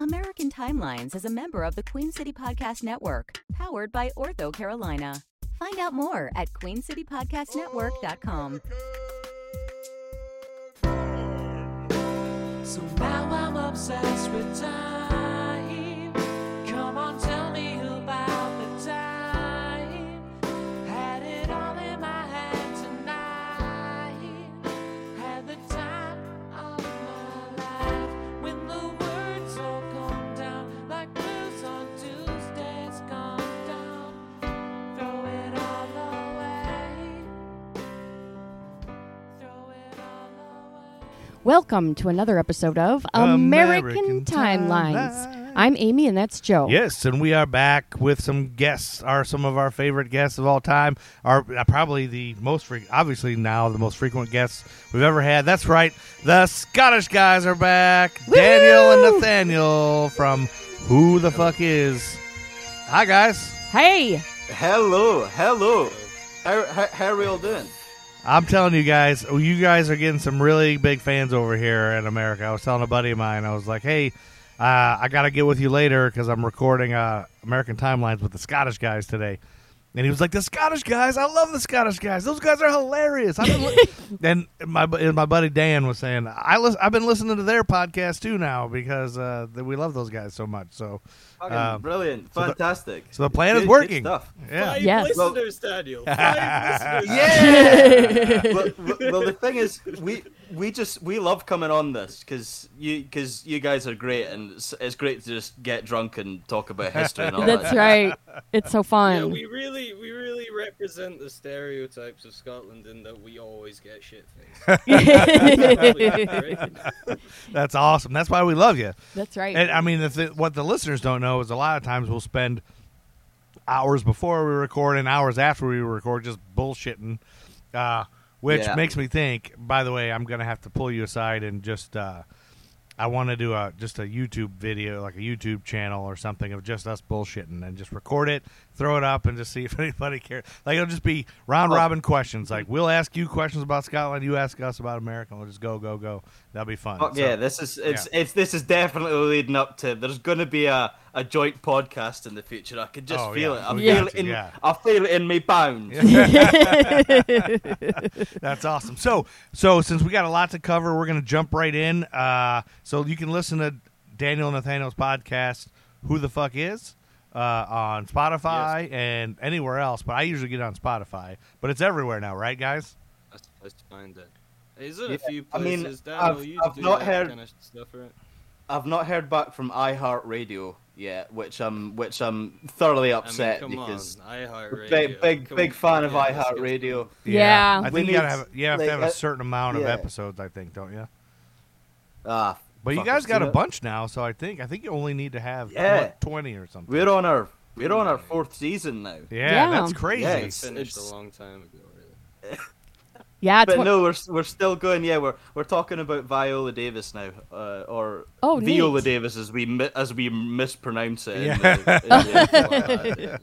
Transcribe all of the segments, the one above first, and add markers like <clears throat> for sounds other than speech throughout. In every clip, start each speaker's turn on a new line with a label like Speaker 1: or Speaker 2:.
Speaker 1: American Timelines is a member of the Queen City Podcast Network, powered by Ortho Carolina. Find out more at queencitypodcastnetwork.com.
Speaker 2: So now I'm obsessed with time. Come on, tell me about the time. Had it all in my head tonight. Had the time of my life. When the words all come down, like blues on Tuesdays come down. Throw it all away. Throw it all away.
Speaker 3: Welcome to another episode of American,
Speaker 4: American
Speaker 3: Timelines.
Speaker 4: Timelines.
Speaker 3: I'm Amy and that's Joe.
Speaker 4: Yes, and we are back with some guests. Are some of our favorite guests of all time? Are uh, probably the most fre- obviously now the most frequent guests we've ever had. That's right, the Scottish guys are back. Daniel and Nathaniel from Who the Fuck Is. Hi guys,
Speaker 3: Hey,
Speaker 5: Hello, hello. How, how, how are we all doing?
Speaker 4: I'm telling you guys, you guys are getting some really big fans over here in America. I was telling a buddy of mine, I was like, hey. Uh, I gotta get with you later because I'm recording uh, American Timelines with the Scottish guys today. And he was like, "The Scottish guys, I love the Scottish guys. Those guys are hilarious." I've been li-" and my bu- and my buddy Dan was saying, "I lis- I've been listening to their podcast too now because uh, th- we love those guys so much." So,
Speaker 5: Fucking
Speaker 4: um,
Speaker 5: brilliant,
Speaker 4: so the-
Speaker 5: fantastic.
Speaker 4: so the plan is
Speaker 5: Good- good
Speaker 4: working. <laughs>
Speaker 5: stuff.
Speaker 4: yeah,
Speaker 6: Five
Speaker 3: Yeah.
Speaker 5: <laughs>
Speaker 6: listeners, Daniel. Five listeners.
Speaker 5: well, well, well, the thing is, we we just we love coming on this because you because you guys are great and it's, it's great to just get drunk and talk about history and all
Speaker 3: that's
Speaker 5: that.
Speaker 3: right. It's so
Speaker 6: Yeah,
Speaker 3: fun.
Speaker 6: we really, we really represent the stereotypes of Scotland in that we always get shit
Speaker 5: <laughs>
Speaker 6: faced.
Speaker 4: that's awesome. That's why we love you.
Speaker 3: that's right.
Speaker 4: And I mean, the th- what the listeners don't know is a lot of times we'll spend hours before we record and hours after we record just bullshitting, uh, which
Speaker 5: Yeah.
Speaker 4: makes me think. By the way, I'm gonna have to pull you aside and just uh, I want to do a just a YouTube video, like a YouTube channel or something of just us bullshitting and just record it, throw it up, and just see if <laughs> anybody cares. Like it'll just be round
Speaker 5: Oh.
Speaker 4: robin questions. Like we'll ask you questions about Scotland, you ask us about America, and we'll just go go go. That'll be fun.
Speaker 5: Fuck
Speaker 4: So-
Speaker 5: Oh, yeah, this is it's it's this is definitely leading up to. There's gonna be a, a joint podcast in the future. I can just
Speaker 4: Oh,
Speaker 5: feel
Speaker 4: yeah.
Speaker 5: it. I
Speaker 4: We
Speaker 5: feel
Speaker 4: got
Speaker 5: it
Speaker 4: to,
Speaker 5: in.
Speaker 4: yeah.
Speaker 5: I feel it in me bones.
Speaker 4: That's awesome. So, so since we got a lot to cover, we're going to jump right in. Uh, so you can listen to Daniel Nathaniel's podcast, "Who the Fuck Is," uh, on Spotify and anywhere else. But I usually get it on Spotify, but it's everywhere now, right, guys?
Speaker 6: That's the place to find it. Is it a
Speaker 5: Yeah,
Speaker 6: few
Speaker 5: I mean,
Speaker 6: places, Daniel?
Speaker 5: I've-
Speaker 6: you
Speaker 5: I've
Speaker 6: do
Speaker 5: not
Speaker 6: that
Speaker 5: heard-
Speaker 6: kind of stuff, right?
Speaker 5: I've not heard back from iHeartRadio yet, which I'm which I'm thoroughly
Speaker 6: I
Speaker 5: upset
Speaker 6: mean, come
Speaker 5: because
Speaker 6: on, iHeartRadio.
Speaker 5: big big
Speaker 6: Come
Speaker 5: big
Speaker 6: on,
Speaker 5: fan of
Speaker 6: yeah, let's get
Speaker 5: iHeartRadio.
Speaker 3: Yeah.
Speaker 4: I think
Speaker 5: We
Speaker 4: you gotta
Speaker 5: need-
Speaker 4: have you have
Speaker 5: like,
Speaker 4: to have a
Speaker 5: uh,
Speaker 4: certain amount of
Speaker 5: yeah.
Speaker 4: episodes, I think, don't you?
Speaker 5: Ah,
Speaker 4: But you
Speaker 5: fuck,
Speaker 4: guys
Speaker 5: I've
Speaker 4: got
Speaker 5: seen
Speaker 4: a
Speaker 5: it.
Speaker 4: bunch now, so I think I think you only need to have
Speaker 5: Yeah.
Speaker 4: what, twenty or something.
Speaker 5: We're on our we're on our fourth season now.
Speaker 4: yeah,
Speaker 3: Yeah.
Speaker 4: that's crazy.
Speaker 5: Yeah,
Speaker 6: some-
Speaker 5: It's-
Speaker 6: Finished
Speaker 5: it's-
Speaker 6: a long time ago, really.
Speaker 3: yeah, it's
Speaker 5: But
Speaker 3: one-
Speaker 5: no, we're we're still going. Yeah, we're we're talking about Viola Davis now, uh, or
Speaker 3: Oh,
Speaker 5: Viola
Speaker 3: neat.
Speaker 5: Davis as we mi- as we mispronounce it. in
Speaker 4: Yeah. <laughs>
Speaker 5: the- in <laughs> the-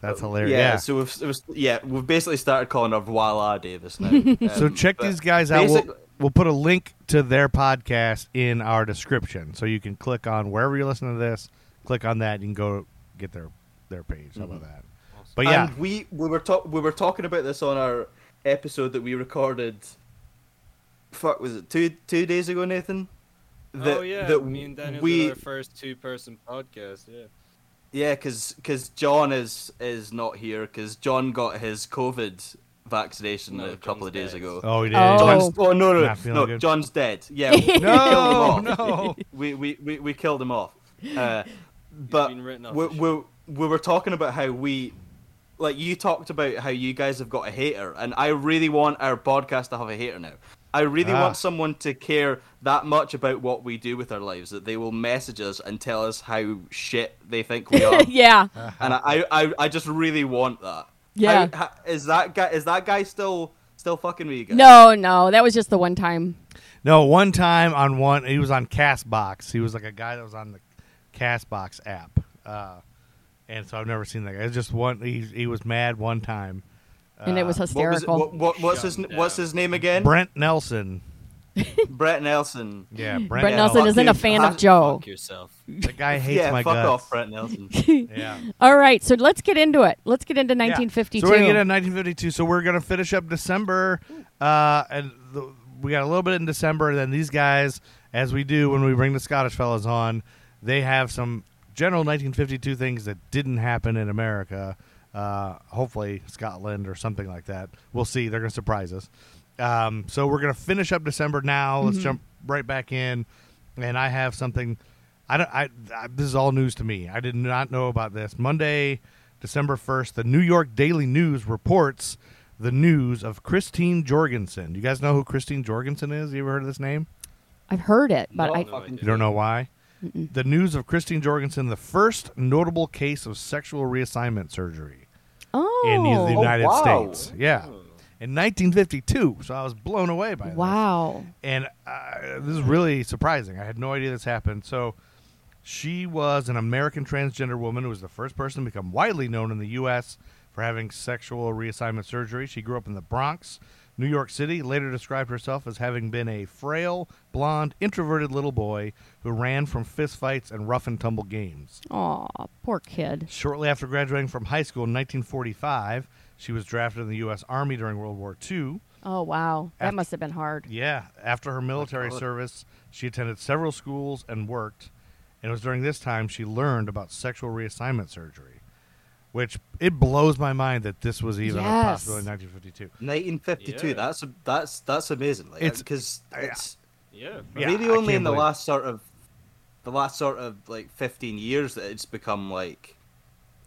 Speaker 4: That's hilarious.
Speaker 5: yeah,
Speaker 4: Yeah.
Speaker 5: So we've it was, yeah we've basically started calling her Voila Davis now. Um,
Speaker 4: <laughs> So check
Speaker 5: but-
Speaker 4: these guys out. We'll,
Speaker 5: basic-
Speaker 4: we'll put a link to their podcast in our description, so you can click on wherever you're listening to this. Click on that, and you can go get their their page. How about that? But yeah,
Speaker 5: And we we were talk we were talking about this on our episode that we recorded. Fuck, was it two two days ago, Nathan? That,
Speaker 6: oh yeah,
Speaker 5: that
Speaker 6: me and Daniel
Speaker 5: we
Speaker 6: did our first two-person podcast. Yeah.
Speaker 5: yeah, because John is is not here because John got his COVID vaccination
Speaker 6: No,
Speaker 5: a couple of
Speaker 6: John's
Speaker 5: days
Speaker 6: dead.
Speaker 5: ago.
Speaker 4: oh, we did.
Speaker 5: <laughs>
Speaker 3: Oh.
Speaker 5: John's, oh no no
Speaker 4: Not feeling
Speaker 5: no!
Speaker 4: good.
Speaker 5: John's dead.
Speaker 4: <laughs>
Speaker 5: Yeah, we, we killed him
Speaker 4: No,
Speaker 5: off.
Speaker 4: no.
Speaker 5: We, we we we killed him
Speaker 6: <laughs>
Speaker 5: off. Uh, but
Speaker 6: been written off
Speaker 5: we,
Speaker 6: for
Speaker 5: we we were talking about how we like you talked about how you guys have got a hater and i really want our podcast to have a hater now i really
Speaker 4: Ah.
Speaker 5: want someone to care that much about what we do with our lives that they will message us and tell us how shit they think we are
Speaker 3: <laughs> <laughs> yeah.
Speaker 4: Uh-huh.
Speaker 5: and I, I i just really want that
Speaker 3: Yeah.
Speaker 5: How- how- is that guy is that guy still still fucking with you guys
Speaker 3: No, no, that was just the one time.
Speaker 4: No, one time on one, he was on Castbox. He was like a guy that was on the Castbox app, uh, and so I've never seen that guy. It's just one. He he was mad one time.
Speaker 3: And it was
Speaker 5: what was it-
Speaker 3: hysterical.
Speaker 5: what, what, what's his
Speaker 6: Shut him
Speaker 5: what's
Speaker 6: down.
Speaker 5: his name again
Speaker 4: Brent Nelson.
Speaker 5: Brett Nelson. <gasps>
Speaker 4: Yeah, Brent,
Speaker 3: Brett Nelson
Speaker 5: fuck
Speaker 4: is
Speaker 3: isn't a
Speaker 5: you.
Speaker 3: fan
Speaker 5: Ah,
Speaker 3: of Joe.
Speaker 6: Fuck yourself.
Speaker 4: the guy hates
Speaker 5: yeah,
Speaker 4: my
Speaker 5: fuck
Speaker 4: guts.
Speaker 5: off, Brett
Speaker 4: <laughs>
Speaker 5: Nelson.
Speaker 4: Yeah.
Speaker 3: All right, so let's get into it. Let's get into
Speaker 4: Yeah.
Speaker 3: 1952.
Speaker 4: So we're gonna get in 1952. So we're gonna finish up December, uh, and the, we got a little bit in December. And then these guys, as we do when we bring the Scottish fellas on, they have some general 1952 things that didn't happen in America. Uh, hopefully Scotland or something like that. We'll see. They're gonna surprise us. Um, so we're gonna finish up December now. Let's jump right back in, and I have something. I don't. I, I this is all news to me. I did not know about this. Monday, December first, the New York Daily News reports the news of Christine Jorgensen. You guys know who Christine Jorgensen is? You ever heard of this name?
Speaker 3: I've heard it, but
Speaker 6: No,
Speaker 3: I
Speaker 6: no idea.
Speaker 4: You don't know why? The news of Christine Jorgensen, the first notable case of sexual reassignment surgery
Speaker 3: oh
Speaker 4: in the United
Speaker 5: wow.
Speaker 4: States. Yeah.
Speaker 6: Oh,
Speaker 4: In 1952, so I was blown away by this
Speaker 3: wow.
Speaker 4: and uh, this is really surprising. I had no idea this happened. So, she was an American transgender woman who was the first person to become widely known in the U.S. for having sexual reassignment surgery. She grew up in the Bronx, New York City. Later described herself as having been a frail, blonde, introverted little boy who ran from fistfights and rough and tumble games.
Speaker 3: Aw, poor kid.
Speaker 4: Shortly after graduating from high school in 1945, she was drafted in the U.S. Army during World War II.
Speaker 3: Oh wow, that
Speaker 4: After-
Speaker 3: must have been hard.
Speaker 4: Yeah. After her military
Speaker 5: God.
Speaker 4: service, she attended several schools and worked. And it was during this time she learned about sexual reassignment surgery, which it blows my mind that this was even
Speaker 3: Yes.
Speaker 4: a possibility in 1952.
Speaker 5: 1952.
Speaker 6: Yeah.
Speaker 5: That's that's that's amazing. Like,
Speaker 4: It's-
Speaker 5: because it's
Speaker 6: Yeah.
Speaker 4: Yeah,
Speaker 5: really
Speaker 4: I
Speaker 5: only
Speaker 4: can't
Speaker 5: in the
Speaker 4: believe-
Speaker 5: last sort of the last sort of like 15 years that it's become like,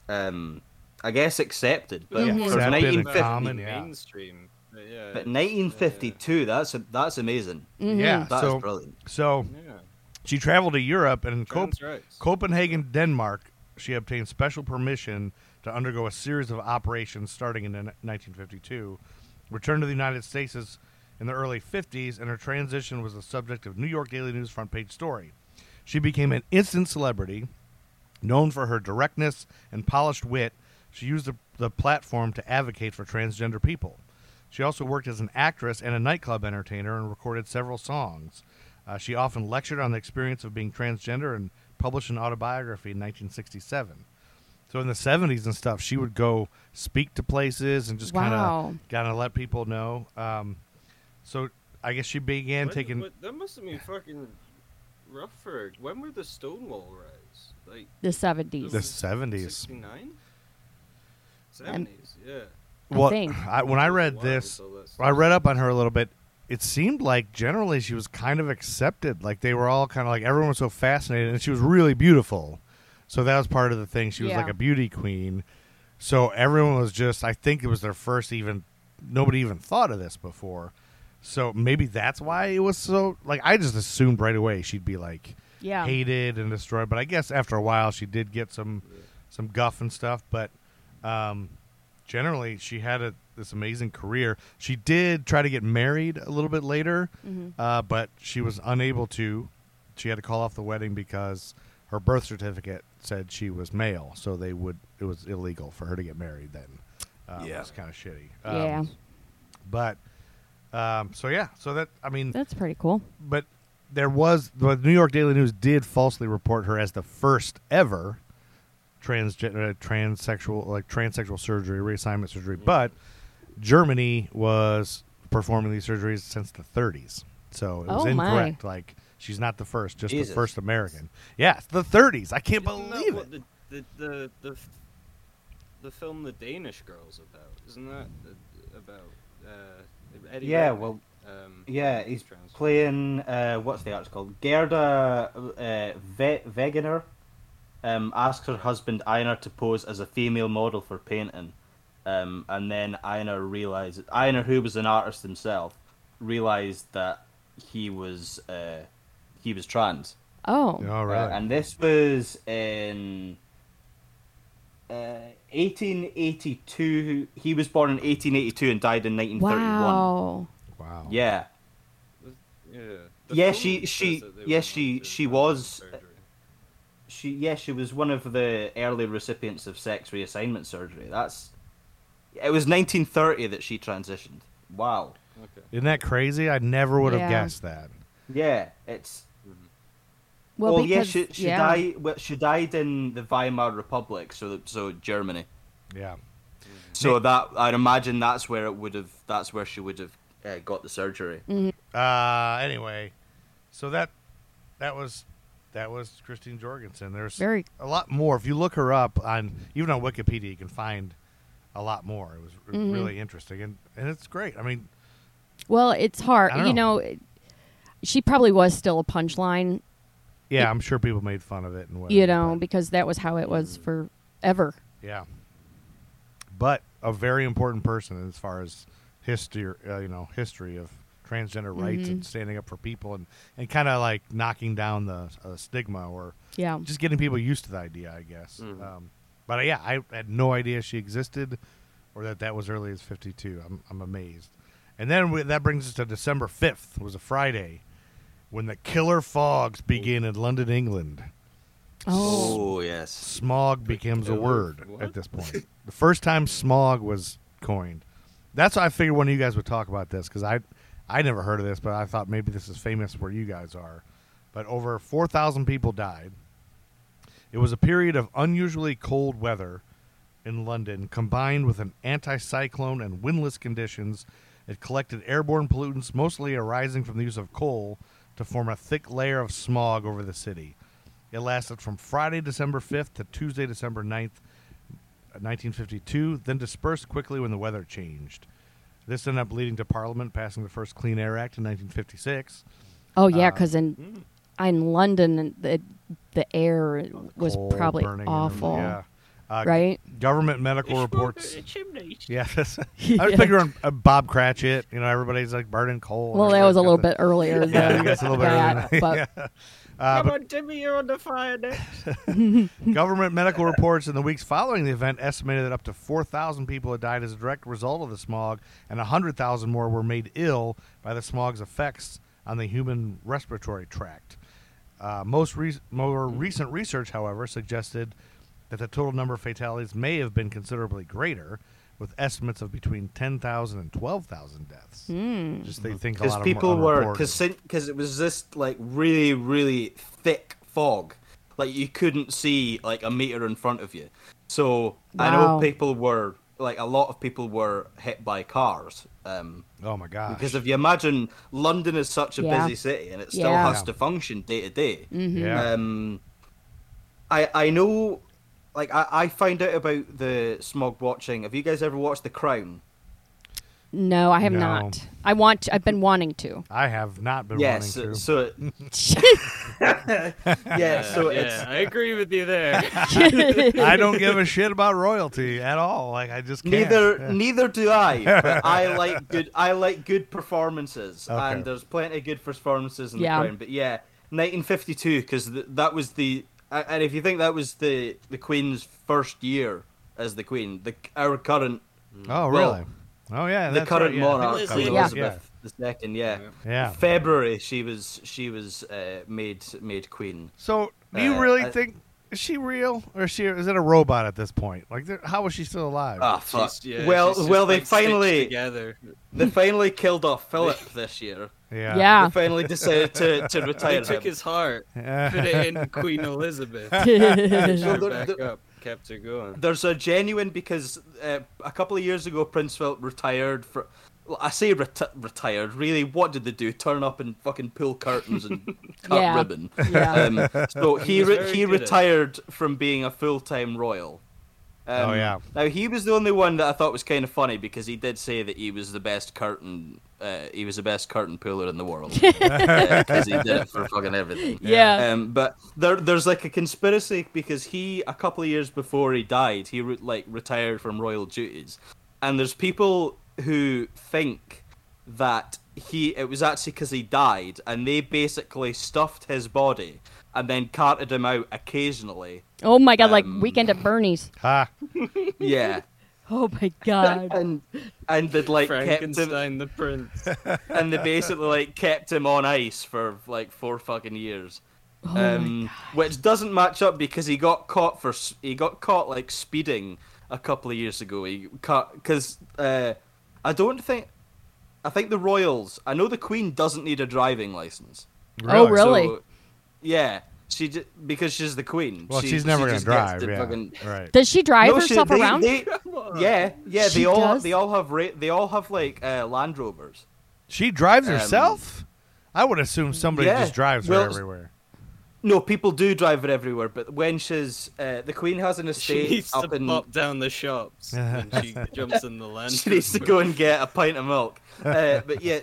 Speaker 5: um, I guess accepted. But
Speaker 4: Yeah,
Speaker 5: for
Speaker 4: accepted and
Speaker 5: 1950,
Speaker 4: common, yeah.
Speaker 6: Mainstream. But yeah.
Speaker 5: but 1952. That's a, that's amazing.
Speaker 3: Mhm.
Speaker 4: Yeah.
Speaker 5: That's
Speaker 4: so,
Speaker 5: brilliant.
Speaker 4: so
Speaker 6: yeah.
Speaker 4: she traveled to Europe and in Cop-
Speaker 6: Trans rights.
Speaker 4: Copenhagen, Denmark, she obtained special permission to undergo a series of operations starting in 1952. Returned to the United States as- in the early 50s, and her transition was the subject of New York Daily News front page story. She became an instant celebrity, known for her directness and polished wit. She used the, the platform to advocate for transgender people. She also worked as an actress and a nightclub entertainer and recorded several songs. Uh, she often lectured on the experience of being transgender and published an autobiography in 1967. So in the 70s and stuff, she would go speak to places and just kind
Speaker 3: Wow.
Speaker 4: of kind of let people know. Um, so I guess she began
Speaker 6: When-
Speaker 4: taking.
Speaker 6: but that must have been fucking rough for her. When were the Stonewall riots? Like
Speaker 3: The 70s.
Speaker 4: The 70s.
Speaker 6: 69? 70s, yeah.
Speaker 3: I
Speaker 4: well,
Speaker 3: think.
Speaker 4: I, when I read
Speaker 6: Wild,
Speaker 4: this,
Speaker 6: all that stuff.
Speaker 4: I read up on her a little bit. It seemed like generally she was kind of accepted. Like they were all kind of like everyone was so fascinated, and she was really beautiful. So that was part of the thing. She was
Speaker 3: Yeah.
Speaker 4: like a beauty queen. So everyone was just. I think it was their first even. Nobody even thought of this before. So maybe that's why it was so. Like I just assumed right away she'd be like
Speaker 3: yeah.
Speaker 4: hated and destroyed. But I guess after a while, she did get some some guff and stuff. But um, generally, she had a, this amazing career. She did try to get married a little bit later, uh, but she was unable to. She had to call off the wedding because her birth certificate said she was male, so they would it was illegal for her to get married then. Um,
Speaker 5: Yeah.
Speaker 4: it's kind of shitty. Um,
Speaker 3: Yeah.
Speaker 4: but um, so yeah, so that I mean
Speaker 3: That's pretty cool.
Speaker 4: but there was the New York Daily News did falsely report her as the first ever transgender, uh, transsexual, like transsexual surgery, reassignment surgery. But Germany was performing these surgeries since the 30s, so it was
Speaker 3: Oh, my.
Speaker 4: incorrect. Like she's not the first, just the
Speaker 5: Jesus.
Speaker 4: first American. Yeah, it's the 30s. I can't
Speaker 6: Isn't that
Speaker 4: believe
Speaker 6: what
Speaker 4: it.
Speaker 6: The, the, the, the, f- the film The Danish Girl's about, isn't that uh, about uh, Eddie
Speaker 5: Yeah,
Speaker 6: Redmayne,
Speaker 5: well,
Speaker 6: um,
Speaker 5: Yeah, he's
Speaker 6: trans.
Speaker 5: playing. Uh, what's the artist called? Gerda uh, Ve- Wegener um, asks her husband Einar to pose as a female model for painting, um, and then Einar realizes Einar, who was an artist himself, realized that he was uh, he was trans.
Speaker 3: Oh.
Speaker 4: Oh,
Speaker 5: Uh,
Speaker 4: really?
Speaker 5: and this was in uh, 1882. He was born in 1882 and died in 1931.
Speaker 3: Wow.
Speaker 4: Wow.
Speaker 5: Yeah.
Speaker 6: Yeah, the
Speaker 5: Yeah,
Speaker 6: film
Speaker 5: she-
Speaker 6: says
Speaker 5: she-
Speaker 6: that they
Speaker 5: yeah,
Speaker 6: were not
Speaker 5: she-
Speaker 6: doing
Speaker 5: she
Speaker 6: that
Speaker 5: was-
Speaker 6: surgery.
Speaker 5: She yeah, she was one of the early recipients of sex reassignment surgery. That's it was 1930 that she transitioned. Wow.
Speaker 6: Okay.
Speaker 4: Isn't that crazy? I never would have
Speaker 3: Yeah.
Speaker 4: guessed that.
Speaker 5: Yeah, it's
Speaker 3: Well,
Speaker 5: well,
Speaker 3: because,
Speaker 5: yeah, she, she
Speaker 3: yeah.
Speaker 5: died. Well, she died in the Weimar Republic, so so Germany.
Speaker 4: Yeah.
Speaker 5: So that I'd imagine that's where it would have. That's where she would have uh, got the surgery.
Speaker 3: Mm.
Speaker 4: Uh, anyway, so that that was that was Christine Jorgensen. There's
Speaker 3: Very-
Speaker 4: a lot more. If you look her up on even on Wikipedia, you can find a lot more. It was r-
Speaker 3: Mhm.
Speaker 4: really interesting, and and it's great. I mean,
Speaker 3: Well, it's hard.
Speaker 4: I don't
Speaker 3: You
Speaker 4: know.
Speaker 3: know, it- she probably was still a punchline,
Speaker 4: yeah, I'm sure people made fun of it and whatever.
Speaker 3: you know,
Speaker 4: but-
Speaker 3: because that was how it was forever.
Speaker 4: yeah, but a very important person as far as history, uh, you know, history of transgender
Speaker 3: Mm-hmm.
Speaker 4: rights and standing up for people and and kind of like knocking down the uh, stigma or
Speaker 3: Yeah.
Speaker 4: just getting people used to the idea, I guess.
Speaker 6: Mhm.
Speaker 4: Um, but uh, yeah, I had no idea she existed, or that that was early as '52. I'm I'm amazed. And then we, that brings us to December 5th, was a Friday, when the killer fogs begin in London, England.
Speaker 3: Oh.
Speaker 5: yes.
Speaker 4: Smog becomes a
Speaker 6: killer
Speaker 4: word
Speaker 6: what?
Speaker 4: at this point. the first time smog was coined, that's why I figured one of you guys would talk about this because I I never heard of this, but I thought maybe this is famous where you guys are. But over four thousand people died. It was a period of unusually cold weather in London, combined with an anticyclone and windless conditions. It collected airborne pollutants, mostly arising from the use of coal, to form a thick layer of smog over the city. It lasted from Friday, December 5th to Tuesday, December 9th, 1952, then dispersed quickly when the weather changed. This ended up leading to Parliament passing the first Clean Air Act in 1956.
Speaker 3: Oh yeah, because in in London and the the air was
Speaker 4: Coal
Speaker 3: probably
Speaker 4: burning and-
Speaker 3: awful,
Speaker 4: yeah. Uh,
Speaker 3: right?
Speaker 4: Government
Speaker 6: <laughs>
Speaker 4: medical reports.
Speaker 6: chimney.
Speaker 4: Yeah, <laughs> that's- I was figuring uh, Bob Cratchit. You know, everybody's like burning coal.
Speaker 3: Well,
Speaker 4: and
Speaker 3: that was a
Speaker 4: everybody's
Speaker 3: little
Speaker 4: got
Speaker 3: bit earlier than
Speaker 4: Yeah, I guess
Speaker 3: <laughs>
Speaker 4: a little bit earlier
Speaker 3: that,
Speaker 4: <laughs>
Speaker 3: but
Speaker 5: Uh,
Speaker 6: Come on, Timmy, you're on the fire next.
Speaker 4: the Government medical reports in the weeks following the event estimated that up to 4,000 people had died as a direct result of the smog, and 100,000 more were made ill by the smog's effects on the human respiratory tract. Uh, most re- more recent research, however, suggested that the total number of fatalities may have been considerably greater, with estimates of between 10,000 and 12,000 deaths. Just they think a lot
Speaker 5: Because
Speaker 4: of
Speaker 5: people were
Speaker 4: were
Speaker 5: because it was this like really really thick fog, like you couldn't see like a meter in front of you. So I know
Speaker 3: Wow.
Speaker 5: people were like a lot of people were hit by cars. Um,
Speaker 4: Oh my gosh!
Speaker 5: because if you imagine London is such a
Speaker 3: Yeah.
Speaker 5: busy city and it still
Speaker 3: Yeah. Mm-hmm.
Speaker 5: has to function day to day.
Speaker 4: yeah.
Speaker 5: Um, I I know, like I I find out about the smog watching. Have you guys ever watched The Crown?
Speaker 3: no, I have
Speaker 4: No.
Speaker 3: not. I want. To, I've been wanting
Speaker 4: <laughs>
Speaker 3: to. <laughs>
Speaker 4: I have not been
Speaker 5: Yes. uh,
Speaker 4: wanting to.
Speaker 5: So <laughs> yeah.
Speaker 4: <laughs>
Speaker 5: So it's
Speaker 6: I agree with
Speaker 5: <laughs>
Speaker 6: you there.
Speaker 4: I don't give a shit about royalty at all. Like I just can't.
Speaker 5: neither neither do I. But
Speaker 4: <laughs>
Speaker 5: I like good I like good performances,
Speaker 4: Okay.
Speaker 5: and there's plenty of good performances in
Speaker 3: Yeah.
Speaker 5: The Crown. But yeah, 1952 because th- that was the a- and if you think that was the the Queen's first year as the Queen, the our current
Speaker 4: Oh really?
Speaker 5: well,
Speaker 4: oh yeah.
Speaker 5: the
Speaker 4: that's right,
Speaker 5: current
Speaker 4: yeah.
Speaker 5: monarch,
Speaker 6: Liz-
Speaker 5: Queen
Speaker 6: Liz-
Speaker 5: Elizabeth the second. Yeah.
Speaker 4: Yeah.
Speaker 5: February she was she was uh, made made Queen.
Speaker 4: So do you
Speaker 5: Uh,
Speaker 4: really
Speaker 5: I-
Speaker 4: think is she real or is she is it a robot at this point? Like there- how is she still alive?
Speaker 5: Ah fuck.
Speaker 6: She's- yeah,
Speaker 5: well
Speaker 6: she's just,
Speaker 5: well they
Speaker 6: like, stitched
Speaker 5: finally
Speaker 6: together.
Speaker 5: they finally killed off Philip this year.
Speaker 4: yeah.
Speaker 5: They
Speaker 3: yeah.
Speaker 5: finally decided to,
Speaker 6: <laughs>
Speaker 5: to
Speaker 6: They
Speaker 5: retire him.
Speaker 6: took his heart,
Speaker 4: <laughs>
Speaker 6: put it in <laughs> Queen
Speaker 5: <laughs>
Speaker 6: Elizabeth,
Speaker 3: yeah.
Speaker 6: her
Speaker 5: they're-
Speaker 6: back
Speaker 5: they're-
Speaker 6: up, kept her going.
Speaker 5: There's a genuine because uh, a couple of years ago Prince Philip retired for. well, I say reti- retired. Really, what did they do? Turn up and fucking pull curtains
Speaker 3: <laughs>
Speaker 5: and cut
Speaker 3: Yeah.
Speaker 5: ribbon. Um, so he
Speaker 6: was
Speaker 5: re-
Speaker 6: very
Speaker 5: he
Speaker 6: good at it.
Speaker 5: retired from being a full time royal. Um,
Speaker 4: Oh, yeah.
Speaker 5: Now he was the only one that I thought was kind of funny because he did say that he was the best curtain. Uh, he was the best curtain puller in the
Speaker 3: <laughs>
Speaker 5: world because he did it <laughs> for fucking everything.
Speaker 3: Yeah.
Speaker 5: Um, but there, there's like a conspiracy because he, a couple of years before he died, he re- like retired from royal duties, and there's people who think that he it was actually because he died, and they basically stuffed his body and then carted him out
Speaker 3: <laughs>
Speaker 5: occasionally.
Speaker 3: Oh my god! Like
Speaker 5: Um,
Speaker 3: weekend at Bernie's.
Speaker 4: Ha.
Speaker 5: Yeah.
Speaker 3: Oh my god.
Speaker 5: And and they like kept him,
Speaker 6: Frankenstein the
Speaker 5: <laughs>
Speaker 6: Prince.
Speaker 5: and they basically like kept him on ice for like four fucking years.
Speaker 3: Oh
Speaker 5: um, which doesn't match up because he got caught for s- he got caught like speeding a couple of years ago. He caught because uh, I don't think I think the Royals. I know the Queen doesn't need a driving license.
Speaker 3: Oh, Really?
Speaker 5: So, yeah, she j- because she's the Queen.
Speaker 4: Well,
Speaker 5: she-
Speaker 4: she's
Speaker 5: she
Speaker 4: never gonna
Speaker 5: just gets
Speaker 4: drive.
Speaker 5: to
Speaker 4: Yeah,
Speaker 5: fucking-
Speaker 4: right.
Speaker 3: <laughs> Does she drive
Speaker 5: No, she-
Speaker 3: herself
Speaker 5: they-
Speaker 3: around?
Speaker 5: they- yeah, yeah.
Speaker 3: She
Speaker 5: they all
Speaker 3: does?
Speaker 5: they all have ra- they all have like uh, Land Rovers.
Speaker 4: She drives
Speaker 5: Um,
Speaker 4: herself. I would assume somebody
Speaker 5: yeah.
Speaker 4: just drives
Speaker 5: Well,
Speaker 4: her
Speaker 5: s-
Speaker 4: everywhere. <laughs>
Speaker 5: No, people do drive her everywhere, but when she's uh, the Queen has an
Speaker 6: She
Speaker 5: estate
Speaker 6: needs to
Speaker 5: up in
Speaker 6: pop down
Speaker 5: <laughs>
Speaker 6: the shops and she jumps in the land.
Speaker 5: she
Speaker 6: <laughs>
Speaker 5: needs to go and get a pint of milk. Uh, but yeah,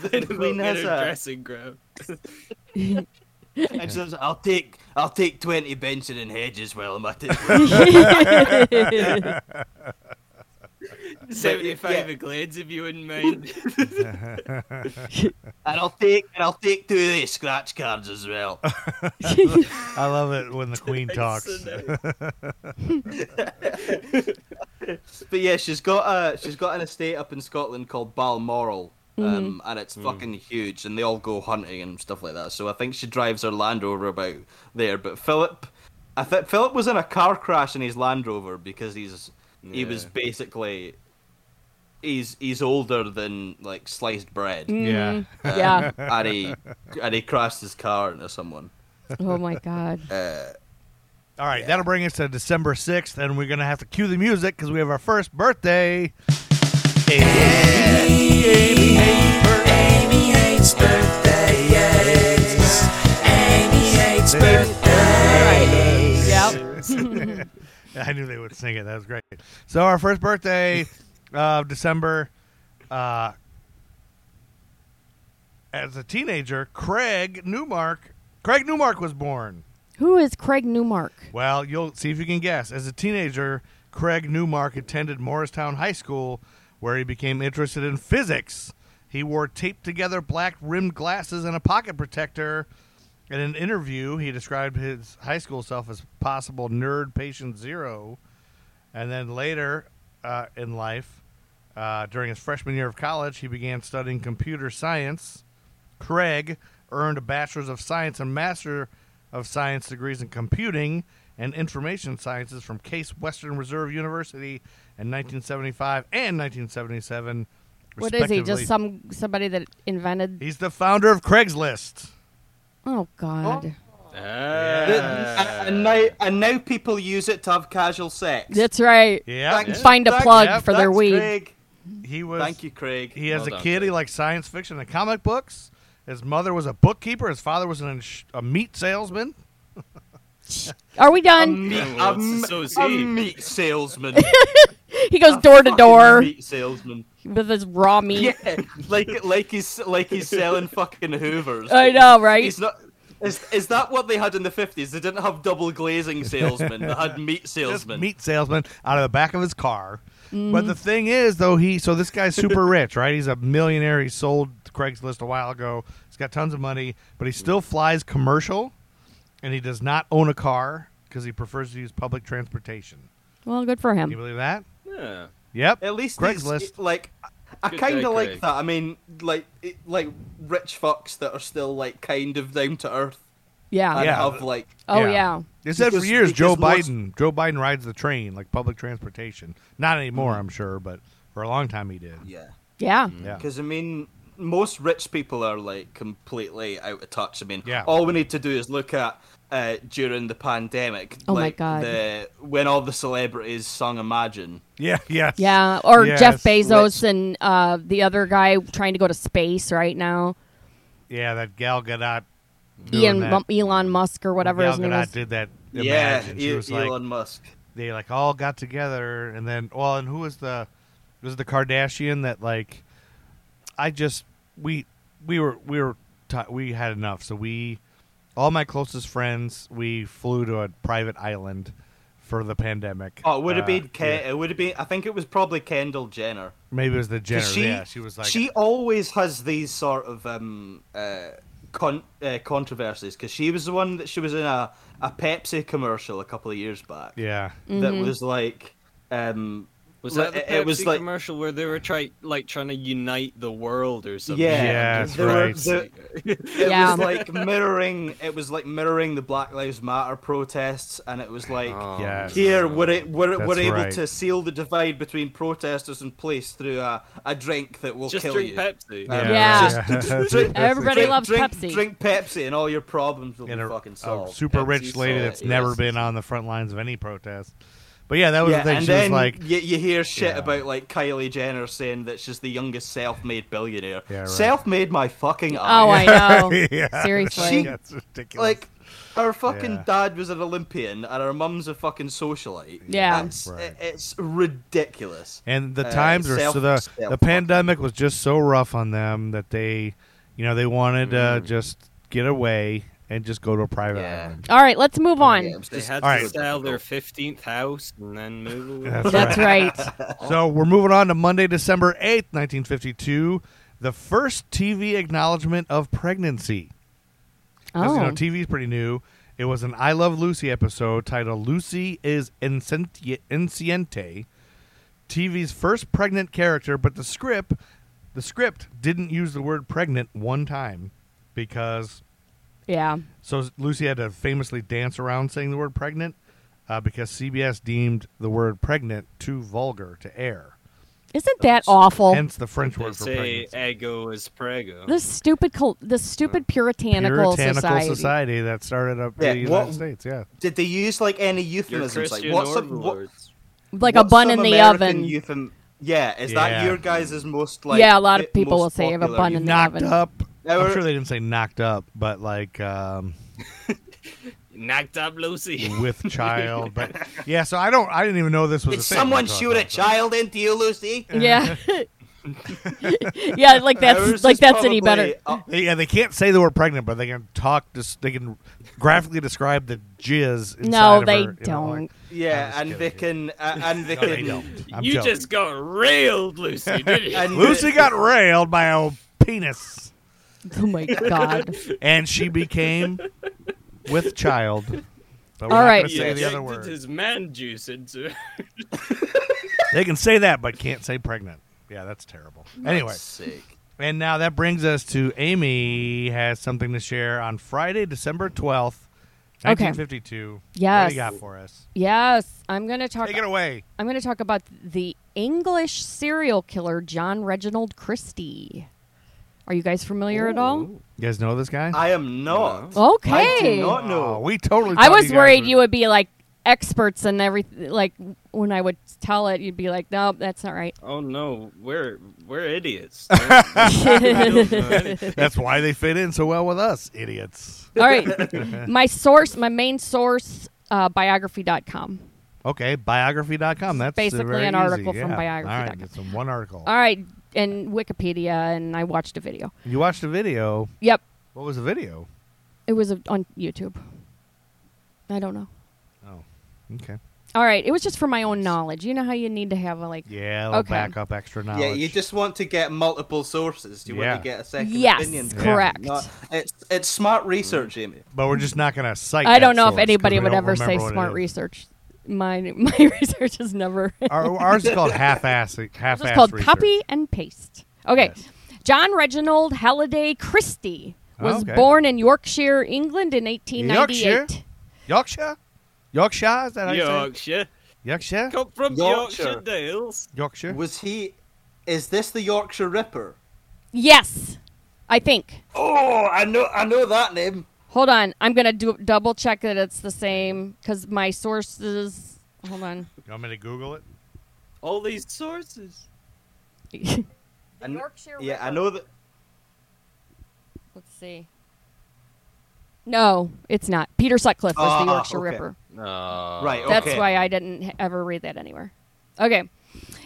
Speaker 5: the, the Queen has
Speaker 6: her
Speaker 5: a <laughs>
Speaker 6: dressing <laughs> gown.
Speaker 5: and she says, "I'll take I'll take twenty Benson and Hedges while I'm at it."
Speaker 6: Seventy-five
Speaker 5: yeah.
Speaker 6: Glades, if
Speaker 5: <laughs>
Speaker 6: you wouldn't mind.
Speaker 5: And I'll take and I'll take two of these scratch cards as well.
Speaker 4: I love it when the queen
Speaker 6: <laughs>
Speaker 4: talks.
Speaker 5: but yeah, she's got a she's got an estate up in Scotland called Balmoral,
Speaker 3: Mm-hmm.
Speaker 5: um, and
Speaker 4: Hmm.
Speaker 5: it's fucking huge, and they all go hunting and stuff like that. So I think she drives her Land Rover about there. But Philip, I think Philip was in a car crash in his Land Rover because he's he was
Speaker 6: Yeah.
Speaker 5: basically he's he's older than like sliced bread.
Speaker 3: Mm.
Speaker 4: Yeah. <laughs>
Speaker 3: yeah.
Speaker 5: and he and he crashed his car into someone. Uh,
Speaker 3: Oh my god.
Speaker 4: All right, that'll bring us to December 6th, and we're going to have to cue the music because we have our first birthday. <laughs>
Speaker 3: Yep.
Speaker 4: I knew they would sing it. That was great. So, our first birthday of December, uh, as a teenager, Craig Newmark. Craig Newmark was born.
Speaker 3: Who is Craig Newmark?
Speaker 4: Well, you'll see if you can guess. As a teenager, Craig Newmark attended Morristown High School, where he became interested in physics. He wore taped together black rimmed glasses and a pocket protector. In an interview, he described his high school self as possible nerd patient zero. And then later uh, in life, uh, during his freshman year of college, he began studying computer science. Craig earned a bachelor's of science and master of science degrees in computing and information sciences from Case Western Reserve University in 1975 and 1977.
Speaker 3: What is he?
Speaker 4: respectively.
Speaker 3: Just some somebody that invented?
Speaker 4: He's the founder of Craigslist.
Speaker 3: Oh god.
Speaker 5: <laughs> and now and now people use it to have casual sex.
Speaker 3: That's right.
Speaker 4: Yeah,
Speaker 5: Thanks-
Speaker 3: Find a
Speaker 5: thanks-
Speaker 3: plug for their
Speaker 5: thanks,
Speaker 3: weed.
Speaker 5: Craig.
Speaker 4: he was.
Speaker 5: Thank you, Craig.
Speaker 4: He as
Speaker 6: Well
Speaker 4: a
Speaker 6: done,
Speaker 4: kid, he
Speaker 6: Craig.
Speaker 4: liked science fiction and comic books. His mother was a bookkeeper. His father was an ins- a meat salesman.
Speaker 3: Are we done?
Speaker 5: meat, um,
Speaker 6: well, it's associated.
Speaker 5: meat salesman.
Speaker 3: he goes door to
Speaker 5: uh, Fucking
Speaker 3: door
Speaker 5: Meat <laughs> salesman.
Speaker 3: with his raw meat.
Speaker 5: Yeah, like like he's like he's selling fucking Hoovers.
Speaker 3: I know, right?
Speaker 5: He's not. Is, is that what they had in the fifties? They didn't have double glazing salesmen. They had meat
Speaker 4: Just
Speaker 5: salesmen.
Speaker 4: meat salesman out of the back of his car. But the thing is, though, he so this guy's super rich, right? He's a millionaire. He sold Craigslist a while ago. He's got tons of money, but he still flies commercial, and he does not own a car because he prefers to use public transportation.
Speaker 3: Well, good for
Speaker 4: Can you
Speaker 3: him.
Speaker 4: believe that?
Speaker 6: Yeah.
Speaker 4: Yep.
Speaker 5: At least he's-
Speaker 4: Craigslist.
Speaker 5: like I
Speaker 6: Good
Speaker 5: kind
Speaker 6: guy,
Speaker 5: of like
Speaker 6: Craig.
Speaker 5: that. I mean, like it- like rich fucks that are still like kind of down to earth
Speaker 3: Uh, Yeah.
Speaker 5: and
Speaker 4: Yeah.
Speaker 5: have like
Speaker 3: Oh yeah.
Speaker 4: They said for
Speaker 5: Because-
Speaker 4: years Joe
Speaker 5: because most-
Speaker 4: Biden Joe Biden rides the train like public transportation. Not anymore,
Speaker 5: Mm-hmm.
Speaker 4: I'm sure, but for a long time he did.
Speaker 5: yeah.
Speaker 3: Yeah.
Speaker 4: Yeah.
Speaker 5: Because I mean, most rich people are like completely out of touch. I mean,
Speaker 4: Yeah.
Speaker 5: all we need to do is look at uh, during the pandemic.
Speaker 3: Oh my
Speaker 5: like,
Speaker 3: God.
Speaker 5: The, when all the celebrities sung "Imagine." <laughs>
Speaker 4: Yeah, yes.
Speaker 3: Yeah, or
Speaker 4: Yes,
Speaker 3: Jeff Bezos
Speaker 5: let's-
Speaker 3: and uh, the other guy trying to go to space right now.
Speaker 4: Yeah, that Gal Gadot doing
Speaker 3: Ian,
Speaker 4: that.
Speaker 3: Mu- Elon Musk or whatever
Speaker 4: Gal
Speaker 3: his name
Speaker 4: Gadot
Speaker 3: is.
Speaker 4: did that.
Speaker 5: yeah,
Speaker 4: Imagine. she
Speaker 5: E-
Speaker 4: was
Speaker 5: Elon
Speaker 4: like uh,
Speaker 5: Musk.
Speaker 4: they like all got together and then well, and who was the was the Kardashian that like I just we we were we were ti we had enough, so we all my closest friends we flew to a private island for the pandemic.
Speaker 5: Oh, it would
Speaker 4: Uh,
Speaker 5: have been
Speaker 4: yeah.
Speaker 5: Ke- It would have been. I think it was probably Kendall Jenner.
Speaker 4: Maybe it was the
Speaker 5: 'Cause
Speaker 4: Jenner.
Speaker 5: She,
Speaker 4: yeah, she was like,
Speaker 5: she always has these sort of um uh, con- uh controversies because she was the one that she was in a
Speaker 3: Mm-hmm.
Speaker 5: a Pepsi commercial a couple of years back.
Speaker 4: yeah,
Speaker 5: that was like um
Speaker 6: Was
Speaker 5: Like,
Speaker 6: that the
Speaker 5: it-
Speaker 6: Pepsi
Speaker 5: it was like-
Speaker 6: commercial where they were try like trying to unite the world or something?
Speaker 5: Yeah,
Speaker 4: Yes,
Speaker 5: there
Speaker 4: right.
Speaker 5: were, there, it
Speaker 3: Yeah.
Speaker 5: was like mirroring. It was like mirroring the Black Lives Matter protests, and it was <laughs> like
Speaker 6: Oh.
Speaker 4: Yes.
Speaker 5: here we're a- we're,
Speaker 4: Oh, That's
Speaker 5: we're able
Speaker 4: right.
Speaker 5: to seal the divide between protesters and police through a, a drink that will
Speaker 6: Just
Speaker 5: kill
Speaker 6: drink
Speaker 5: you.
Speaker 6: Pepsi.
Speaker 5: Um,
Speaker 3: Yeah.
Speaker 4: <laughs>
Speaker 5: just-
Speaker 3: Everybody
Speaker 5: drink,
Speaker 3: loves
Speaker 5: drink,
Speaker 3: Pepsi.
Speaker 5: Drink Pepsi, and all your problems will be
Speaker 4: and a,
Speaker 5: fucking
Speaker 4: a
Speaker 5: solved.
Speaker 4: super rich
Speaker 6: Pepsi
Speaker 4: lady
Speaker 6: sold,
Speaker 4: that's never
Speaker 6: yes.
Speaker 4: been on the front lines of any protest. But yeah, that was
Speaker 5: yeah,
Speaker 4: the thing.
Speaker 5: and
Speaker 4: She was
Speaker 5: then
Speaker 4: like,
Speaker 5: <laughs> you, you hear shit
Speaker 4: Yeah.
Speaker 5: about like Kylie Jenner saying that she's the youngest self-made billionaire.
Speaker 4: Yeah, right.
Speaker 5: Self-made my fucking eye.
Speaker 3: Oh, I know.
Speaker 4: <laughs> yeah.
Speaker 3: <laughs> Seriously.
Speaker 5: She-
Speaker 4: that's ridiculous.
Speaker 5: like our fucking
Speaker 4: Yeah.
Speaker 5: dad was an Olympian and our mum's a fucking socialite.
Speaker 3: Yeah.
Speaker 5: That's-
Speaker 4: Right.
Speaker 5: it- it's ridiculous.
Speaker 4: and the
Speaker 5: uh,
Speaker 4: times were
Speaker 5: self-
Speaker 4: so the the
Speaker 5: self-fucking.
Speaker 4: pandemic was just so rough on them that they, you know, they wanted to just get away and just go to a private
Speaker 5: Mm. Yeah.
Speaker 4: island.
Speaker 3: All right, let's move on.
Speaker 5: Yeah, it's
Speaker 6: They
Speaker 5: just-
Speaker 6: had
Speaker 4: All
Speaker 6: to
Speaker 4: right.
Speaker 6: sell their fifteenth house and then move away.
Speaker 4: That's
Speaker 3: That's right.
Speaker 4: So we're moving on to Monday, December 8th, 1952, the first TV acknowledgement of pregnancy. 'Cause, You
Speaker 3: Oh.
Speaker 4: know, TV's pretty new. It was an I Love Lucy episode titled Lucy is Insenti- Inciente, TV's first pregnant character, but the script the script didn't use the word pregnant one time because
Speaker 3: yeah.
Speaker 4: so Lucy had to famously dance around saying the word pregnant uh, because CBS deemed the word pregnant too vulgar to air.
Speaker 3: Isn't that awful?
Speaker 4: Hence the French
Speaker 6: They
Speaker 4: word for
Speaker 6: say
Speaker 4: pregnancy.
Speaker 6: ego is prego.
Speaker 3: this stupid, col- this stupid puritanical,
Speaker 4: Puritanical
Speaker 3: society.
Speaker 4: society that started up
Speaker 5: Yeah,
Speaker 4: in the
Speaker 5: what-
Speaker 4: United States. Yeah,
Speaker 5: Did they use like any
Speaker 6: You're
Speaker 5: euphemisms? Like
Speaker 6: Christian
Speaker 5: what's some, what,
Speaker 6: overlords.
Speaker 3: Like a
Speaker 5: what's
Speaker 3: bun
Speaker 5: some
Speaker 3: in the
Speaker 5: American
Speaker 3: oven.
Speaker 5: Euphem- yeah, is
Speaker 4: Yeah.
Speaker 5: that your guys' most like?
Speaker 3: Yeah, a lot of
Speaker 5: fi-
Speaker 3: people
Speaker 5: most
Speaker 3: will say you have a
Speaker 5: popular
Speaker 3: bun in
Speaker 5: euphem-
Speaker 3: the
Speaker 4: knocked
Speaker 3: oven.
Speaker 4: up. I'm
Speaker 5: Our-
Speaker 4: sure they didn't say knocked up, but like um,
Speaker 6: Knocked up <laughs> Lucy.
Speaker 4: with child. But yeah, so I don't. I didn't even know this was.
Speaker 5: Did
Speaker 4: a thing
Speaker 5: someone
Speaker 4: until I
Speaker 5: shoot a
Speaker 4: thought about
Speaker 5: child into
Speaker 4: <laughs>
Speaker 5: you, Lucy? <laughs>
Speaker 3: <laughs> Yeah. yeah, like that's
Speaker 5: Ours
Speaker 3: like
Speaker 5: is
Speaker 3: that's any
Speaker 5: probably
Speaker 3: better.
Speaker 5: up-
Speaker 4: it. They- Yeah, they can't say the word pregnant, but they can talk. dis- They can graphically describe the jizz. Inside
Speaker 3: No,
Speaker 4: of
Speaker 3: they
Speaker 4: her, you know, like-
Speaker 3: don't.
Speaker 4: I'm
Speaker 5: yeah,
Speaker 4: just
Speaker 5: and they
Speaker 4: kidding.
Speaker 5: can uh, and they
Speaker 4: No, they
Speaker 5: <laughs> can
Speaker 4: don't. I'm
Speaker 6: you
Speaker 4: joking.
Speaker 6: just got railed, Lucy, didn't you?
Speaker 5: And
Speaker 4: Lucy got railed by a penis,
Speaker 3: oh
Speaker 5: <laughs>
Speaker 3: my god.
Speaker 4: and she became with child. But we're
Speaker 3: All
Speaker 4: not
Speaker 3: right.
Speaker 4: gonna
Speaker 6: He
Speaker 4: say the other
Speaker 6: injected
Speaker 4: word.
Speaker 6: his man juice into <laughs> her.
Speaker 4: They can say that, but can't say pregnant. Yeah, that's terrible. Anyway,
Speaker 5: Sick.
Speaker 4: and now that brings us to Amy has something to share on Friday, December twelfth,
Speaker 3: Okay.
Speaker 4: nineteen fifty-two. what
Speaker 3: Yes.
Speaker 4: do you got for us?
Speaker 3: Yes, I'm gonna talk.
Speaker 4: Take it away.
Speaker 3: I'm gonna talk about the English serial killer John Reginald Christie. Are you guys familiar at all?
Speaker 4: You guys know this guy?
Speaker 5: I am not.
Speaker 3: Okay.
Speaker 5: I do not
Speaker 4: Oh,
Speaker 5: know.
Speaker 4: we totally.
Speaker 3: I
Speaker 4: thought
Speaker 3: was
Speaker 4: guys
Speaker 3: worried
Speaker 4: were-
Speaker 3: you would be like experts and everything. Like when I would tell it, you'd be like, "No, that's
Speaker 5: <laughs>
Speaker 3: not right." <laughs>
Speaker 6: Oh no, we're we're idiots.
Speaker 4: That's why they fit in so well with us, idiots.
Speaker 5: <laughs>
Speaker 3: All right, my source, my main source, uh, biography.com.
Speaker 4: Okay, biography.com. That's uh,
Speaker 3: Basically
Speaker 4: very
Speaker 3: an article
Speaker 4: easy,
Speaker 3: from
Speaker 4: yeah.
Speaker 3: biography
Speaker 4: All
Speaker 3: dot
Speaker 4: right,
Speaker 3: com.
Speaker 4: it's in one article.
Speaker 3: All right, and Wikipedia, and I watched a video.
Speaker 4: You watched the video.
Speaker 3: Yep,
Speaker 4: What was the video?
Speaker 3: it was a, on YouTube. I don't know.
Speaker 4: Oh, okay.
Speaker 3: All right, it was just for my own knowledge. You know how you need to have a like.
Speaker 4: Yeah, a little
Speaker 3: Okay.
Speaker 4: backup extra knowledge.
Speaker 5: Yeah, you just want to get multiple sources. You
Speaker 4: Yeah.
Speaker 5: want to get a second
Speaker 3: Yes,
Speaker 5: opinion.
Speaker 4: Yeah.
Speaker 3: correct.
Speaker 5: Not- it's it's smart research, Amy.
Speaker 4: But we're just not going to cite.
Speaker 3: I
Speaker 4: that
Speaker 3: don't know
Speaker 4: source
Speaker 3: if
Speaker 4: 'cause
Speaker 3: anybody
Speaker 4: we
Speaker 3: would
Speaker 4: don't
Speaker 3: ever say
Speaker 4: remember what it
Speaker 3: smart
Speaker 4: is.
Speaker 3: research. My <laughs> my research is never.
Speaker 4: Our, ours is called
Speaker 3: <laughs>
Speaker 4: half-ass. Half-ass.
Speaker 3: It's called
Speaker 4: research.
Speaker 3: copy and paste. Okay.
Speaker 4: Yes.
Speaker 3: John Reginald Halliday Christie was
Speaker 4: Oh, Okay.
Speaker 3: born in Yorkshire, England in 1898.
Speaker 4: Yorkshire? Yorkshire. Yorkshire is that how you say? it?
Speaker 6: Yorkshire,
Speaker 4: Yorkshire.
Speaker 6: come from
Speaker 5: Yorkshire.
Speaker 6: Yorkshire, Dales.
Speaker 4: Yorkshire.
Speaker 5: Was he? Is this the Yorkshire Ripper?
Speaker 3: Yes, I think.
Speaker 5: Oh, I know, I know that name.
Speaker 3: Hold on. I'm going to do, double check that it's the same because my sources. Hold on. <laughs>
Speaker 4: You want me to Google it?
Speaker 6: All these sources.
Speaker 5: I kn-
Speaker 3: Yorkshire
Speaker 5: Yeah, I know that.
Speaker 3: Let's see. No, it's not. Peter Sutcliffe was the
Speaker 5: Ah,
Speaker 3: Yorkshire
Speaker 5: okay.
Speaker 3: Ripper.
Speaker 6: No.
Speaker 5: Right.
Speaker 3: That's
Speaker 5: okay.
Speaker 3: why I didn't h- ever read that anywhere. Okay.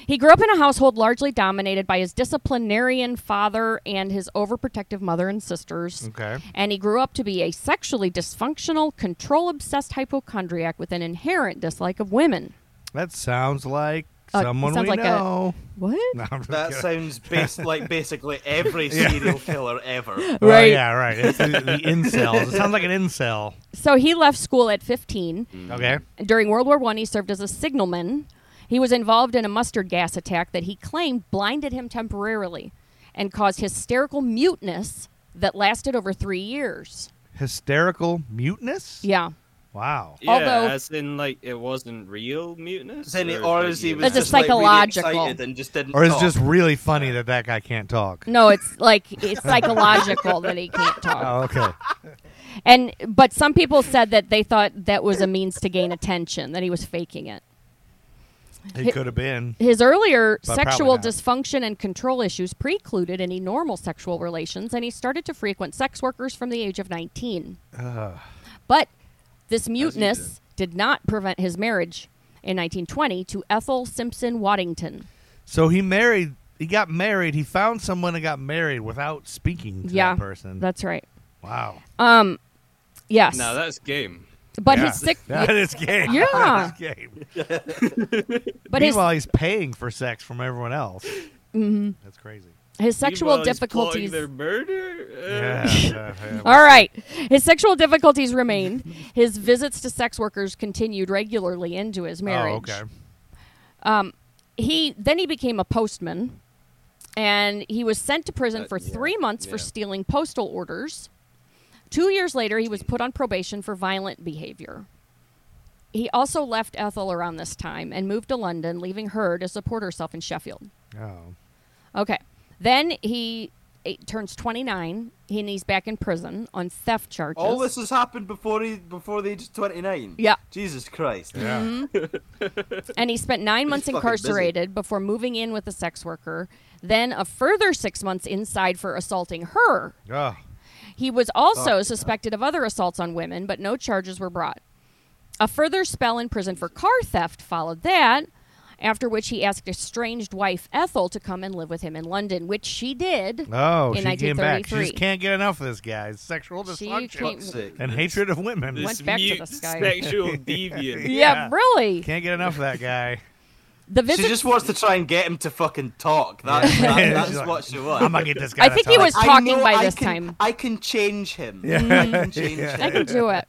Speaker 3: He grew up in a household largely dominated by his disciplinarian father and his overprotective mother and sisters.
Speaker 4: Okay.
Speaker 3: And he grew up to be a sexually dysfunctional, control obsessed hypochondriac with an inherent dislike of women.
Speaker 4: That sounds like
Speaker 3: Uh,
Speaker 4: someone
Speaker 3: sounds
Speaker 4: we
Speaker 3: like a-
Speaker 4: know.
Speaker 3: What?
Speaker 4: <laughs> No, I'm just
Speaker 5: That
Speaker 4: kidding.
Speaker 5: sounds
Speaker 4: <laughs>
Speaker 5: bas- like basically every serial killer ever.
Speaker 4: Well,
Speaker 3: Right.
Speaker 4: Oh, yeah. Right. It's the, the incels. It sounds like an incel.
Speaker 3: So he left school at 15.
Speaker 4: Okay.
Speaker 3: During World War One, he served as a signalman. He was involved in a mustard gas attack that he claimed blinded him temporarily and caused hysterical muteness that lasted over three years.
Speaker 4: Hysterical muteness?
Speaker 3: Yeah.
Speaker 4: Wow.
Speaker 6: Yeah,
Speaker 3: Although-
Speaker 6: as in like it wasn't real muteness.
Speaker 5: Then it-
Speaker 6: it's
Speaker 5: or
Speaker 6: like
Speaker 5: is he
Speaker 6: you-
Speaker 5: was
Speaker 3: It's a
Speaker 5: just like, really
Speaker 3: psychological.
Speaker 5: excited and just didn't
Speaker 4: Or it's
Speaker 5: talk.
Speaker 4: just really funny that that guy can't talk.
Speaker 3: No, it's like it's psychological that he can't talk.
Speaker 4: Oh,
Speaker 3: <laughs>
Speaker 4: okay.
Speaker 3: And but some people said that they thought that was a means to gain attention, that he was faking it.
Speaker 4: He could have been.
Speaker 3: His earlier
Speaker 4: But
Speaker 3: sexual
Speaker 4: probably not.
Speaker 3: dysfunction and control issues precluded any normal sexual relations, and he started to frequent sex workers from the age of 19. But this muteness did not prevent his marriage in 1920 to Ethel Simpson Waddington.
Speaker 4: So he married. He got married. He found someone and got married without speaking to
Speaker 3: yeah,
Speaker 4: that person.
Speaker 3: that's right.
Speaker 4: wow.
Speaker 3: Yes,
Speaker 6: No, that's game.
Speaker 3: but
Speaker 4: yeah.
Speaker 3: his sick.
Speaker 4: <laughs> That is gay.
Speaker 3: Yeah.
Speaker 4: <laughs> That is gay.
Speaker 3: <laughs> But his
Speaker 4: Meanwhile, he's paying for sex from everyone else. Mm-hmm. That's crazy.
Speaker 3: his sexual
Speaker 6: Meanwhile, he's plotting
Speaker 3: difficulties.
Speaker 6: Their murder. Uh,
Speaker 4: Yeah, yeah, yeah.
Speaker 3: <laughs> All right. His sexual difficulties
Speaker 4: <laughs>
Speaker 3: remained. His visits to sex workers continued regularly into his marriage.
Speaker 4: Oh, okay.
Speaker 3: he then he became a postman and he was sent to prison
Speaker 6: Uh,
Speaker 3: for
Speaker 6: yeah,
Speaker 3: three months for
Speaker 6: yeah.
Speaker 3: stealing postal orders two years later he was put on probation for violent behavior he also left ethel around this time and moved to london leaving her to support herself in sheffield
Speaker 4: Oh.
Speaker 3: okay then he eh, turns 29 and he's back in prison on theft charges
Speaker 5: All this has happened before he before the age of twenty nine.
Speaker 3: Yeah.
Speaker 5: Jesus Christ.
Speaker 4: Yeah.
Speaker 3: Mm-hmm. and he spent nine months
Speaker 5: fucking busy.
Speaker 3: incarcerated before moving in with a sex worker then a further six months inside for assaulting her
Speaker 4: Oh.
Speaker 3: He was also suspected of other assaults on women, but no charges were brought. A further spell in prison for car theft followed that, after which he asked estranged wife Ethel to come and live with him in London, which she did.
Speaker 4: Oh,
Speaker 3: In
Speaker 4: she came back. She
Speaker 3: 1933.
Speaker 4: just can't get enough of this guy's sexual
Speaker 3: She
Speaker 4: dysfunction
Speaker 3: can't-
Speaker 5: Fuck's sake.
Speaker 4: and hatred of women.
Speaker 6: This
Speaker 3: Went back to
Speaker 6: mute
Speaker 3: the sky.
Speaker 6: Sexual deviant.
Speaker 4: Yeah.
Speaker 3: yeah, really.
Speaker 4: Can't get enough of that
Speaker 3: <laughs>
Speaker 4: guy.
Speaker 3: The
Speaker 5: She
Speaker 3: visit.
Speaker 5: just wants to try and get him to fucking talk. That's, that,
Speaker 4: <laughs> She's
Speaker 5: that's
Speaker 4: like,
Speaker 5: what she
Speaker 4: I'm
Speaker 5: wants.
Speaker 4: gonna get this guy.
Speaker 3: I
Speaker 4: to
Speaker 3: think he
Speaker 4: talk."
Speaker 3: was
Speaker 5: I
Speaker 3: talking
Speaker 5: know
Speaker 3: by
Speaker 5: I
Speaker 3: this
Speaker 5: can-
Speaker 3: time.
Speaker 5: I can change him.
Speaker 4: Yeah.
Speaker 5: I
Speaker 4: <laughs>
Speaker 5: can change
Speaker 3: I
Speaker 5: him.
Speaker 3: can do it.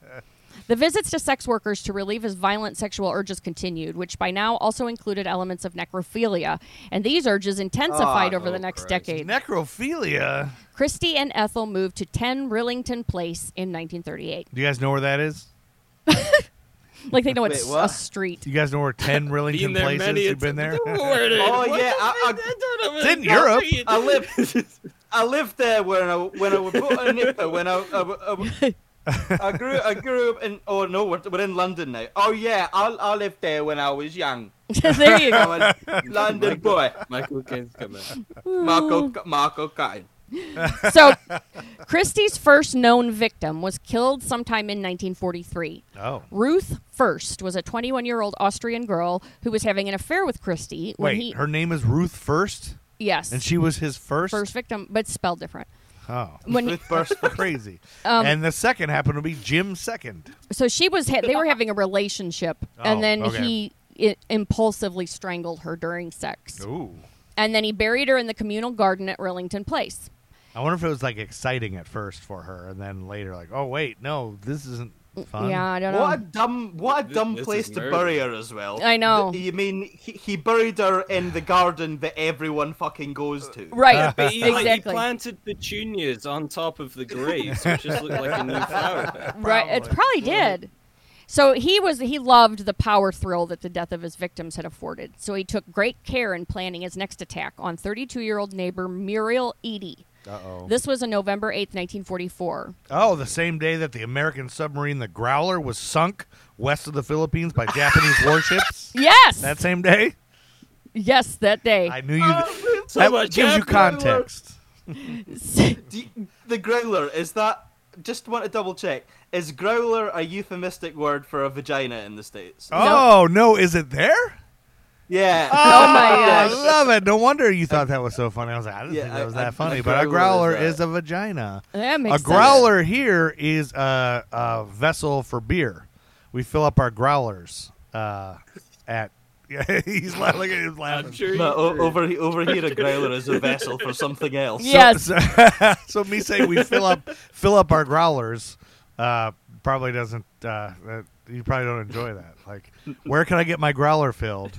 Speaker 3: The visits to sex workers to relieve his violent sexual urges continued, which by now also included elements of necrophilia, and these urges intensified
Speaker 5: Ah,
Speaker 3: over the
Speaker 6: oh
Speaker 3: next
Speaker 6: Christ.
Speaker 3: decade.
Speaker 4: necrophilia.
Speaker 3: Christie and Ethel moved to 10 Rillington Place in 1938.
Speaker 4: Do you guys know where that is?
Speaker 3: Like they know
Speaker 5: Wait,
Speaker 3: it's a
Speaker 5: what?
Speaker 3: street. <laughs>
Speaker 4: Do you guys
Speaker 6: <laughs>
Speaker 4: know where ten
Speaker 6: Been
Speaker 4: Rillington
Speaker 6: there
Speaker 4: places
Speaker 6: many
Speaker 4: you've been there? <laughs>
Speaker 5: Oh,
Speaker 6: oh
Speaker 5: yeah, I- I-
Speaker 4: It's in Europe.
Speaker 5: I
Speaker 4: <laughs>
Speaker 5: lived, I lived there when I when I was brought in Nipper, when I, I, I, I grew I grew up in oh no we're, we're in London now oh yeah I, I lived there when I was young
Speaker 3: there you
Speaker 5: <laughs>
Speaker 3: go.
Speaker 5: I'm
Speaker 4: <laughs>
Speaker 5: a London boy
Speaker 6: Michael Caine's coming.
Speaker 5: Marco
Speaker 3: Oh.
Speaker 5: Marco Cotton
Speaker 3: So, Christie's first known victim was killed sometime in 1943.
Speaker 4: Oh,
Speaker 3: Ruth First was a 21 year old Austrian girl who was having an affair with Christie when
Speaker 4: wait.
Speaker 3: he.
Speaker 4: Her name is Ruth First,
Speaker 3: yes.
Speaker 4: and she was his first.
Speaker 3: first victim, but spelled different.
Speaker 4: Oh,
Speaker 3: <laughs> When he- Um,
Speaker 4: Ruth First, crazy. and the second happened to be Jim Second.
Speaker 3: so she was ha- they were having a
Speaker 4: <laughs>
Speaker 3: relationship
Speaker 4: Oh,
Speaker 3: and then
Speaker 4: okay.
Speaker 3: he i impulsively strangled her during sex
Speaker 4: Ooh.
Speaker 3: and then he buried her in the communal garden at Rillington Place.
Speaker 4: I wonder if it was like exciting at first for her, and then later like, oh wait, no, this isn't fun.
Speaker 3: Mm, Yeah, I don't know.
Speaker 5: what a dumb what a
Speaker 6: This-
Speaker 5: dumb
Speaker 6: this is
Speaker 5: place to
Speaker 6: murder.
Speaker 5: bury her as well
Speaker 3: I know.
Speaker 5: you mean he, he buried her in the garden that everyone fucking goes to
Speaker 3: Right.
Speaker 6: <laughs>
Speaker 4: <laughs>
Speaker 6: But he, like, he
Speaker 3: exactly.
Speaker 6: planted petunias on top of the graves, which just looked like a new flower.
Speaker 4: <laughs>
Speaker 6: bed.
Speaker 3: Right. It probably did. So he was he loved the power thrill that the death of his victims had afforded. So he took great care in planning his next attack on 32-year-old neighbor Muriel Edie.
Speaker 4: Uh-oh.
Speaker 3: This was on November 8th, 1944.
Speaker 4: Oh, the same day that the American submarine the Growler was sunk west of the Philippines by
Speaker 3: <laughs>
Speaker 4: Japanese warships.
Speaker 3: Yes.
Speaker 4: That same day?
Speaker 3: <laughs> yes, that day.
Speaker 4: I knew you
Speaker 6: Oh, So
Speaker 4: That
Speaker 6: much
Speaker 4: gives you
Speaker 6: happened.
Speaker 4: context.
Speaker 5: Do you- the growler is that? Just want to double check. Is growler a euphemistic word for a vagina in the states?
Speaker 4: Oh, no, is it there?
Speaker 5: <laughs> Yeah.
Speaker 3: oh my
Speaker 4: I
Speaker 3: gosh.
Speaker 4: love it. No wonder you thought that was so funny. I was like, I didn't
Speaker 5: Yeah,
Speaker 4: think that
Speaker 5: I-
Speaker 4: was
Speaker 5: I-
Speaker 4: that funny.
Speaker 5: a
Speaker 4: but a
Speaker 5: growler
Speaker 4: growler
Speaker 5: is
Speaker 4: is a vagina.
Speaker 3: <laughs> That makes
Speaker 4: A
Speaker 3: sense.
Speaker 4: growler here is a, a vessel for beer. We fill up our growlers uh, at. <laughs> Yeah, he's la- look at him laughing.
Speaker 6: I'm
Speaker 3: Uh,
Speaker 6: sure you
Speaker 5: No, o- over he- over here, a growler is a vessel for something else.
Speaker 3: Yeah. Yes.
Speaker 4: So, so <laughs> me saying we fill up fill up our growlers uh, probably doesn't uh, uh, You probably don't enjoy that. Like, where can I get my growler filled?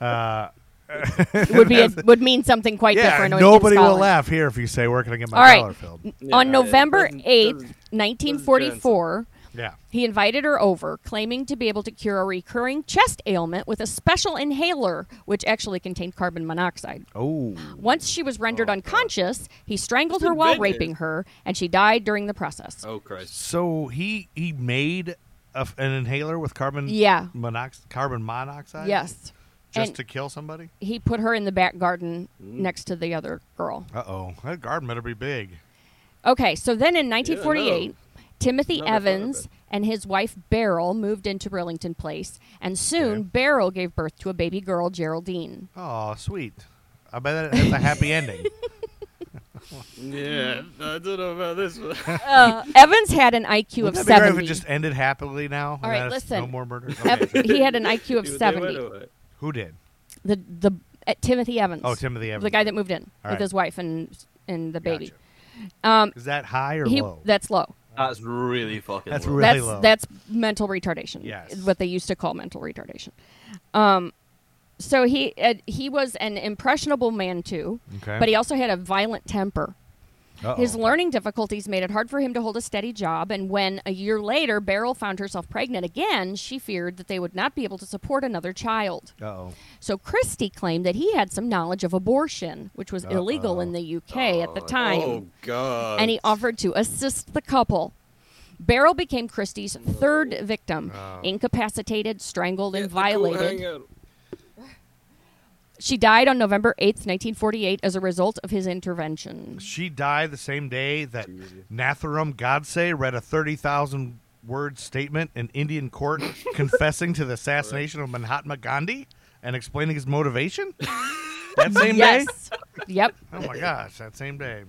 Speaker 4: Uh,
Speaker 3: It
Speaker 4: <laughs>
Speaker 3: would be it would mean something quite
Speaker 4: yeah,
Speaker 3: different. in- in
Speaker 4: nobody will
Speaker 3: Scotland.
Speaker 4: laugh here if you say, "Where can I get my
Speaker 3: All right.
Speaker 4: growler filled?"
Speaker 6: Yeah,
Speaker 3: On
Speaker 6: it
Speaker 3: November
Speaker 6: doesn't-
Speaker 3: eighth,
Speaker 6: doesn't-
Speaker 3: nineteen forty four.
Speaker 4: Yeah,
Speaker 3: He invited her over, claiming to be able to cure a recurring chest ailment with a special inhaler, which actually contained carbon monoxide.
Speaker 4: Oh,
Speaker 3: Once she was rendered unconscious, he strangled her while
Speaker 6: inventive.
Speaker 3: raping her, and she died during the process.
Speaker 6: Oh Christ!
Speaker 4: so he he made a f an inhaler with carbon
Speaker 3: Yeah.
Speaker 4: monox- carbon monoxide.
Speaker 3: Yes.
Speaker 4: just
Speaker 3: And-
Speaker 4: to kill somebody.
Speaker 3: He put her in the back garden
Speaker 4: Mm.
Speaker 3: next to the other girl.
Speaker 4: Uh oh, that garden better be big.
Speaker 3: Okay, so then in 1948, Timothy
Speaker 6: Never thought of
Speaker 3: Evans
Speaker 6: it.
Speaker 3: and his wife Beryl moved into Burlington Place, and soon
Speaker 4: Okay.
Speaker 3: Beryl gave birth to a baby girl, Geraldine.
Speaker 4: Oh, sweet. I bet that has a
Speaker 3: <laughs>
Speaker 4: happy ending.
Speaker 3: Mm.
Speaker 6: Yeah, I don't know about this one.
Speaker 3: Uh, Evans had an IQ
Speaker 4: Wouldn't that
Speaker 3: of
Speaker 4: be great if
Speaker 3: 70.
Speaker 4: it just ended happily now? and
Speaker 3: All right,
Speaker 4: that's
Speaker 3: listen.
Speaker 4: No more murders.
Speaker 3: Ev-
Speaker 4: Okay.
Speaker 3: he had an IQ of
Speaker 6: <laughs> They went
Speaker 3: 70.
Speaker 6: away.
Speaker 4: Who did?
Speaker 3: The the uh, Timothy Evans.
Speaker 4: Oh, Timothy Evans.
Speaker 3: The guy that moved in with
Speaker 4: right.
Speaker 3: his wife and and the baby.
Speaker 4: Gotcha.
Speaker 3: Um,
Speaker 4: Is that high or
Speaker 3: he
Speaker 4: low?
Speaker 3: that's low.
Speaker 5: That's really fucking.
Speaker 4: That's
Speaker 5: low.
Speaker 4: really
Speaker 3: that's
Speaker 4: low.
Speaker 3: that's mental retardation.
Speaker 4: Yes.
Speaker 3: is what they used to call mental retardation. Um, so he uh, he was an impressionable man too,
Speaker 4: Okay.
Speaker 3: but he also had a violent temper.
Speaker 4: Uh-oh.
Speaker 3: His learning difficulties made it hard for him to hold a steady job, and when a year later Beryl found herself pregnant again, she feared that they would not be able to support another child.
Speaker 4: Uh-oh.
Speaker 3: So Christie claimed that he had some knowledge of abortion, which was illegal in the UK at the time,
Speaker 6: Oh God!
Speaker 3: and he offered to assist the couple. Beryl became Christie's
Speaker 4: Oh.
Speaker 3: third victim, incapacitated, strangled, and violated. she died on November 8th, 1948, as a result of his intervention.
Speaker 4: She died the same day that Nathuram Godse read a 30,000 word statement in Indian court confessing to the assassination of Mahatma Gandhi and explaining his motivation? That same day?
Speaker 3: Yes. yep.
Speaker 4: Oh my gosh, that same day.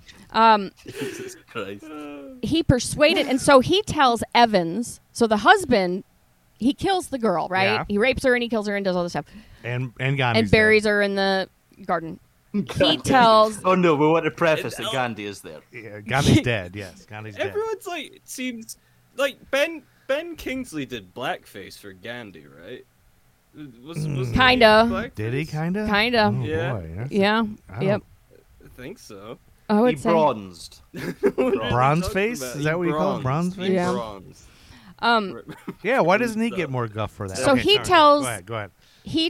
Speaker 5: Jesus Christ.
Speaker 6: Uh,
Speaker 3: He persuaded, and so he tells Evans, so the husband, he kills the girl, right?
Speaker 4: Yeah.
Speaker 3: He rapes her and he kills her and does all this stuff.
Speaker 4: And and Gandhi
Speaker 3: and buries her in the
Speaker 4: <laughs>
Speaker 3: garden. He tells
Speaker 5: Oh no, we want to preface that Gandhi is there.
Speaker 4: Yeah,
Speaker 3: <laughs>
Speaker 4: Gandhi's dead. Yes, Gandhi's dead.
Speaker 6: Everyone's like it seems like Ben Ben Kingsley did blackface for Gandhi, right? Was, was
Speaker 3: Kinda.
Speaker 4: Mm. Did he
Speaker 6: kind?
Speaker 4: kind of?
Speaker 3: kind of,
Speaker 4: Oh
Speaker 6: Yeah.
Speaker 4: boy. that's-
Speaker 3: yeah,
Speaker 4: I
Speaker 3: yep.
Speaker 6: I
Speaker 5: <laughs>
Speaker 6: think so.
Speaker 3: I
Speaker 5: He
Speaker 3: would say.
Speaker 5: bronzed.
Speaker 4: Bronze
Speaker 6: Talking
Speaker 4: face?
Speaker 6: about-
Speaker 4: Is that what you call it?
Speaker 6: bronzed.
Speaker 4: Bronze
Speaker 6: He
Speaker 3: face? Yeah.
Speaker 6: bronzed.
Speaker 3: Um,
Speaker 4: Yeah, why doesn't he get more guff for that?
Speaker 3: So
Speaker 4: Okay,
Speaker 3: he
Speaker 4: sorry.
Speaker 3: tells-
Speaker 4: Go ahead, go ahead.
Speaker 3: he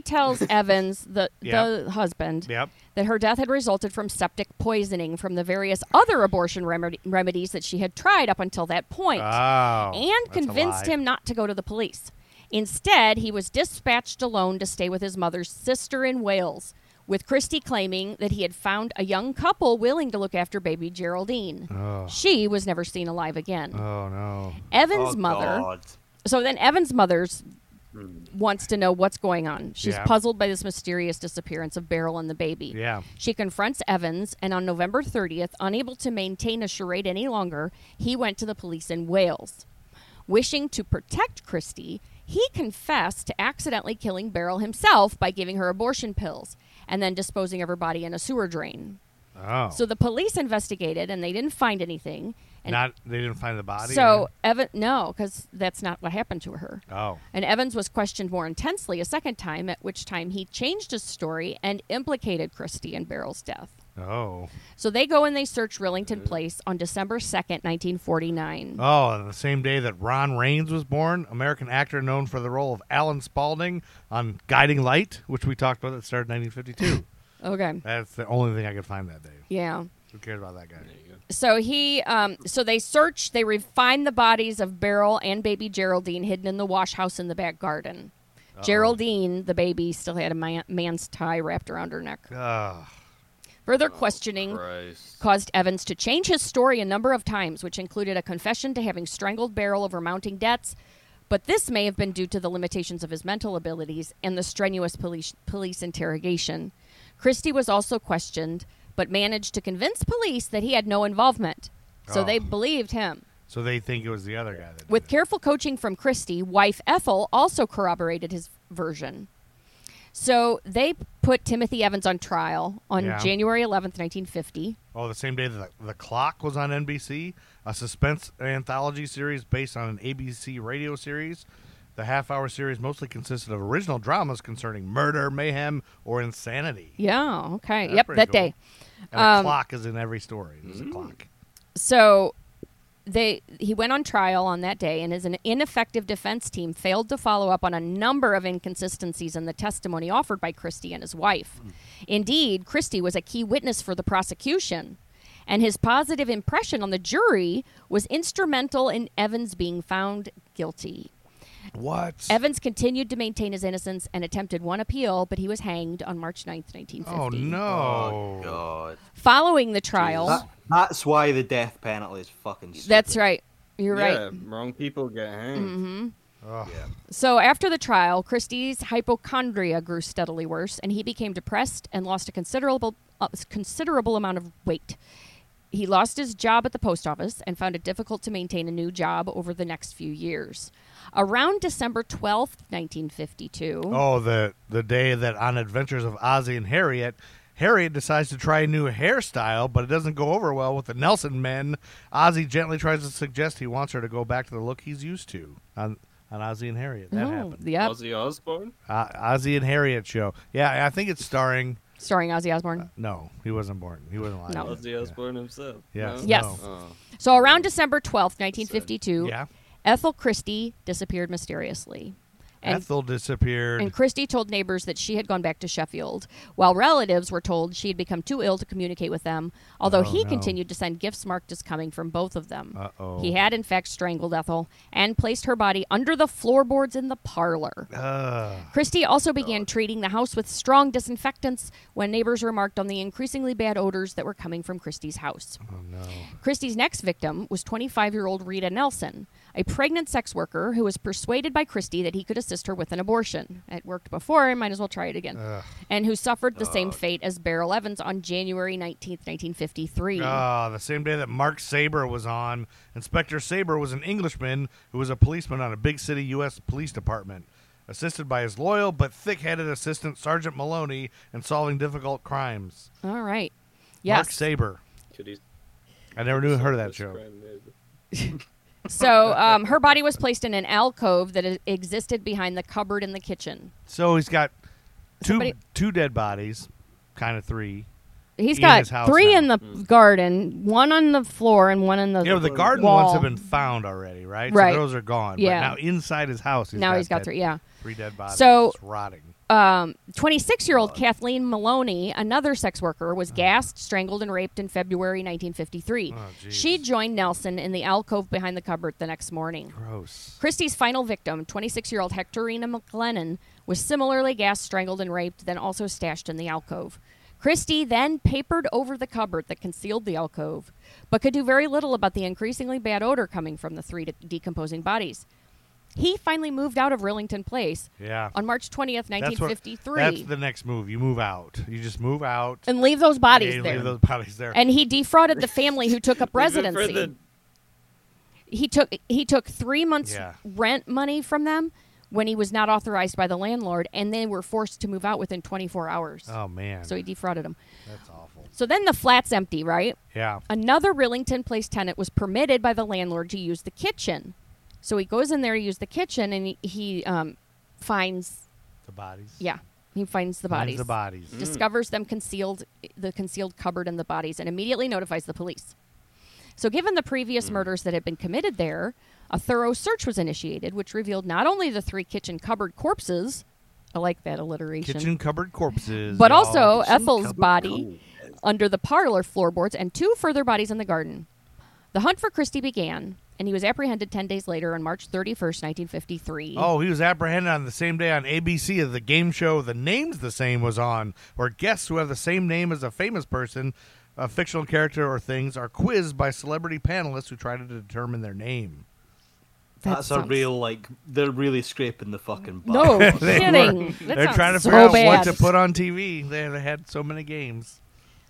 Speaker 4: <laughs>
Speaker 3: tells Evans, the the
Speaker 4: Yep.
Speaker 3: husband,
Speaker 4: Yep.
Speaker 3: that her death had resulted from septic poisoning from the various other abortion remedy- remedies that she had tried up until that point,
Speaker 4: Oh.
Speaker 3: and
Speaker 4: that's a
Speaker 3: convinced
Speaker 4: lie.
Speaker 3: him not to go to the police. Instead, he was dispatched alone to stay with his mother's sister in Wales. With Christie claiming that he had found a young couple willing to look after baby Geraldine.
Speaker 4: Oh.
Speaker 3: She was never seen alive again.
Speaker 4: Oh no.
Speaker 3: Evan's
Speaker 5: Oh,
Speaker 3: mother.
Speaker 5: God.
Speaker 3: So then Evan's mother's wants to know what's going on. She's
Speaker 4: Hmm. Yeah.
Speaker 3: puzzled by this mysterious disappearance of Beryl and the baby.
Speaker 4: Yeah.
Speaker 3: She confronts Evans, and on November 30th, unable to maintain a charade any longer, he went to the police in Wales. Wishing to protect Christie, he confessed to accidentally killing Beryl himself by giving her abortion pills and then disposing of her body in a sewer drain.
Speaker 4: Oh.
Speaker 3: So the police investigated and they didn't find anything. And
Speaker 4: not they didn't find the body. eh?
Speaker 3: so Evan no, cuz that's not what happened to her.
Speaker 4: or- Oh.
Speaker 3: And Evans was questioned more intensely a second time, at which time he changed his story and implicated Christie in Beryl's death.
Speaker 4: Oh.
Speaker 3: So they go and they search Rillington Place on December 2nd, 1949.
Speaker 4: Oh, and the same day that Ron Raines was born, American actor known for the role of Alan Spaulding on Guiding Light, which we talked about that started in
Speaker 3: <laughs>
Speaker 4: 1952.
Speaker 3: okay.
Speaker 4: That's the only thing I could find that day.
Speaker 3: Yeah.
Speaker 4: Who cares about that guy?
Speaker 3: So he, um, so they search, they re- find the bodies of Beryl and baby Geraldine hidden in the wash house in the back garden. Geraldine, the baby, still had a man- man's tie wrapped around her neck.
Speaker 4: Ugh.
Speaker 3: Further questioning
Speaker 6: Christ.
Speaker 3: caused Evans to change his story a number of times, which included a confession to having strangled Beryl over mounting debts. But this may have been due to the limitations of his mental abilities and the strenuous police, police interrogation. Christie was also questioned, but managed to convince police that he had no involvement. So
Speaker 4: Oh.
Speaker 3: they believed him.
Speaker 4: So they think it was the other guy that did
Speaker 3: With
Speaker 4: it.
Speaker 3: careful coaching from Christie, wife Ethel also corroborated his version. So they put Timothy Evans on trial on
Speaker 4: Yeah.
Speaker 3: January 11th, 1950.
Speaker 4: Oh, the same day that the, the Clock was on NBC, a suspense anthology series based on an ABC radio series The half hour series mostly consisted of original dramas concerning murder, mayhem, or insanity.
Speaker 3: Yeah. Okay.
Speaker 4: That's
Speaker 3: yep.
Speaker 4: pretty
Speaker 3: That
Speaker 4: cool.
Speaker 3: day.
Speaker 4: And
Speaker 3: Um,
Speaker 4: a clock is in every story. There's a clock.
Speaker 3: So they he went on trial on that day and his an ineffective defense team failed to follow up on a number of inconsistencies in the testimony offered by Christie and his wife.
Speaker 4: Hmm.
Speaker 3: Indeed, Christie was a key witness for the prosecution, and his positive impression on the jury was instrumental in Evans being found guilty.
Speaker 4: What?
Speaker 3: Evans continued to maintain his innocence and attempted one appeal, but he was hanged on March 9th, 1950.
Speaker 4: oh no!
Speaker 5: God.
Speaker 3: Following the trial,
Speaker 5: That, that's why the death penalty is fucking stupid.
Speaker 3: that's right. You're right.
Speaker 6: Yeah, wrong people get hanged.
Speaker 3: So after the trial, Christie's hypochondria grew steadily worse, and he became depressed and lost a considerable uh, considerable amount of weight. He lost his job at the post office and found it difficult to maintain a new job over the next few years. Around December 12th, 1952.
Speaker 4: Oh, the the day that on Adventures of Ozzie and Harriet, Harriet decides to try a new hairstyle, but it doesn't go over well with the Nelson men. Ozzie gently tries to suggest he wants her to go back to the look he's used to on on Ozzie and Harriet. That
Speaker 3: Oh,
Speaker 4: happened.
Speaker 3: yep,
Speaker 6: Ozzy Osbourne?
Speaker 4: Uh, Ozzie and Harriet show. Yeah, I think it's starring.
Speaker 3: starring Ozzy Osbourne.
Speaker 4: No, he wasn't born. He wasn't alive.
Speaker 3: No.
Speaker 4: yet.
Speaker 6: Ozzy Osbourne himself.
Speaker 4: Yeah.
Speaker 6: no?
Speaker 4: Yes.
Speaker 3: Yes.
Speaker 4: No.
Speaker 6: Oh.
Speaker 3: So around December 12th, 1952,
Speaker 4: Yeah.
Speaker 3: Ethel Christie disappeared mysteriously. And
Speaker 4: Ethel disappeared.
Speaker 3: And Christie told neighbors that she had gone back to Sheffield, while relatives were told she had become too ill to communicate with them, although
Speaker 4: Oh,
Speaker 3: he
Speaker 4: no.
Speaker 3: continued to send gifts marked as coming from both of them.
Speaker 4: Uh-oh.
Speaker 3: He had, in fact, strangled Ethel and placed her body under the floorboards in the parlor.
Speaker 4: Ugh.
Speaker 3: Christie also began treating the house with strong disinfectants when neighbors remarked on the increasingly bad odors that were coming from Christie's house.
Speaker 4: oh no.
Speaker 3: Christie's next victim was 25 year old Rita Nelson, a pregnant sex worker who was persuaded by Christie that he could assist her with an abortion. It worked before, and might as well try it again. And who suffered the same fate as Beryl Evans on January 19th, 1953.
Speaker 4: Ah, the same day that Mark Saber was on, Inspector Saber was an Englishman who was a policeman on a big city U.S. police department. Assisted by his loyal but thick headed assistant, Sergeant Maloney, in solving difficult crimes.
Speaker 3: All right.
Speaker 4: Mark
Speaker 3: Yes.
Speaker 4: Saber.
Speaker 6: Could he
Speaker 4: I never knew heard of that
Speaker 6: this
Speaker 4: show.
Speaker 6: crime maybe?
Speaker 3: so um, her body was placed in an alcove that e- existed behind the cupboard in the kitchen.
Speaker 4: So he's got two
Speaker 3: Somebody-
Speaker 4: two dead bodies, kind of three.
Speaker 3: He's
Speaker 4: In
Speaker 3: got
Speaker 4: his house now.
Speaker 3: three
Speaker 4: Mm.
Speaker 3: in the garden, one on the floor, and one in the
Speaker 4: You know, the garden
Speaker 3: wall.
Speaker 4: ones have been found already, right?
Speaker 3: Right.
Speaker 4: So those are gone.
Speaker 3: Yeah.
Speaker 4: But now inside his house,
Speaker 3: now he's got
Speaker 4: dead-
Speaker 3: three. Yeah.
Speaker 4: three dead bodies.
Speaker 3: So-
Speaker 4: It's rotting.
Speaker 3: 26 year old Kathleen Maloney, another sex worker, was gassed, strangled, and raped in February 1953.
Speaker 4: Uh-huh. Oh, geez.
Speaker 3: she joined Nelson in the alcove behind the cupboard the next morning.
Speaker 4: Gross.
Speaker 3: Christie's final victim, 26 year old Hectorina McLennan, was similarly gassed, strangled, and raped, then also stashed in the alcove. Christie then papered over the cupboard that concealed the alcove, but could do very little about the increasingly bad odor coming from the three de- decomposing bodies. He finally moved out of Rillington Place
Speaker 4: Yeah.
Speaker 3: on March 20th,
Speaker 4: That's what-
Speaker 3: 1953
Speaker 4: That's the next move. You move out. You just move out.
Speaker 3: and leave those
Speaker 4: Yeah,
Speaker 3: bodies
Speaker 4: you
Speaker 3: there.
Speaker 4: Leave those bodies there.
Speaker 3: and he defrauded the family
Speaker 6: <laughs>
Speaker 3: who took up
Speaker 6: Even for
Speaker 3: residency.
Speaker 6: the-
Speaker 3: He took he took three months
Speaker 4: Yeah.
Speaker 3: rent money from them when he was not authorized by the landlord, and they were forced to move out within 24 hours.
Speaker 4: oh man,
Speaker 3: So he defrauded them.
Speaker 4: that's awful.
Speaker 3: So then the flat's empty, right?
Speaker 4: Yeah.
Speaker 3: Another Rillington Place tenant was permitted by the landlord to use the kitchen. So he goes in there to use the kitchen, and he, he um, finds
Speaker 4: The bodies.
Speaker 3: yeah he finds the
Speaker 4: Finds
Speaker 3: bodies.
Speaker 4: The bodies.
Speaker 3: discovers them concealed the concealed cupboard in the bodies and immediately notifies the police. So given the
Speaker 4: Mm.
Speaker 3: previous murders that had been committed there, a thorough search was initiated which revealed not only the three kitchen cupboard corpses, I like that alliteration,
Speaker 4: Kitchen cupboard corpses.
Speaker 3: but
Speaker 4: y'all.
Speaker 3: also Ethel's body under the parlor floorboards and two further bodies in the garden. The hunt for Christie began and he was apprehended 10 days later on March 31st, 1953.
Speaker 4: Oh, he was apprehended on the same day on ABC of the game show The Name's the Same was on, where guests who have the same name as a famous person, a fictional character, or things are quizzed by celebrity panelists who try to determine their name.
Speaker 3: That
Speaker 5: That's a
Speaker 3: sounds-
Speaker 5: real, like, they're really scraping the fucking butt.
Speaker 4: <laughs>
Speaker 3: No
Speaker 4: They
Speaker 3: kidding.
Speaker 4: were-
Speaker 3: That
Speaker 4: They're
Speaker 3: sounds
Speaker 4: trying to
Speaker 3: so
Speaker 4: figure out
Speaker 3: bad.
Speaker 4: what to put on TV. They they had so many games.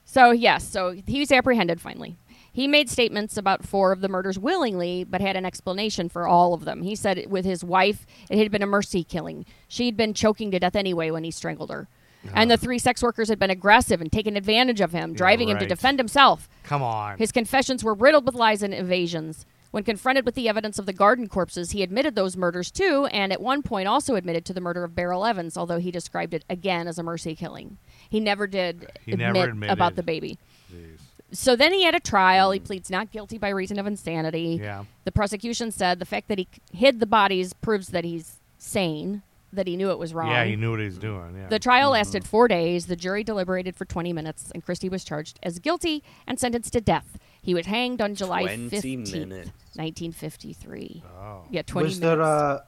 Speaker 3: So, yes, so he was apprehended finally. He made statements about four of the murders willingly, but had an explanation for all of them. He said it- with his wife, it had been a mercy killing. She'd been choking to death anyway when he strangled her. And the three sex workers had been aggressive and taken advantage of him, driving him to
Speaker 4: right.
Speaker 3: defend himself.
Speaker 4: Come on.
Speaker 3: His confessions were riddled with lies and evasions. When confronted with the evidence of the garden corpses, he admitted those murders too, and at one point also admitted to the murder of Beryl Evans, although he described it again as a mercy killing. He never did
Speaker 4: He
Speaker 3: admit
Speaker 4: never
Speaker 3: about
Speaker 4: admitted.
Speaker 3: the baby.
Speaker 4: Jeez.
Speaker 3: So then he had a trial. He pleads not guilty by reason of insanity.
Speaker 4: Yeah.
Speaker 3: The prosecution said the fact that he c- hid the bodies proves that he's sane, that he knew it was wrong.
Speaker 4: Yeah, he knew what he was doing. Yeah.
Speaker 3: The trial lasted four days. The jury deliberated for 20 minutes, and Christie was charged as guilty and sentenced to death. He was hanged on July
Speaker 7: 20
Speaker 3: 15th,
Speaker 7: minutes.
Speaker 3: 1953.
Speaker 4: oh.
Speaker 3: Yeah, 20
Speaker 5: was
Speaker 3: minutes.
Speaker 5: there a?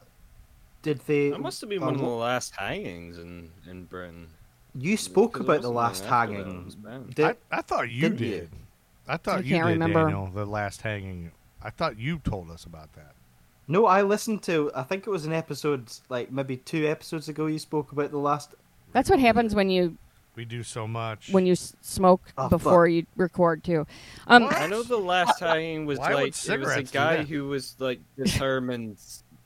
Speaker 5: Did they?
Speaker 6: That must have been
Speaker 5: uh,
Speaker 6: one of the
Speaker 5: wh-
Speaker 6: last hangings in in Britain.
Speaker 5: You spoke
Speaker 6: Because it
Speaker 5: about the last
Speaker 6: wasn't long after that it
Speaker 5: hanging.
Speaker 6: was banned.
Speaker 5: Did,
Speaker 4: I, I thought you
Speaker 5: Didn't you?
Speaker 4: did. I thought
Speaker 3: I
Speaker 4: you did,
Speaker 3: can't remember.
Speaker 4: Daniel. The last hanging. I thought you told us about that.
Speaker 5: no, I listened to. I think it was an episode, like maybe two episodes ago. You spoke about the last.
Speaker 3: That's what happens when you
Speaker 4: We do so much.
Speaker 3: when you s- smoke
Speaker 5: Oh, fuck.
Speaker 3: before you record too. Um,
Speaker 6: I know the last hanging was
Speaker 4: Why would
Speaker 6: like it was a
Speaker 4: cigarettes do
Speaker 6: guy
Speaker 4: that?
Speaker 6: who was
Speaker 4: <laughs>
Speaker 6: like determined,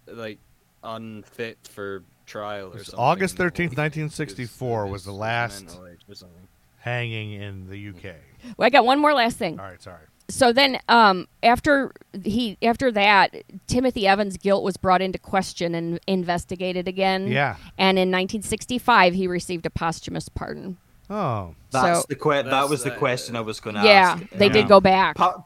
Speaker 6: like unfit for trial or
Speaker 4: It's
Speaker 6: something.
Speaker 4: August
Speaker 6: Like,
Speaker 4: 13th,
Speaker 6: he was-
Speaker 4: 1964 was the
Speaker 6: his
Speaker 4: last-
Speaker 6: mental age or something.
Speaker 4: hanging in the UK.
Speaker 3: well, I got one more last thing.
Speaker 4: All right, sorry.
Speaker 3: So then, um, after he after that, Timothy Evans' guilt was brought into question and investigated again.
Speaker 4: Yeah.
Speaker 3: And in 1965, he received a posthumous pardon.
Speaker 4: Oh,
Speaker 5: That's
Speaker 3: So-
Speaker 5: the que- That
Speaker 6: That's
Speaker 5: was the
Speaker 6: the-
Speaker 5: question I was going to
Speaker 3: yeah,
Speaker 5: ask.
Speaker 3: they
Speaker 4: Yeah.
Speaker 3: did go back.
Speaker 5: Pa-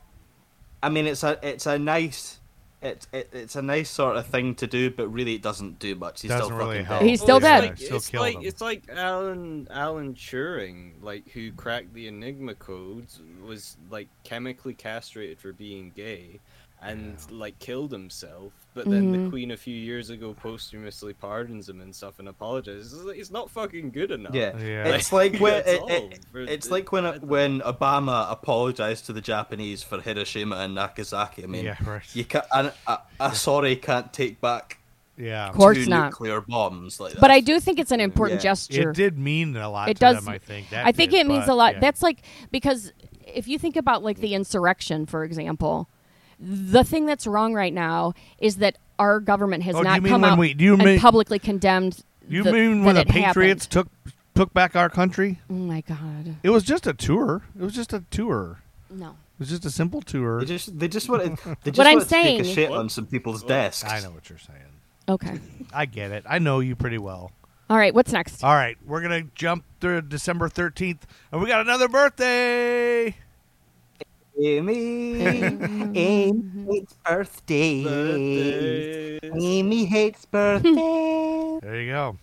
Speaker 5: I mean, it's a it's a nice. It, it, it's a nice sort of thing to do, but really it doesn't do much. He's
Speaker 4: Doesn't
Speaker 5: still
Speaker 4: really
Speaker 5: fucking
Speaker 4: help.
Speaker 5: dead.
Speaker 3: He's still
Speaker 6: it's
Speaker 3: dead.
Speaker 6: Like,
Speaker 4: Still
Speaker 6: it's
Speaker 4: killed
Speaker 6: like
Speaker 4: him.
Speaker 6: it's like Alan Alan Turing, like who cracked the Enigma codes, was like chemically castrated for being gay, and like killed himself. But then
Speaker 3: Mm-hmm.
Speaker 6: the Queen a few years ago posthumously pardons him and stuff and apologizes. It's, like, it's not fucking good enough.
Speaker 5: Yeah.
Speaker 4: Yeah.
Speaker 5: it's like when
Speaker 6: That's
Speaker 5: it,
Speaker 6: all.
Speaker 5: it,
Speaker 6: For
Speaker 5: it's
Speaker 6: the-
Speaker 5: like when
Speaker 6: that's-
Speaker 5: when Obama apologized to the Japanese for Hiroshima and Nagasaki. I mean,
Speaker 4: Yeah, right.
Speaker 5: you can't. I, I, I uh, sorry, can't take back
Speaker 4: yeah.
Speaker 3: Of course
Speaker 5: two
Speaker 3: not.
Speaker 5: nuclear bombs. Like,
Speaker 3: But I
Speaker 5: that's-
Speaker 3: do think it's an important
Speaker 5: Yeah.
Speaker 3: gesture.
Speaker 4: It did mean a lot
Speaker 3: It
Speaker 4: to
Speaker 3: does-
Speaker 4: them, I think. That
Speaker 3: I think
Speaker 4: did,
Speaker 3: it means
Speaker 4: but,
Speaker 3: a lot.
Speaker 4: yeah.
Speaker 3: That's like because if you think about like the insurrection, for example, the thing that's wrong right now is that our government has
Speaker 4: Oh, do
Speaker 3: not
Speaker 4: you mean
Speaker 3: come
Speaker 4: when
Speaker 3: out
Speaker 4: we- do you
Speaker 3: and
Speaker 4: mean-
Speaker 3: publicly condemned.
Speaker 4: You
Speaker 3: the,
Speaker 4: mean when the
Speaker 3: that it
Speaker 4: Patriots
Speaker 3: happened.
Speaker 4: took took back our country?
Speaker 3: Oh my God,
Speaker 4: It was just a tour. It was just a tour.
Speaker 3: no.
Speaker 4: It was just a simple tour.
Speaker 5: They just they just
Speaker 4: <laughs>
Speaker 5: wanted. They just
Speaker 3: What I'm
Speaker 5: wanted to take
Speaker 3: saying-
Speaker 5: a shit on some people's desks.
Speaker 4: I know what you're saying.
Speaker 3: Okay.
Speaker 4: I get it. I know you pretty well.
Speaker 3: All right. What's next?
Speaker 4: All right, we're gonna jump through December thirteenth, and we got another birthday.
Speaker 3: <laughs>
Speaker 5: Amy, Amy hates birthdays. Amy
Speaker 3: <laughs>
Speaker 5: hates birthdays.
Speaker 4: There you go.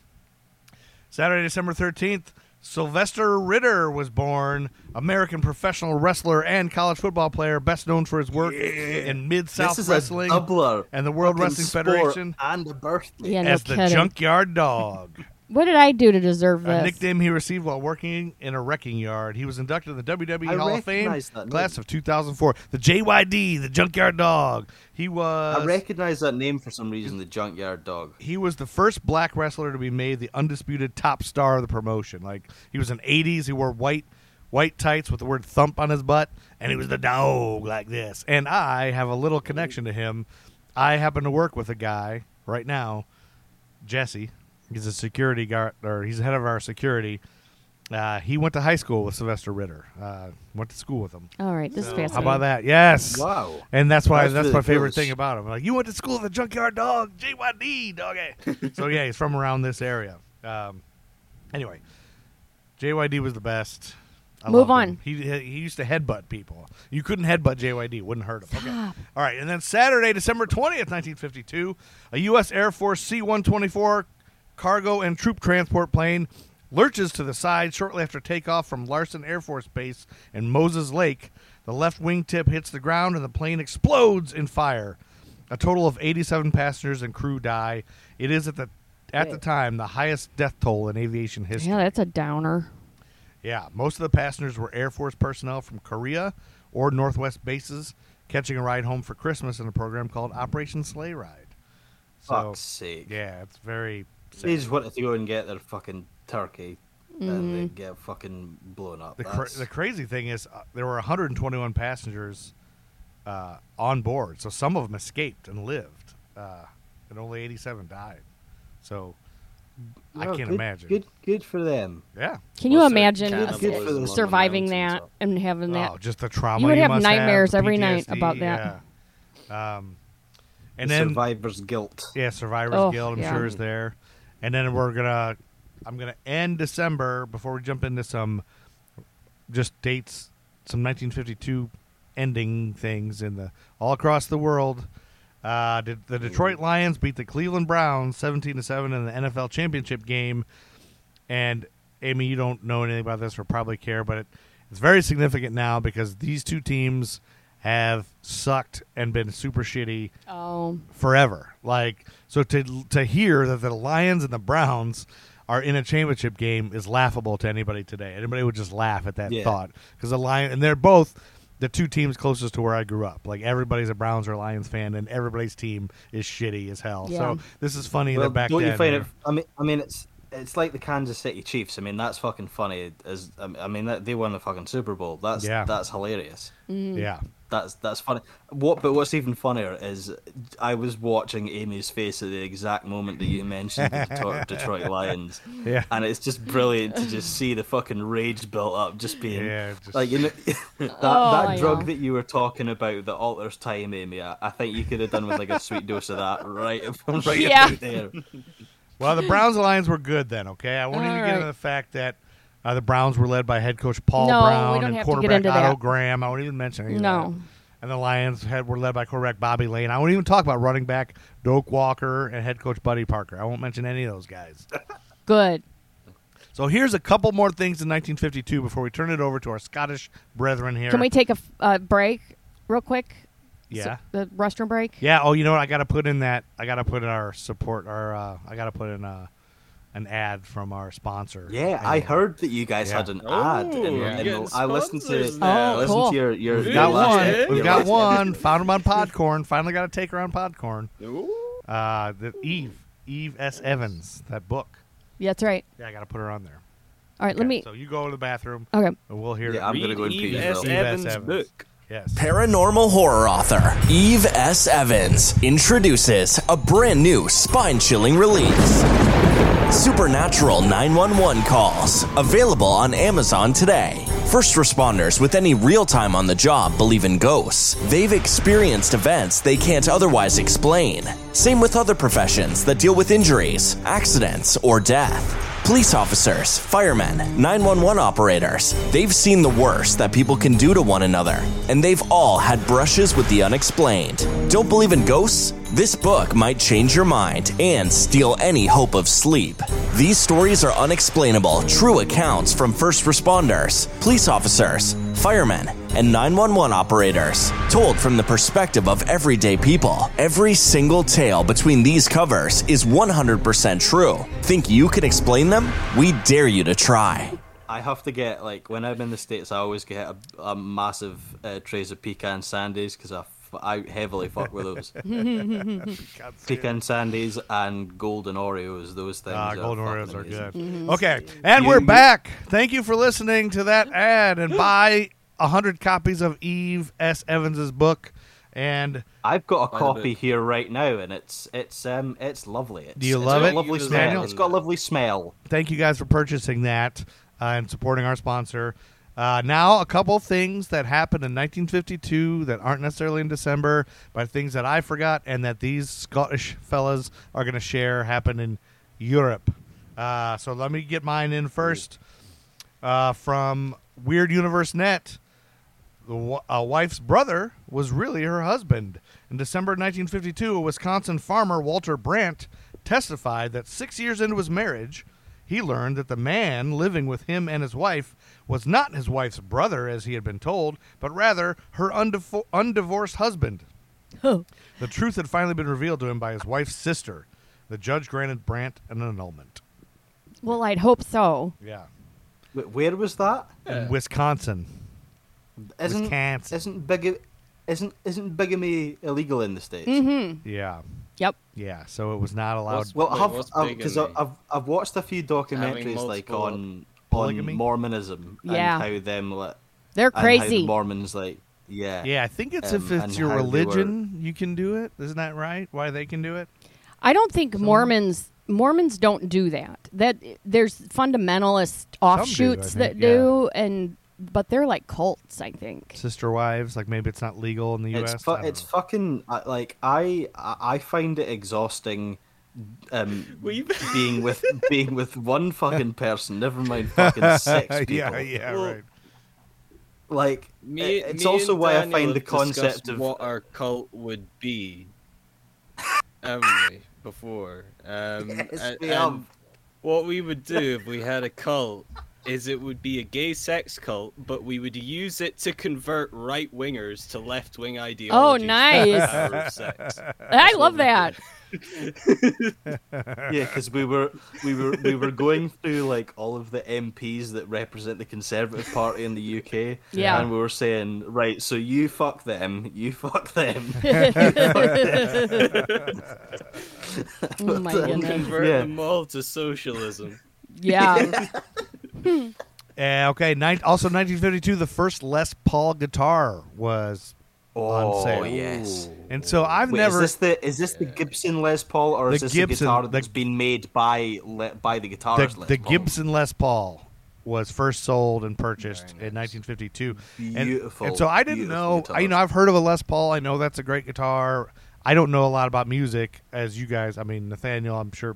Speaker 4: Saturday, December 13th, Sylvester Ritter was born, American professional wrestler and college football player, best known for his work in Mid
Speaker 5: this
Speaker 4: South
Speaker 5: is
Speaker 4: Wrestling
Speaker 5: a doubler.
Speaker 4: and the World
Speaker 5: Fucking
Speaker 4: Wrestling
Speaker 5: sport
Speaker 4: Federation
Speaker 5: and a birthday.
Speaker 3: Yeah, no
Speaker 4: as the
Speaker 3: kidding.
Speaker 4: Junkyard Dog,
Speaker 3: What did I do to deserve
Speaker 4: a
Speaker 3: this?
Speaker 4: nickname he received while working in a wrecking yard. He was inducted in the WWE
Speaker 5: I
Speaker 4: Hall of Fame
Speaker 5: recognize that
Speaker 4: class
Speaker 5: name.
Speaker 4: of 2004. The JYD, the Junkyard Dog. He was.
Speaker 5: I recognize that name for some reason. The junkyard dog.
Speaker 4: he was the first black wrestler to be made the undisputed top star of the promotion. Like he was in '80s, he wore white white tights with the word "thump" on his butt, and he was the dog like this. And I have a little connection to him. I happen to work with a guy right now, Jesse. He's a security guard, or he's the head of our security. Uh, he went to high school with Sylvester Ritter. Uh, went to school with him.
Speaker 3: All right. This is fascinating.
Speaker 4: How about that? Yes.
Speaker 5: Wow.
Speaker 4: And that's why that's,
Speaker 5: That's really
Speaker 4: my favorite
Speaker 5: cool.
Speaker 4: thing about him. Like you went to school with a junkyard dog, JYD
Speaker 5: <laughs>
Speaker 4: doggy. so yeah, he's from around this area. Um, anyway, JYD was the best. I
Speaker 3: Move
Speaker 4: loved
Speaker 3: on.
Speaker 4: him. He he used to headbutt people. You couldn't headbutt JYD; wouldn't hurt him. Okay. All right, and then Saturday, December twentieth, nineteen fifty-two, a U.S. Air Force C-124 cargo and troop transport plane lurches to the side shortly after takeoff from Larson Air Force Base in Moses Lake. The left wingtip hits the ground, and the plane explodes in fire. A total of 87 passengers and crew die. It is at the at the time the highest death toll in aviation history.
Speaker 3: Yeah, that's a downer.
Speaker 4: Yeah, most of the passengers were Air Force personnel from Korea or Northwest bases, catching a ride home for Christmas in a program called Operation Sleigh Ride. So,
Speaker 5: Fuck's sake.
Speaker 4: yeah, it's very sad.
Speaker 5: They just wanted to go and get their fucking turkey and they get fucking blown up.
Speaker 4: The, cra-
Speaker 5: That's-
Speaker 4: the crazy thing is, uh, there were 121 passengers uh, on board, so some of them escaped and lived, uh, and only 87 died. So I
Speaker 5: No,
Speaker 4: can't
Speaker 5: good-
Speaker 4: imagine.
Speaker 5: Good, good for them.
Speaker 4: Yeah.
Speaker 6: Well,
Speaker 3: Can you
Speaker 6: so
Speaker 3: imagine
Speaker 6: cannibalism
Speaker 5: Good for
Speaker 3: us
Speaker 5: the-
Speaker 3: surviving
Speaker 6: on the
Speaker 3: that
Speaker 6: mountaintop.
Speaker 3: and having that?
Speaker 4: Oh, just the trauma.
Speaker 3: You would have
Speaker 4: must
Speaker 3: nightmares
Speaker 4: the
Speaker 3: every night
Speaker 4: PTSD,
Speaker 3: about that.
Speaker 4: yeah. Um, and then
Speaker 5: survivor's guilt.
Speaker 4: yeah, Survivor's
Speaker 3: Oh,
Speaker 4: Guild I'm
Speaker 3: yeah.
Speaker 4: sure is there, and then we're gonna I'm gonna end December before we jump into some just dates, some 1952 ending things in the all across the world. Uh, did the Detroit Lions beat the Cleveland Browns 17 to seven in the NFL championship game? And Amy, you don't know anything about this or probably care, but it, it's very significant now because these two teams have sucked and been super shitty
Speaker 3: Oh,
Speaker 4: forever. Like so to to hear that the Lions and the Browns are in a championship game is laughable to anybody today. Anybody would just laugh at that
Speaker 5: Yeah.
Speaker 4: thought because the Lion and they're both the two teams closest to where I grew up. Like everybody's a Browns or Lions fan, and everybody's team is shitty as hell.
Speaker 3: Yeah.
Speaker 4: So this is funny
Speaker 5: Well,
Speaker 4: that back
Speaker 5: don't
Speaker 4: then.
Speaker 5: you find it? I mean, I mean, it's it's like the Kansas City Chiefs. I mean, that's fucking funny. As I mean- I mean, that they won the fucking Super Bowl. That's
Speaker 4: Yeah.
Speaker 5: that's hilarious.
Speaker 4: yeah.
Speaker 5: That's that's funny. What? But what's even funnier is I was watching Amy's face at the exact moment that you mentioned the
Speaker 4: <laughs>
Speaker 5: Detroit, Detroit Lions.
Speaker 4: Yeah.
Speaker 5: And it's just brilliant to just see the fucking rage built up, just being
Speaker 4: Yeah, just-
Speaker 5: like you know, <laughs> that
Speaker 3: Oh,
Speaker 5: that
Speaker 3: yeah.
Speaker 5: drug that you were talking about that alters time, Amy. I, I think you could have done with like a sweet dose of that right, <laughs>
Speaker 4: <laughs>
Speaker 5: right
Speaker 3: Yeah.
Speaker 5: about there.
Speaker 4: Well, the Browns and Lions were good then. Okay, I wanted
Speaker 3: All
Speaker 4: to get into
Speaker 3: right.
Speaker 4: the fact that uh, the Browns were led by head coach Paul
Speaker 3: No, we
Speaker 4: Brown and
Speaker 3: don't have to get
Speaker 4: quarterback
Speaker 3: into
Speaker 4: Otto
Speaker 3: that.
Speaker 4: Graham. I won't even mention any of
Speaker 3: No.
Speaker 4: that. And the Lions had were led by quarterback Bobby Lane. I won't even talk about running back Doak Walker and head coach Buddy Parker. I won't mention any of those guys. <laughs>
Speaker 3: good.
Speaker 4: so here's a couple more things in 1952 before we turn it over to our Scottish brethren here.
Speaker 3: Can we take a f- uh, break real quick?
Speaker 4: yeah.
Speaker 3: So- the restroom break?
Speaker 4: Yeah. Oh, you know what? I got to put in that. I got to put in our support. Our uh, I got to put in uh, an ad from our sponsor.
Speaker 5: Yeah, I
Speaker 4: Anyway.
Speaker 5: heard that you guys
Speaker 4: Yeah.
Speaker 5: had an
Speaker 6: Oh,
Speaker 5: ad, and,
Speaker 6: you're
Speaker 5: and
Speaker 6: getting
Speaker 5: I listened to
Speaker 6: sponsors
Speaker 3: now. Oh,
Speaker 5: I listened
Speaker 3: cool.
Speaker 5: to your your.
Speaker 6: We've
Speaker 4: We've
Speaker 5: your
Speaker 4: got
Speaker 5: last
Speaker 4: one.
Speaker 5: ep-
Speaker 4: We've
Speaker 5: your
Speaker 4: got
Speaker 5: last
Speaker 4: one. Found him on Podcorn. Finally got a taker on Podcorn.
Speaker 6: Ooh.
Speaker 4: Uh, the Eve, Eve S. Evans, that book.
Speaker 3: Yeah, that's right.
Speaker 4: Yeah, I got to put her on there.
Speaker 3: All right,
Speaker 4: Okay,
Speaker 3: let me.
Speaker 4: So you go to the bathroom,
Speaker 3: okay.
Speaker 4: and we'll hear.
Speaker 5: Yeah, I'm gonna
Speaker 6: Read
Speaker 5: go in
Speaker 6: Eve
Speaker 5: peace,
Speaker 6: S.
Speaker 5: though. E
Speaker 4: Eve S.
Speaker 6: Evans'
Speaker 4: Evans.
Speaker 6: book.
Speaker 4: yes.
Speaker 7: Paranormal horror author Eve S. Evans introduces a brand new spine chilling release Supernatural 911 Calls, available on Amazon today. First responders with any real time on the job believe in ghosts. They've experienced events they can't otherwise explain. Same with other professions that deal with injuries, accidents, or death. Police officers, firemen, 911 operators, they've seen the worst that people can do to one another, and they've all had brushes with the unexplained. Don't believe in ghosts? This book might change your mind and steal any hope of sleep. These stories are unexplainable, true accounts from first responders, police officers, firemen, and 911 operators, told from the perspective of everyday people. Every single tale between these covers is 100% true. Think you can explain them? We dare you to try.
Speaker 5: I have to get like when I'm in the states, I always get a, a massive uh, trays of pecan sandies because I, f- I heavily fuck with those pecan sandies and golden Oreos. Those things.
Speaker 4: Ah,
Speaker 5: are
Speaker 4: golden
Speaker 5: fucking
Speaker 4: Oreos are
Speaker 5: amazing.
Speaker 4: good.
Speaker 3: Mm-hmm.
Speaker 4: Okay, and we're
Speaker 5: You-
Speaker 4: back. Thank you for listening to that ad and buy a hundred copies of Eve S. Evans's book. And
Speaker 5: I've got a
Speaker 6: the
Speaker 5: copy
Speaker 6: book.
Speaker 5: here right now, and it's it's um it's lovely. It's,
Speaker 4: Do you
Speaker 5: it's
Speaker 4: love
Speaker 5: got
Speaker 4: it?
Speaker 5: a Lovely
Speaker 6: Use
Speaker 5: smell.
Speaker 4: Daniel?
Speaker 5: It's got a lovely smell.
Speaker 4: thank you guys for purchasing that uh, and supporting our sponsor. Uh, now, a couple things that happened in 1952 that aren't necessarily in December, but things that I forgot and that these Scottish fellas are going to share happened in Europe. Uh, so let me get mine in first uh, from Weird Universe Net the w- a wife's brother was really her husband. In December 1952, a Wisconsin farmer, Walter Brandt, testified that six years into his marriage, he learned that the man living with him and his wife was not his wife's brother, as he had been told, but rather her undifo- undivorced husband. The truth had finally been revealed to him by his wife's sister. The judge granted Brandt an annulment.
Speaker 3: Well, I'd hope so.
Speaker 4: Yeah.
Speaker 5: Wh- Where was that?
Speaker 4: In Wisconsin.
Speaker 5: Isn't
Speaker 4: Wisconsin.
Speaker 5: isn't big isn't isn't bigamy illegal in the states?
Speaker 4: Yeah.
Speaker 3: Yep.
Speaker 4: Yeah. So it was not allowed.
Speaker 6: What's-
Speaker 5: Well,
Speaker 6: Wait,
Speaker 5: I have
Speaker 6: what's
Speaker 5: because I've,
Speaker 6: bigamy?
Speaker 5: I've I've watched a few documentaries
Speaker 6: multiple
Speaker 5: like on
Speaker 4: Polygamy?
Speaker 5: on Mormonism
Speaker 3: Yeah.
Speaker 5: and how them li-
Speaker 3: They're
Speaker 5: and how the
Speaker 3: crazy.
Speaker 5: Mormons like yeah
Speaker 4: Yeah, I think it's if
Speaker 5: um,
Speaker 4: it's
Speaker 5: and
Speaker 4: your
Speaker 5: how they were-
Speaker 4: religion, you can do it. Isn't that right? Why they can do it?
Speaker 3: I don't think Mormons Mormons don't do that. That there's fundamentalist offshoots
Speaker 4: I think,
Speaker 3: that
Speaker 4: yeah.
Speaker 3: do, and but they're like cults, I think.
Speaker 4: Sister wives, like maybe it's not legal in the U.S.
Speaker 5: It's fu-
Speaker 4: I don't
Speaker 5: it's
Speaker 4: know.
Speaker 5: fucking uh, like I I I find it exhausting. Um,
Speaker 6: <laughs> We've-
Speaker 5: being with being with one fucking person,
Speaker 4: <laughs>
Speaker 5: never mind fucking six people.
Speaker 4: yeah, yeah,
Speaker 6: Well,
Speaker 4: right.
Speaker 5: Like
Speaker 6: Me,
Speaker 5: it's
Speaker 6: me
Speaker 5: also
Speaker 6: and
Speaker 5: why I
Speaker 6: Daniel
Speaker 5: find the
Speaker 6: have discussed
Speaker 5: concept of
Speaker 6: what our cult would be, haven't we? Before,
Speaker 5: <laughs>
Speaker 6: um,
Speaker 5: Yes,
Speaker 6: and-
Speaker 5: we have.
Speaker 6: and what we would do
Speaker 5: <laughs>
Speaker 6: if we had a cult is it would be a gay sex cult, but we would use it to convert right wingers to left wing ideologies. through the
Speaker 3: Oh, nice.
Speaker 6: power
Speaker 5: <laughs>
Speaker 6: of sex.
Speaker 3: I love that.
Speaker 5: yeah, because we were we were we were going through like all of the MPs that represent the Conservative Party in the UK.
Speaker 3: Yeah.
Speaker 5: and we were saying, right, so you fuck them, you fuck them.
Speaker 4: <laughs>
Speaker 3: Oh my goodness.
Speaker 6: Convert
Speaker 5: Yeah.
Speaker 6: them all to socialism.
Speaker 3: Yeah.
Speaker 4: Uh, okay. Nine, also, 1952, the first Les Paul guitar was on sale.
Speaker 5: Oh, yes.
Speaker 4: And so I've
Speaker 5: Wait,
Speaker 4: never.
Speaker 5: is this the is this the Gibson Les Paul or is
Speaker 4: The
Speaker 5: this the
Speaker 4: Gibson-
Speaker 5: guitar
Speaker 4: the-
Speaker 5: that's been made by le, by the
Speaker 4: the,
Speaker 5: guitarist? Les
Speaker 4: the
Speaker 5: Paul?
Speaker 4: Gibson Les Paul was first sold and purchased in 1952. And-
Speaker 5: Beautiful,
Speaker 4: And, so I didn't
Speaker 5: beautiful
Speaker 4: know. I, you
Speaker 5: guitars.
Speaker 4: know, I've heard of a Les Paul. I know that's a great guitar. I don't know a lot about music as you guys. I mean, Nathaniel, I'm sure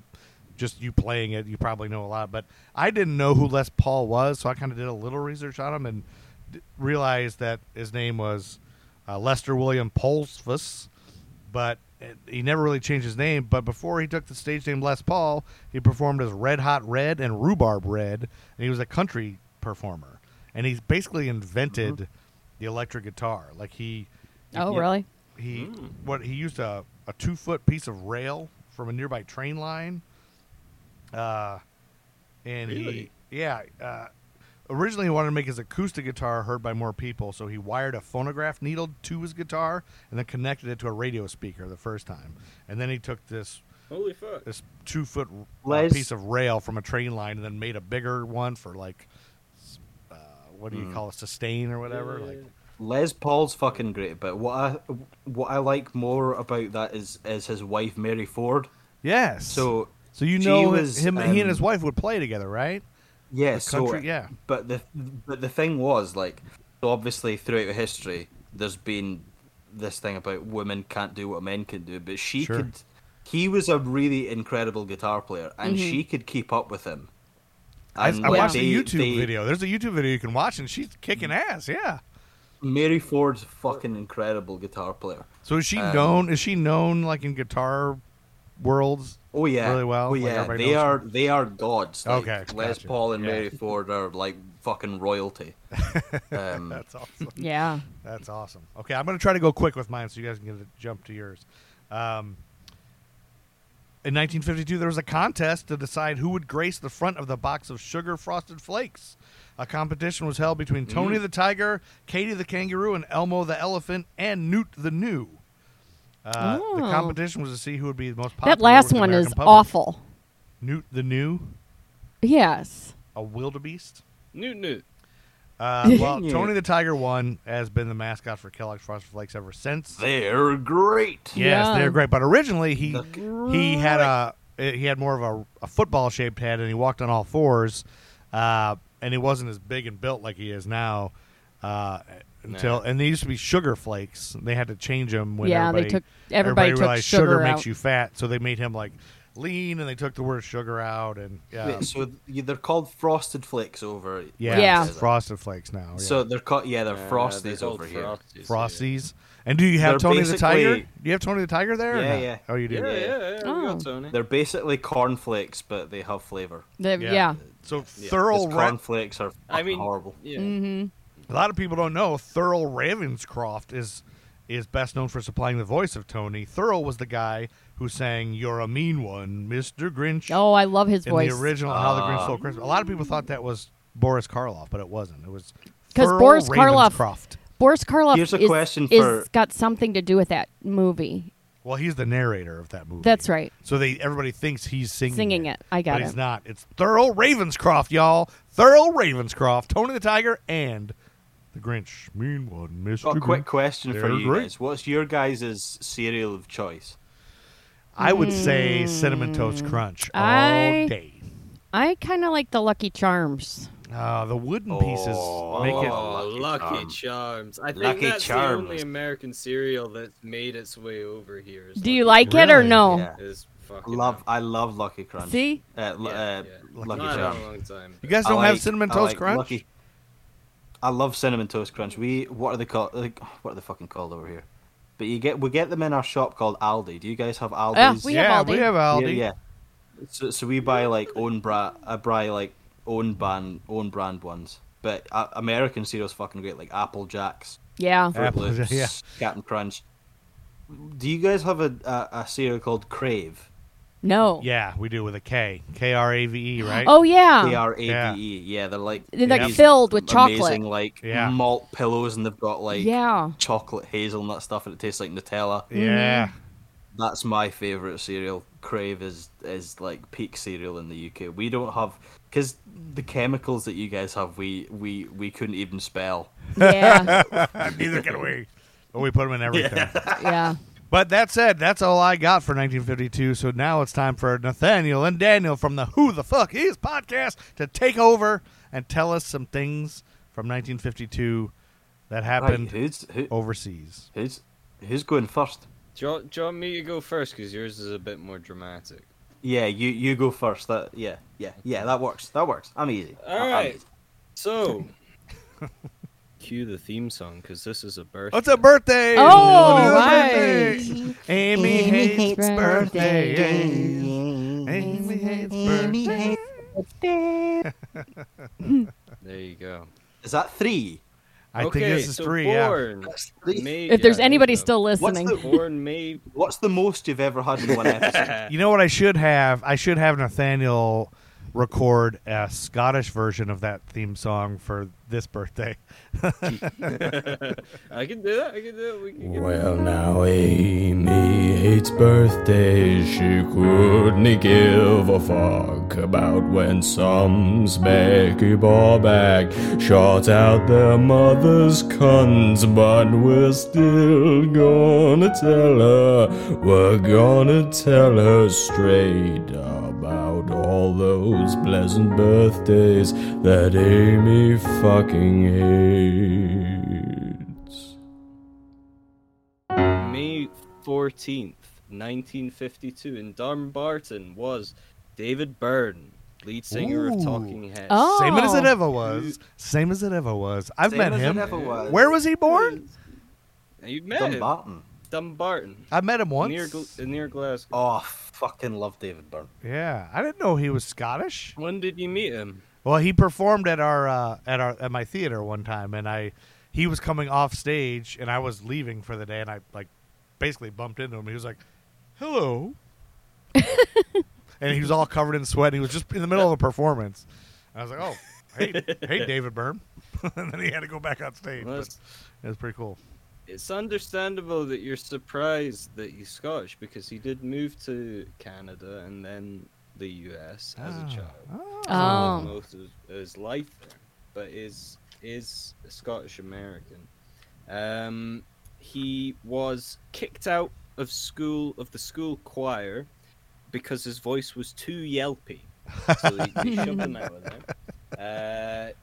Speaker 4: just you playing it, you probably know a lot. But I didn't know who Les Paul was, so I kind of did a little research on him and d- realized that his name was uh, Lester William Polsfus but it, he never really changed his name. But before he took the stage name Les Paul, he performed as Red Hot Red and Rhubarb Red, and he was a country performer. And he basically invented the electric guitar. Like he,
Speaker 3: Mm-hmm. Oh, really?
Speaker 4: he what he used a, a two foot piece of rail from a nearby train line. Uh, and
Speaker 6: Really?
Speaker 4: he yeah. Uh, originally he wanted to make his acoustic guitar heard by more people, so he wired a phonograph needle to his guitar and then connected it to a radio speaker the first time. And then he took this
Speaker 6: Holy fuck!
Speaker 4: this two foot
Speaker 5: Les-
Speaker 4: piece of rail from a train line and then made a bigger one for like s- uh, what do you call it sustain or whatever like
Speaker 5: Les Paul's fucking great, but what I what I like more about that is is his wife Mary Ford.
Speaker 4: yes
Speaker 5: So
Speaker 4: So you
Speaker 5: she
Speaker 4: know
Speaker 5: was,
Speaker 4: him, he and his
Speaker 5: um,
Speaker 4: wife would play together, right?
Speaker 5: Yeah, so
Speaker 4: country- yeah.
Speaker 5: But the but the thing was like so obviously throughout history there's been this thing about women can't do what men can do, but she
Speaker 4: Sure.
Speaker 5: could. He was a really incredible guitar player, and she could keep up with him.
Speaker 4: I,
Speaker 5: And,
Speaker 4: I
Speaker 5: like,
Speaker 4: watched a
Speaker 5: um, they-
Speaker 4: YouTube
Speaker 5: they- Mm-hmm.
Speaker 4: video. There's a YouTube video you can watch, and she's kicking ass. Yeah.
Speaker 5: Mary Ford's fucking incredible guitar player.
Speaker 4: So is she
Speaker 5: Um,
Speaker 4: known? Is she known like in guitar worlds?
Speaker 5: Oh yeah,
Speaker 4: really well.
Speaker 5: Oh
Speaker 4: Like,
Speaker 5: yeah,
Speaker 4: everybody
Speaker 5: they
Speaker 4: knows her?
Speaker 5: are they are gods. Like,
Speaker 4: Okay,
Speaker 5: Les
Speaker 4: gotcha.
Speaker 5: Paul and
Speaker 4: Yeah.
Speaker 5: Mary Ford are like
Speaker 4: <laughs>
Speaker 5: fucking royalty. Um,
Speaker 4: That's awesome.
Speaker 3: Yeah.
Speaker 4: That's awesome. Okay, I'm gonna try to go quick with mine, so you guys can get a jump to yours. Um, in 1952, there was a contest to decide who would grace the front of the box of sugar frosted flakes. A competition was held between
Speaker 3: Mm.
Speaker 4: Tony the Tiger, Katie the Kangaroo, and Elmo the Elephant, and Newt the New. Uh, The
Speaker 3: Oh.
Speaker 4: competition was to see who would be the most popular.
Speaker 3: That last
Speaker 4: with the
Speaker 3: one is
Speaker 4: American public.
Speaker 3: awful.
Speaker 4: Newt the New,
Speaker 3: Yes.
Speaker 4: a wildebeest.
Speaker 6: Newt, Newt.
Speaker 3: <laughs>
Speaker 4: Uh, well,
Speaker 5: Yeah.
Speaker 4: Tony the Tiger one has been the mascot for Kellogg's Frosted Flakes ever since.
Speaker 5: they're great.
Speaker 4: Yes,
Speaker 3: Yeah.
Speaker 4: they're great. But originally, he he had a eh, he had more of a, a football shaped head, and he walked on all fours, uh, and he wasn't as big and built like he is now. Uh, until and they used to be sugar flakes. They had to change them when
Speaker 3: Yeah, they
Speaker 4: everybody,
Speaker 3: took- everybody took
Speaker 4: realized sugar,
Speaker 3: sugar
Speaker 4: makes
Speaker 3: out.
Speaker 4: you fat, so they made him like lean, and they took the word sugar out, and yeah,
Speaker 5: Wait, so th- you- they're called frosted flakes over.
Speaker 4: Um, yeah,
Speaker 3: Yeah.
Speaker 4: it's frosted flakes now. Yeah.
Speaker 5: So they're called. Yeah, they're frosties
Speaker 6: Uh, they're
Speaker 5: over
Speaker 6: called
Speaker 5: here.
Speaker 6: Frosties, yeah.
Speaker 4: Frosties. And do you have
Speaker 5: They're
Speaker 4: Tony the Tiger? Do
Speaker 5: basically-
Speaker 4: you have Tony the Tiger there? or
Speaker 5: Yeah,
Speaker 4: not?
Speaker 5: yeah.
Speaker 4: Oh, you do.
Speaker 6: Yeah, yeah, yeah. we got
Speaker 3: Oh.
Speaker 6: Tony.
Speaker 5: They're basically cornflakes, but they have flavor.
Speaker 3: The-
Speaker 4: Yeah.
Speaker 3: yeah.
Speaker 4: So
Speaker 5: Because
Speaker 4: Thurl Ra-
Speaker 5: cornflakes are
Speaker 6: I
Speaker 5: fucking
Speaker 6: mean,
Speaker 5: horrible.
Speaker 6: Yeah.
Speaker 4: a lot of people don't know Thurl Ravenscroft is is best known for supplying the voice of Tony. Thurl was the guy who sang "You're a Mean One, Mr. Grinch"
Speaker 3: Oh, I love his
Speaker 4: in
Speaker 3: voice.
Speaker 4: the original "How the Grinch Stole
Speaker 5: Ah.
Speaker 4: Christmas." A lot of people thought that was Boris Karloff, but it wasn't. It was
Speaker 3: 'Cause
Speaker 4: Thurl
Speaker 3: Boris Karloff-
Speaker 4: Ravenscroft.
Speaker 3: Boris Karloff
Speaker 5: Here's a
Speaker 3: is,
Speaker 5: question
Speaker 3: is-
Speaker 5: for-
Speaker 3: got something to do with that movie.
Speaker 4: Well, he's the narrator of that movie.
Speaker 3: That's right.
Speaker 4: So they everybody thinks he's singing
Speaker 3: Singing it. I got
Speaker 4: but He's
Speaker 3: it.
Speaker 4: not. It's Thurl Ravenscroft, y'all. Thurl Ravenscroft, Tony the Tiger, and the Grinch. Mean one, Mr.
Speaker 5: Got a Oh, quick
Speaker 4: Grinch.
Speaker 5: question for
Speaker 4: They're
Speaker 5: you
Speaker 4: great.
Speaker 5: guys. What's your guys' cereal of choice?
Speaker 4: I would say cinnamon toast crunch all
Speaker 3: Mm. I-
Speaker 4: day.
Speaker 3: I kind of like the Lucky Charms.
Speaker 4: Uh, the wooden pieces
Speaker 5: Oh.
Speaker 4: make it.
Speaker 6: Oh, Lucky,
Speaker 5: Lucky
Speaker 6: Charms. I think
Speaker 5: Lucky
Speaker 6: that's the only
Speaker 5: Charms.
Speaker 6: American cereal that's made its way over here. is
Speaker 3: Do you
Speaker 6: Lucky
Speaker 3: like it or
Speaker 4: Really?
Speaker 3: no?
Speaker 5: Yeah.
Speaker 6: Charms. Is fucking
Speaker 5: Love, I love Lucky Crunch.
Speaker 3: Oh. See?
Speaker 5: uh, lu-
Speaker 6: Yeah,
Speaker 5: uh,
Speaker 6: yeah.
Speaker 5: Lucky
Speaker 6: Not
Speaker 5: Charms.
Speaker 6: in a long time.
Speaker 4: You guys
Speaker 5: I
Speaker 4: don't have
Speaker 5: like-
Speaker 4: cinnamon
Speaker 5: I
Speaker 4: toast
Speaker 5: like
Speaker 4: crunch?
Speaker 5: Lucky- I love cinnamon toast crunch. We what are they called? Like, what are they fucking called over here? But you get we get them in our shop called Aldi. Do you guys have Aldi's?
Speaker 3: Yeah, we have
Speaker 4: yeah,
Speaker 3: Aldi.
Speaker 4: we have
Speaker 5: Yeah,
Speaker 4: Aldi.
Speaker 5: Yeah, So, so we buy like own brand, I buy like own brand, own brand ones. But uh, American cereal's fucking great, like Apple Jacks,
Speaker 3: Yeah.
Speaker 5: Fruit
Speaker 4: Apple Jack-
Speaker 5: Loops,
Speaker 4: yeah.
Speaker 5: Captain Crunch. Do you guys have a, a, a cereal called Crave?
Speaker 3: No.
Speaker 4: Yeah, we do with a K. K R A
Speaker 3: <gasps>
Speaker 4: V E, right?
Speaker 3: Oh yeah.
Speaker 5: They are ABE. E. Yeah, they're like
Speaker 3: They're, like,
Speaker 5: these
Speaker 3: filled with
Speaker 5: amazing,
Speaker 3: chocolate.
Speaker 5: like
Speaker 4: Yeah.
Speaker 5: malt pillows, and they've got like <laughs>
Speaker 3: Yeah.
Speaker 5: chocolate hazelnut stuff, and it tastes like Nutella.
Speaker 3: mm-hmm.
Speaker 4: Yeah. Mm. <laughs>
Speaker 5: That's my favorite cereal. Crave is is like peak cereal in the UK. We don't have because the chemicals that you guys have, we we we couldn't even spell.
Speaker 3: Yeah.
Speaker 4: Neither can we. But we put them in everything.
Speaker 5: <laughs>
Speaker 3: yeah.
Speaker 4: But that said, that's all I got for 1952. So now it's time for Nathaniel and Daniel from the Who the Fuck Is podcast to take over and tell us some things from 1952 that
Speaker 5: Right,
Speaker 4: happened Oh.
Speaker 5: who's who,
Speaker 4: overseas.
Speaker 5: who's who's going first?
Speaker 6: Do you, want, do you want me to go first? Because yours is a bit more dramatic.
Speaker 5: Yeah, you you go first. That yeah yeah yeah that works. That works. I'm easy.
Speaker 6: All
Speaker 5: I'm
Speaker 6: right.
Speaker 5: easy. <laughs>
Speaker 6: So, cue the theme song because this is a birthday.
Speaker 4: What's a birthday?
Speaker 3: Oh,
Speaker 4: It's a
Speaker 3: right.
Speaker 4: birthday. Amy, hates, birthdays. Amy hates birthdays.
Speaker 6: There you go.
Speaker 5: Is that three?
Speaker 4: I
Speaker 6: okay,
Speaker 4: think this is
Speaker 6: so
Speaker 4: three. Yeah.
Speaker 6: Born,
Speaker 5: three.
Speaker 6: May-
Speaker 3: If
Speaker 6: yeah,
Speaker 3: there's
Speaker 6: there you
Speaker 3: anybody
Speaker 6: go.
Speaker 3: still
Speaker 5: What's
Speaker 3: listening,
Speaker 5: the
Speaker 6: born May.
Speaker 5: what's the most you've ever had
Speaker 4: <laughs>
Speaker 5: in one episode?
Speaker 4: You know what I should have? I should have Nathaniel record a Scottish version of that theme song for this birthday.
Speaker 6: I can do that. I can do it. We can get
Speaker 8: Well, now Amy hates birthdays. She couldn't give a fuck about when some specky ball bag shot out their mother's cons. But we're still gonna tell her. We're gonna tell her straight about all those pleasant birthdays that Amy fucking hates.
Speaker 6: May 14th, 1952, in Dumbarton was David Byrne, lead singer
Speaker 4: Ooh.
Speaker 6: of Talking Heads.
Speaker 3: Oh.
Speaker 4: Same as it ever was. Same as it ever was. I've
Speaker 5: Same
Speaker 4: met
Speaker 5: as it
Speaker 4: him.
Speaker 5: ever was.
Speaker 4: Where was he born?
Speaker 6: And you met him.
Speaker 5: Dumbarton.
Speaker 6: Dumbarton.
Speaker 4: I met him once.
Speaker 6: Near, Gl- near Glasgow.
Speaker 5: Oh, I fucking love David Byrne.
Speaker 4: yeah, I didn't know he was Scottish.
Speaker 6: When did you meet him?
Speaker 4: Well, he performed at our uh, at our at my theater one time, and I he was coming off stage, and I was leaving for the day, and I like basically bumped into him. He was like, "Hello," and he was all covered in sweat. And he was just in the middle of a performance. I was like, "Oh,
Speaker 6: <laughs>
Speaker 4: hey, hey, David Byrne," <laughs> and then he had to go back on stage.
Speaker 6: Well,
Speaker 4: but
Speaker 6: that's-
Speaker 4: it was pretty cool.
Speaker 6: It's understandable that you're surprised that he's Scottish because he did move to Canada and then the US as a
Speaker 4: Ah.
Speaker 6: child.
Speaker 3: Oh.
Speaker 6: Most of his life there, but is is Scottish American. Um, he was kicked out of school of the school choir because his voice was too yelpy, so they, they shoved him out of there. Uh,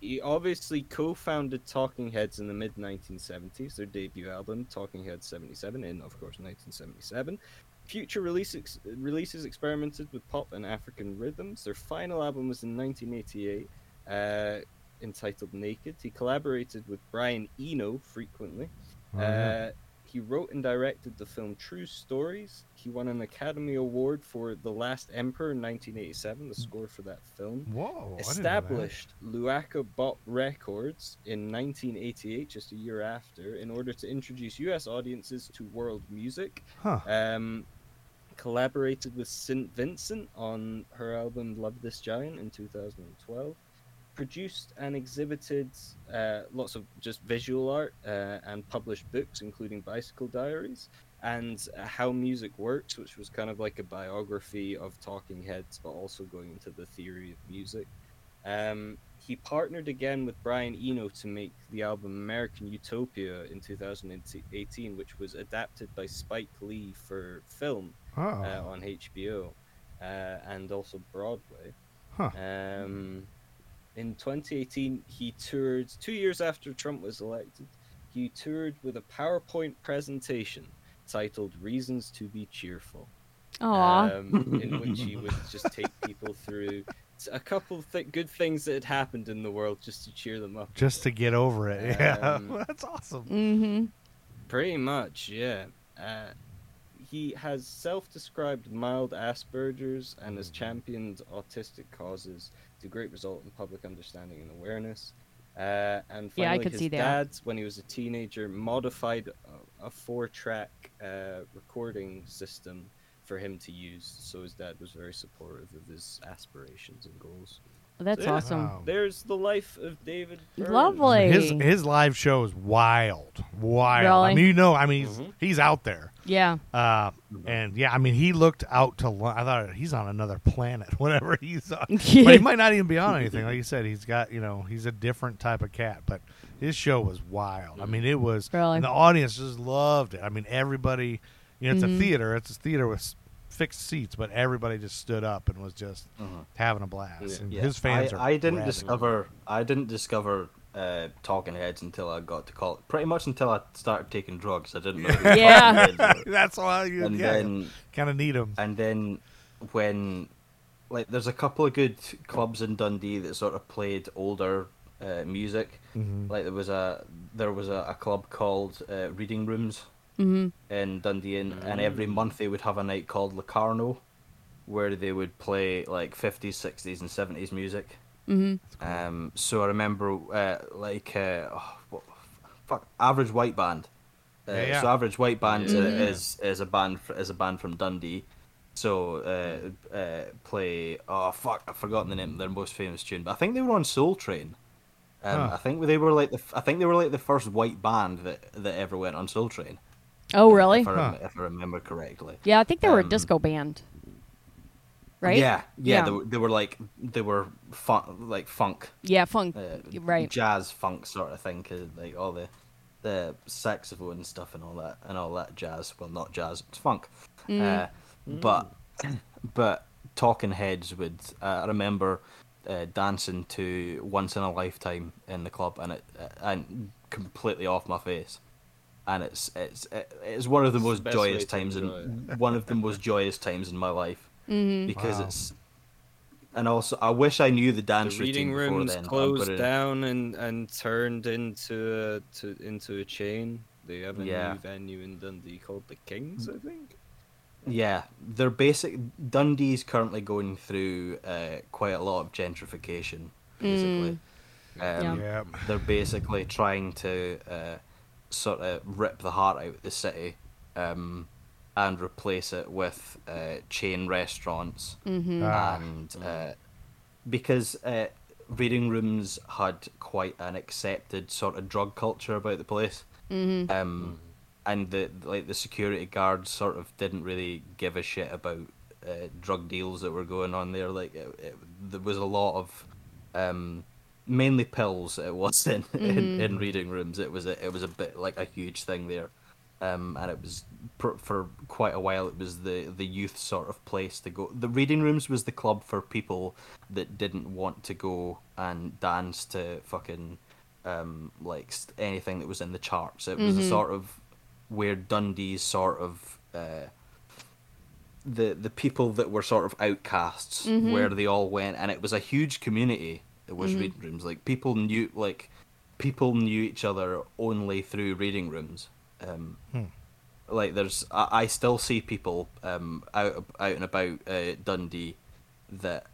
Speaker 6: he obviously co-founded Talking Heads in the mid 1970s. Their debut album, Talking Heads '77, in of course 1977. Future release ex- releases experimented with pop and African rhythms. Their final album was in 1988, uh, entitled Naked. He collaborated with Brian Eno frequently.
Speaker 4: Oh, yeah.
Speaker 6: Uh, he wrote and directed the film True Stories. He won an Academy Award for The Last Emperor in 1987,
Speaker 4: Hmm.
Speaker 6: the score for that film
Speaker 4: Whoa! Oh, I didn't know that.
Speaker 6: established Luaco Bop Records in 1988, just a year after, in order to introduce U.S. audiences to world music.
Speaker 4: Huh.
Speaker 6: Um, collaborated with St. Vincent on her album Love This Giant in 2012. Produced and exhibited uh, lots of just visual art uh, and published books, including Bicycle Diaries and uh, How Music Works, which was kind of like a biography of Talking Heads, but also going into the theory of music. Um, he partnered again with Brian Eno to make the album American Utopia in 2018, which was adapted by Spike Lee for film
Speaker 4: Oh.
Speaker 6: uh, on HBO uh, and also Broadway.
Speaker 4: Huh.
Speaker 6: Um, in 2018, he toured, two years after Trump was elected, he toured with a PowerPoint presentation titled Reasons to Be Cheerful,
Speaker 3: Aw.
Speaker 6: um, in which he would just take people through s- a couple of th- good things that had happened in the world just to cheer them up.
Speaker 4: just to get over it. <laughs> Yeah,
Speaker 6: Um,
Speaker 4: that's awesome.
Speaker 3: mm-hmm.
Speaker 6: Pretty much, yeah. Uh, he has self-described mild Asperger's and has championed autistic causes to great result in public understanding and awareness. Uh, and finally,
Speaker 3: Yeah, I could
Speaker 6: his
Speaker 3: see
Speaker 6: dad,
Speaker 3: that.
Speaker 6: when he was a teenager, modified a, a four-track uh, recording system for him to use. So his dad was very supportive of his aspirations and goals.
Speaker 3: That's
Speaker 6: Yeah.
Speaker 3: awesome.
Speaker 4: Wow.
Speaker 6: There's the life of David. Byrne.
Speaker 3: Lovely.
Speaker 4: His his live show is wild, wild. I
Speaker 3: Really?
Speaker 4: mean, you know, I mean, he's
Speaker 5: Mm-hmm.
Speaker 6: Mhm.
Speaker 4: he's out there.
Speaker 3: Yeah.
Speaker 4: Uh, and yeah, I mean, he looked out to. lun- I thought he's on another planet, <laughs> whatever he's
Speaker 3: <laughs>
Speaker 4: on. but he might not even be on anything. Like you said, he's got you know, he's a different type of cat. But his show was wild. I mean, it was.
Speaker 3: Really?
Speaker 4: And the audience just loved it. I mean, everybody. You know, it's
Speaker 3: Mm-hmm.
Speaker 4: a theater. It's a theater with s- fixed seats, but everybody just stood up and was just having a blast.
Speaker 6: Yeah.
Speaker 4: And
Speaker 5: Uh-huh. Yeah,
Speaker 4: his fans
Speaker 5: I,
Speaker 4: are.
Speaker 5: I didn't
Speaker 4: rabid.
Speaker 5: discover I didn't discover uh, Talking Heads until I got to college. Pretty much until I started taking drugs. I didn't know. who
Speaker 6: <laughs>
Speaker 5: Talking
Speaker 3: Yeah.
Speaker 5: Heads were.
Speaker 4: <laughs> That's why you
Speaker 5: and
Speaker 4: <laughs> yeah,
Speaker 5: then
Speaker 4: kind of need him.
Speaker 5: and then when like there's a couple of good clubs in Dundee that sort of played older uh, music. Like there was a there was a, a club called uh, Reading Rooms in Dundee, and, and every month they would have a night called Locarno, where they would play like 50s, 60s, and 70s music.
Speaker 3: Mm-hmm.
Speaker 5: Um, so I remember uh, like uh, oh, what, fuck, Average White Band. Uh,
Speaker 4: Yeah, yeah.
Speaker 5: So Average White Band uh,
Speaker 6: Yeah.
Speaker 3: Mm-hmm.
Speaker 5: is is a band fr- is a band from Dundee. So uh, uh, play oh fuck I've forgotten the name of their most famous tune, but I think they were on Soul Train. Um,
Speaker 4: Huh.
Speaker 5: I think they were like the f- I think they were like the first white band that, that ever went on Soul Train.
Speaker 3: Oh, really?
Speaker 5: If I, rem-
Speaker 4: Huh.
Speaker 5: if I remember correctly.
Speaker 3: Yeah, I think they were a
Speaker 5: Um,
Speaker 3: disco band. Right?
Speaker 5: Yeah, yeah.
Speaker 3: Yeah.
Speaker 5: They, were, they were like they were fun, like funk,
Speaker 3: Yeah, funk.
Speaker 5: uh,
Speaker 3: right.
Speaker 5: jazz funk sort of thing, 'cause, like all the the saxophone and stuff and all that and all that jazz. Well, not jazz, it's funk.
Speaker 3: Mm.
Speaker 5: Uh,
Speaker 6: Mm.
Speaker 5: But <clears throat> but Talking Heads would uh, I remember uh, dancing to Once in a Lifetime in the club and it uh, and completely off my face. And it's it's it's one of the most
Speaker 6: the best way
Speaker 5: joyous
Speaker 6: to
Speaker 5: times in <laughs>
Speaker 6: enjoy
Speaker 5: one of the most joyous times in my life because it's and also I wish I knew the
Speaker 6: the
Speaker 5: dance routine
Speaker 6: reading
Speaker 5: before
Speaker 6: rooms
Speaker 5: then. I'm
Speaker 6: closed
Speaker 5: gonna-
Speaker 6: down and, and turned into a, to into a chain. They have a
Speaker 5: Yeah.
Speaker 6: new venue in Dundee called the Kings, I think.
Speaker 5: Yeah, they're basic. Dundee's currently going through uh, quite a lot of gentrification, basically. Um,
Speaker 4: Yeah.
Speaker 5: They're basically trying to uh, sort of rip the heart out of the city um, and replace it with uh, chain restaurants
Speaker 4: Ah.
Speaker 5: and uh, because uh, reading rooms had quite an accepted sort of drug culture about the place, um, and the like the security guards sort of didn't really give a shit about uh, drug deals that were going on there. Like it, it, there was a lot of um, mainly pills. It was <laughs> in, in in reading rooms. It was a, it was a bit like a huge thing there. Um, and it was pr- for quite a while. It was the, the youth sort of place to go. The reading rooms was the club for people that didn't want to go and dance to fucking um, like st- anything that was in the charts. It was the sort of where Dundee's sort of uh, the the people that were sort of outcasts where they all went and it was a huge community it was reading rooms like people knew like people knew each other only through reading rooms um like there's I, I still see people um out out and about uh, Dundee that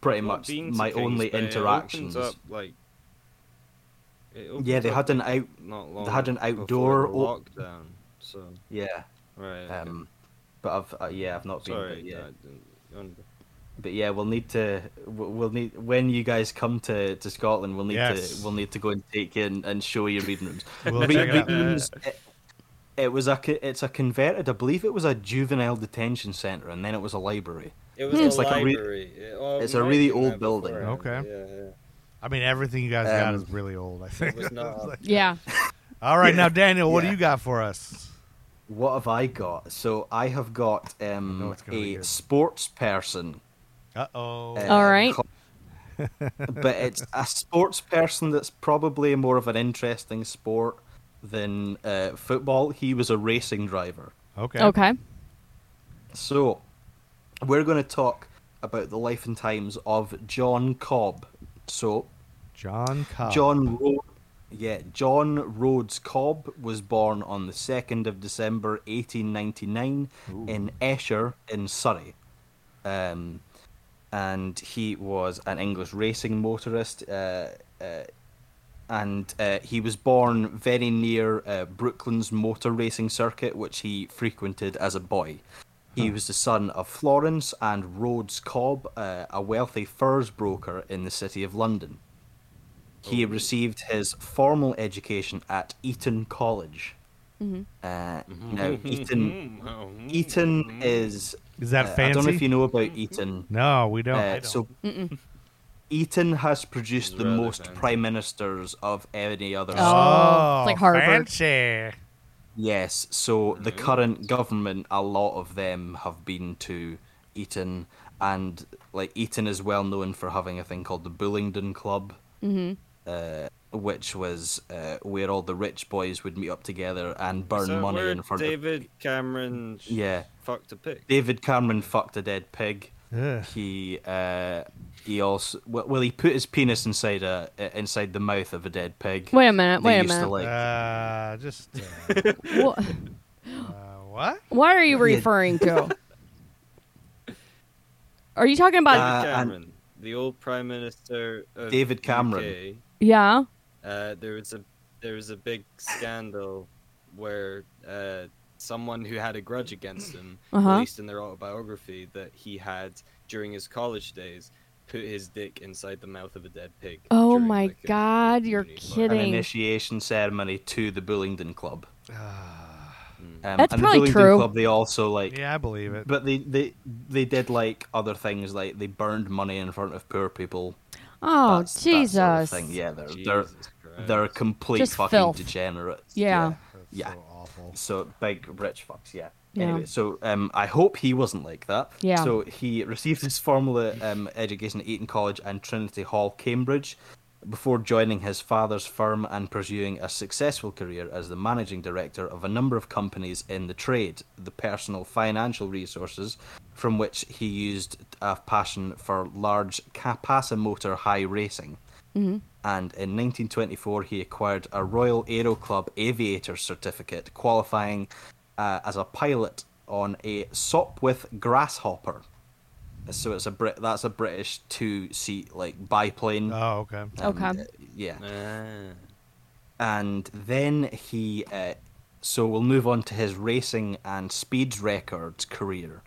Speaker 5: pretty
Speaker 6: Not
Speaker 5: much
Speaker 6: been to
Speaker 5: my
Speaker 6: Kings,
Speaker 5: only
Speaker 6: but it opens
Speaker 5: interactions
Speaker 6: up, like, it
Speaker 5: yeah they
Speaker 6: opens
Speaker 5: had
Speaker 6: up
Speaker 5: an out
Speaker 6: not long
Speaker 5: had an
Speaker 6: before
Speaker 5: outdoor
Speaker 6: the
Speaker 5: o-
Speaker 6: lockdown. So
Speaker 5: yeah
Speaker 6: right. okay.
Speaker 5: um but I've uh, yeah I've not been
Speaker 6: Sorry,
Speaker 5: but yeah
Speaker 6: I didn't under-
Speaker 5: but yeah, we'll need to we'll we'll need when you guys come to, to Scotland, we'll need
Speaker 4: Yes.
Speaker 5: to we'll need to go and take you and, and show you reading rooms.
Speaker 4: <laughs> We'll
Speaker 5: Read-
Speaker 4: check it out.
Speaker 5: reading rooms, it, it was a co- it's a converted. I believe it was a juvenile detention center, and then it was a library.
Speaker 6: It was
Speaker 5: Hmm. It's
Speaker 6: a
Speaker 5: like a re-
Speaker 6: library. It- oh,
Speaker 5: it's a
Speaker 6: might
Speaker 5: really
Speaker 6: have been
Speaker 5: old
Speaker 6: that
Speaker 5: building.
Speaker 6: beforehand,
Speaker 4: I mean, everything you guys got
Speaker 5: Um,
Speaker 4: is really old. I
Speaker 6: Yeah,
Speaker 4: think.
Speaker 5: <laughs>
Speaker 6: yeah.
Speaker 4: <laughs>
Speaker 6: It was not.
Speaker 3: Yeah.
Speaker 4: All right, now Daniel, what
Speaker 5: Yeah.
Speaker 4: do you got for us?
Speaker 5: What have I got? So I have got
Speaker 4: know
Speaker 5: um,
Speaker 4: it's gonna be
Speaker 5: a
Speaker 4: good. <laughs>
Speaker 5: sports person.
Speaker 4: Uh oh.
Speaker 5: uh,
Speaker 3: All right.
Speaker 5: called but it's a sports person that's probably more of an interesting sport than uh, football. He was a racing driver.
Speaker 4: Okay.
Speaker 3: Okay.
Speaker 5: So, we're going to talk about the life and times of John Cobb. So,
Speaker 4: John Cobb.
Speaker 5: John Ro- yeah, John Rhodes Cobb was born on the 2nd of December 1899 in Esher in Surrey. Um, and he was an English racing motorist. Uh, uh, and uh, he was born very near uh, Brooklyn's motor racing circuit, which he frequented as a boy. He was the son of Florence and Rhodes Cobb, uh, a wealthy furs broker in the city of London.
Speaker 4: Oh.
Speaker 5: He received his formal education at Eton College. Uh,
Speaker 4: Mm-hmm.
Speaker 5: now,
Speaker 4: <laughs>
Speaker 5: Eton, Eton is.
Speaker 4: Is that
Speaker 5: uh, I
Speaker 4: fancy?
Speaker 5: don't know if you know about Eton.
Speaker 4: No, we don't. I
Speaker 5: Uh,
Speaker 4: don't.
Speaker 5: so, Eton has produced the
Speaker 6: rather
Speaker 5: most
Speaker 6: fancy.
Speaker 5: prime ministers of any other.
Speaker 3: Oh, it's like Harvard.
Speaker 4: Fancy.
Speaker 5: Yes, so the current government, a lot of them have been to Eton, and like Eton is well known for having a thing called the Bullingdon Club, uh, which was uh, where all the rich boys would meet up together and burn
Speaker 6: So
Speaker 5: money
Speaker 6: where
Speaker 5: in front of
Speaker 6: David Cameron sh-
Speaker 5: yeah.
Speaker 6: fucked a pig.
Speaker 5: David Cameron fucked a dead pig.
Speaker 4: Ugh.
Speaker 5: He uh, he also well, well he put his penis inside a inside the mouth of a dead pig.
Speaker 3: Wait a minute.
Speaker 5: They
Speaker 3: Wait a
Speaker 5: used to,
Speaker 3: minute.
Speaker 5: like-
Speaker 4: Uh, just uh,
Speaker 5: <laughs>
Speaker 3: Wha-
Speaker 4: what?
Speaker 3: what are you referring to?
Speaker 5: <laughs>
Speaker 3: Are you talking about?
Speaker 5: Uh,
Speaker 6: David
Speaker 5: and-
Speaker 6: Cameron, the old prime minister of
Speaker 5: David Cameron.
Speaker 6: UK,
Speaker 3: yeah.
Speaker 6: uh, there was a there was a big scandal where uh, someone who had a grudge against him
Speaker 3: Uh-huh.
Speaker 6: released in their autobiography that he had during his college days put his dick inside the mouth of a dead pig.
Speaker 3: Oh
Speaker 6: during,
Speaker 3: my
Speaker 6: like, a
Speaker 3: God, you're
Speaker 6: community
Speaker 3: kidding.
Speaker 5: an
Speaker 3: Thing.
Speaker 5: initiation ceremony to the Bullingdon Club. Um,
Speaker 3: That's
Speaker 5: and
Speaker 3: probably
Speaker 5: the Bullingdon
Speaker 3: true.
Speaker 5: Club, they also like,
Speaker 4: Ah. Yeah, I believe it.
Speaker 5: but they, they they did like other things, like they burned money in front of poor people.
Speaker 3: Oh
Speaker 5: That's- that sort of
Speaker 3: Jesus.
Speaker 5: thing. Yeah, they're
Speaker 6: Jesus
Speaker 5: they're they're
Speaker 6: Christ.
Speaker 5: complete
Speaker 3: Just
Speaker 5: fucking
Speaker 3: filth.
Speaker 5: degenerates.
Speaker 3: Yeah.
Speaker 5: yeah.
Speaker 4: So awful.
Speaker 5: So big rich fucks, yeah.
Speaker 3: Yeah.
Speaker 5: Anyway, so um, I hope he wasn't like that.
Speaker 3: Yeah.
Speaker 5: So he received his formal um, education at Eton College and Trinity Hall, Cambridge, before joining his father's firm and pursuing a successful career as the managing director of a number of companies in the trade, the personal financial resources from which he used a passion for large capacimotor high racing and in 1924 he acquired a Royal Aero Club aviator certificate, qualifying uh, as a pilot on a Sopwith Grasshopper. So it's a Brit. That's a British two-seat like biplane.
Speaker 4: Oh, okay.
Speaker 5: Um,
Speaker 3: Okay.
Speaker 5: uh, yeah
Speaker 6: Ah.
Speaker 5: and then he uh, so we'll move on to his racing and speed records career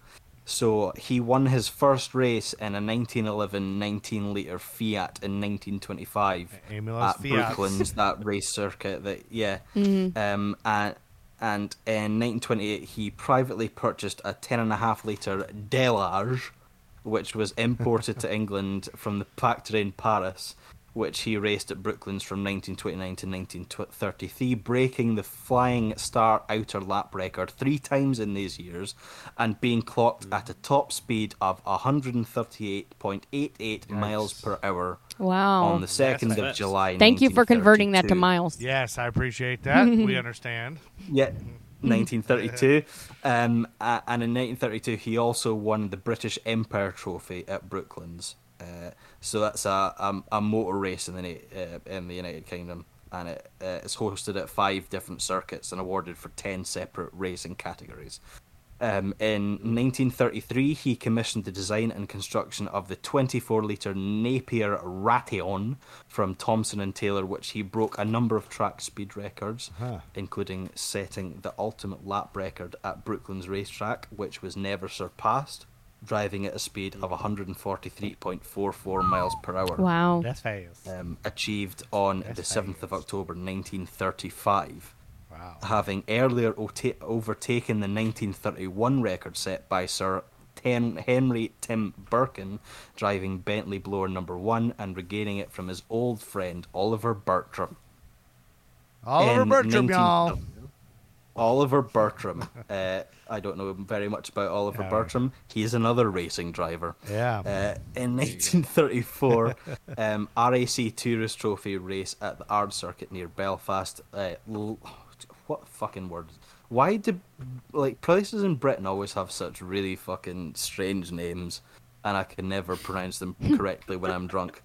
Speaker 5: so he won his first race in a 1911 19 liter fiat in 1925
Speaker 4: Emulous
Speaker 5: at
Speaker 4: Fiats.
Speaker 5: brooklyn's that race circuit that yeah um and and in 1928 he privately purchased a 10.5 liter delarge which was imported to England from the factory in Paris, which he raced at Brooklands from 1929 to 1933, breaking the Flying Star outer lap record three times in these years and being clocked at a top speed of 138.88 miles per hour
Speaker 3: Wow.
Speaker 5: on the 2nd of
Speaker 6: fast.
Speaker 5: July.
Speaker 3: Oh. Thank you for converting that to
Speaker 5: 1932.
Speaker 3: miles.
Speaker 4: Yes, I appreciate
Speaker 5: <laughs>
Speaker 4: that. we understand.
Speaker 5: Yeah, 1932. um, a- and in 1932, he also won the British Empire Trophy at Brooklands. Uh, so that's a, a a motor race in the Na- uh, in the United Kingdom, and it uh, it's hosted at five different circuits and awarded for ten separate racing categories. Um, in 1933, he commissioned the design and construction of the 24-liter Napier Ration from Thomson and Taylor, which he broke a number of track speed records, including setting the ultimate lap record at Brooklands Racetrack, which was never surpassed, driving at a speed of 143.44 miles per hour
Speaker 3: Wow.
Speaker 4: That's fast.
Speaker 5: um, achieved on the 7th of October 1935, having earlier ota- overtaken the 1931 record set by Sir Ten- Henry Tim Birkin, driving Bentley Blower number one and regaining it from his old friend Oliver Bertram.
Speaker 4: Oliver
Speaker 5: In
Speaker 4: Bertram,
Speaker 5: 19
Speaker 4: y'all.
Speaker 5: Oliver Bertram. Uh, I don't know very much about Oliver Bertram. He's another racing driver.
Speaker 4: Yeah.
Speaker 5: Uh, in 1934, um, RAC Tourist Trophy race at the Ard Circuit near Belfast. Uh, l- what fucking word? Why do like places in Britain always have such really fucking strange names, and I can never pronounce them correctly when I'm drunk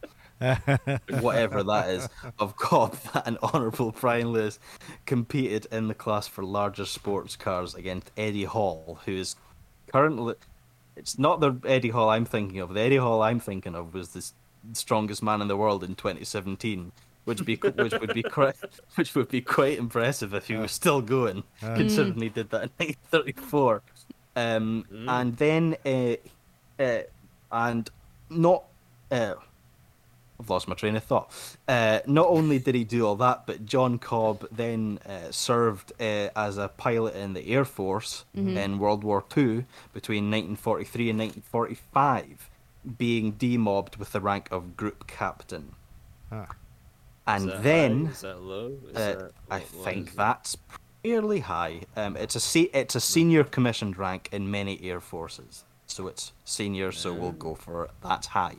Speaker 5: whatever that is, of <laughs> Cobb and Honourable Brian Lewis competed in the class for larger sports cars against Eddie Hall, who is currently. It's not the Eddie Hall I'm thinking of. The Eddie Hall I'm thinking of was the s- strongest man in the world in 2017, which be which would be cri- <laughs> which would be quite impressive if he was still going, considering he did that in <laughs> 1934. Um, and then uh, uh, and not uh, I've lost my train of thought. Uh, not only did he do all that, but John Cobb then uh, served uh, as a pilot in the Air Force in World War II between 1943 and 1945, being demobbed with the rank of group captain. And
Speaker 6: that
Speaker 5: then
Speaker 6: high? is that low? Is
Speaker 5: uh,
Speaker 6: that,
Speaker 5: I
Speaker 6: what- what
Speaker 5: think
Speaker 6: is it? Hmm.
Speaker 5: that's fairly high. Um, it's a se- it's a senior commissioned rank in many air forces, so it's senior. So we'll go
Speaker 6: Ah.
Speaker 5: for that's high.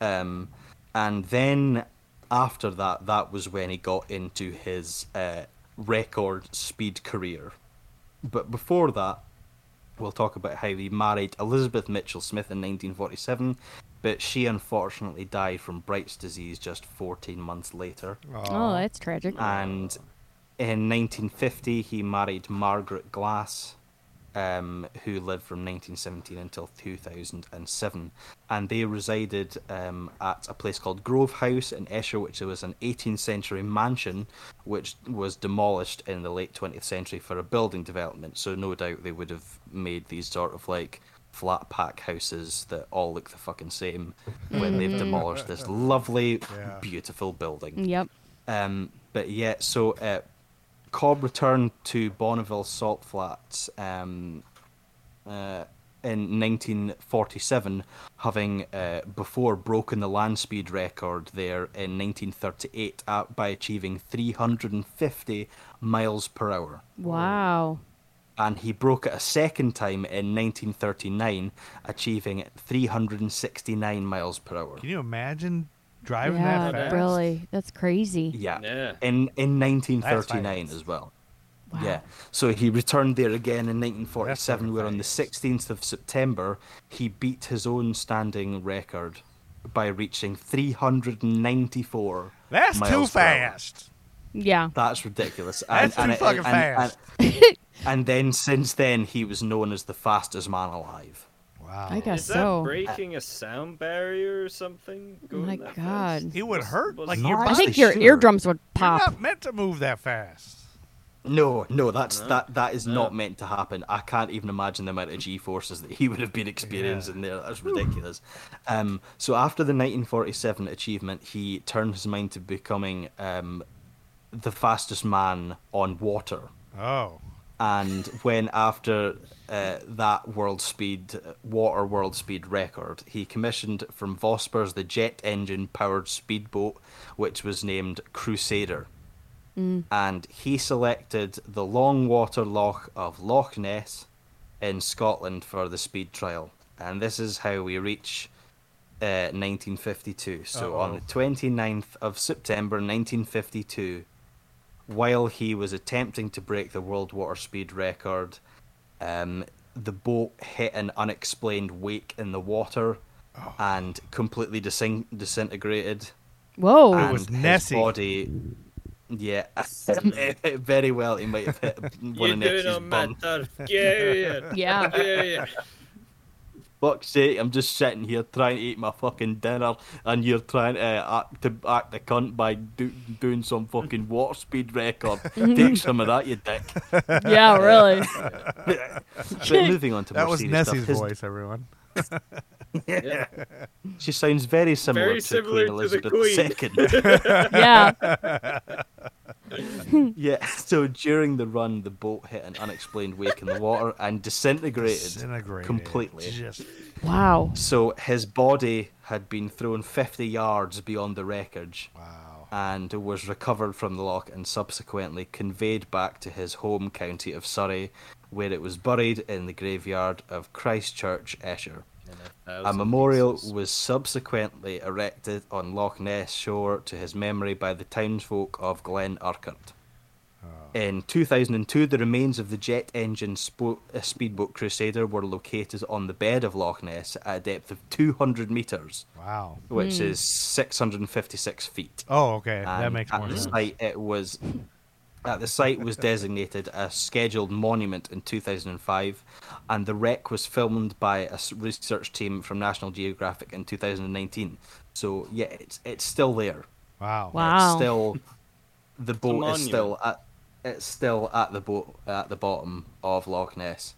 Speaker 5: Um, and then after that, that was when he got into his uh, record speed career. But before that, we'll talk about how he married Elizabeth Mitchell Smith in 1947. But she unfortunately died from Bright's disease just 14 months later.
Speaker 3: Oh, that's tragic.
Speaker 5: And in 1950, he married Margaret Glass, um, who lived from 1917 until 2007. And they resided um, at a place called Grove House in Esher, which was an 18th century mansion, which was demolished in the late 20th century for a building development. So, no doubt they would have made these sort of like flat pack houses that all look the fucking same when they've demolished this lovely, beautiful building.
Speaker 3: Yep.
Speaker 5: Um, but yeah, so uh, Cobb returned to Bonneville Salt Flats um, uh, in 1947, having uh, before broken the land speed record there in 1938 at, by achieving 350 miles per hour
Speaker 3: Wow.
Speaker 5: and he broke it a second time in 1939, achieving 369 miles per hour.
Speaker 4: Can you imagine driving that
Speaker 3: Yeah,
Speaker 4: fast?
Speaker 3: really. That's crazy.
Speaker 5: Yeah,
Speaker 6: Yeah.
Speaker 5: in in
Speaker 4: That's
Speaker 5: 1939
Speaker 4: violence.
Speaker 5: as well.
Speaker 3: Wow.
Speaker 5: Yeah. So he returned there again in 1947, where on the 16th of September, he beat his own standing record by reaching 394.
Speaker 4: That's
Speaker 5: miles
Speaker 4: too
Speaker 5: per hour.
Speaker 4: fast.
Speaker 3: Yeah.
Speaker 5: That's ridiculous.
Speaker 4: That's too fucking fast.
Speaker 5: and- and then since then, he was known as the fastest man alive.
Speaker 4: Wow.
Speaker 3: I guess
Speaker 6: Is that
Speaker 3: so.
Speaker 6: breaking a sound barrier or something? Going
Speaker 3: My
Speaker 6: that
Speaker 3: God.
Speaker 6: fast?
Speaker 4: it would hurt.
Speaker 6: was
Speaker 4: Like
Speaker 6: not-
Speaker 4: your
Speaker 3: I
Speaker 4: body,
Speaker 3: think your
Speaker 5: sure.
Speaker 3: eardrums would
Speaker 4: you're
Speaker 3: pop.
Speaker 4: not meant to move that fast.
Speaker 5: No, no, that's that that is not meant to happen. I can't even imagine the amount of G forces that he would have been experiencing there. That's ridiculous. Um, so after the 1947 achievement, he turned his mind to becoming um, the fastest man on water
Speaker 4: Oh.
Speaker 5: and when after uh, that world speed water world speed record he commissioned from vospers the jet engine powered speedboat which was named crusader and he selected the long water loch of loch ness in scotland for the speed trial and this is how we reach uh, 1952 so on the 29th of september 1952 while he was attempting to break the world water speed record, um, the boat hit an unexplained wake in the water and completely disin- disintegrated.
Speaker 3: Whoa.
Speaker 5: and
Speaker 4: was
Speaker 5: his
Speaker 4: Nessie.
Speaker 5: body. Yeah, <laughs> very well. He might have hit one
Speaker 6: You
Speaker 5: of
Speaker 6: do
Speaker 5: Nessie's
Speaker 6: not
Speaker 5: bum.
Speaker 6: matter. Yeah,
Speaker 3: yeah.
Speaker 4: <laughs>
Speaker 6: yeah, yeah.
Speaker 5: Fuck's sake! I'm just sitting here trying to eat my fucking dinner, and you're trying to uh, act to act a cunt by do- doing some fucking water speed record. Take some of that, you dick.
Speaker 4: <laughs>
Speaker 3: Yeah, really.
Speaker 5: But moving on to
Speaker 4: That
Speaker 5: more
Speaker 4: was
Speaker 5: serious stuff,
Speaker 4: Nessie's
Speaker 5: his-
Speaker 4: voice, everyone.
Speaker 5: She sounds very similar
Speaker 6: Very
Speaker 5: to
Speaker 6: similar
Speaker 5: Queen
Speaker 6: to the
Speaker 5: Elizabeth II.
Speaker 6: <laughs>
Speaker 3: Yeah.
Speaker 5: yeah, so during the run, the boat hit an unexplained wake in the water and disintegrated,
Speaker 4: Disintegrated.
Speaker 5: completely.
Speaker 4: Just-
Speaker 3: Wow.
Speaker 5: So his body had been thrown 50 yards beyond the wreckage.
Speaker 4: wow.
Speaker 5: and was recovered from the lock and subsequently conveyed back to his home county of Surrey, where it was buried in the graveyard of Christchurch, Esher. A memorial was subsequently erected on Loch Ness shore to his memory by the townsfolk of Glen Urquhart. In 2002, the remains of the jet engine spo- uh, speedboat Crusader were located on the bed of Loch Ness at a depth of 200 meters,
Speaker 4: Wow.
Speaker 5: which is 656 feet.
Speaker 4: Oh, okay. that
Speaker 5: And
Speaker 4: makes
Speaker 5: Um, at
Speaker 4: more
Speaker 5: the
Speaker 4: sense.
Speaker 5: Site, it was at the site was designated a scheduled monument in 2005, and the wreck was filmed by a s- research team from National Geographic in 2019. So yeah, it's it's still there.
Speaker 4: Wow.
Speaker 3: Wow.
Speaker 5: It's still the boat is
Speaker 6: monument.
Speaker 5: still at it's still at the boat at the bottom of Loch Ness,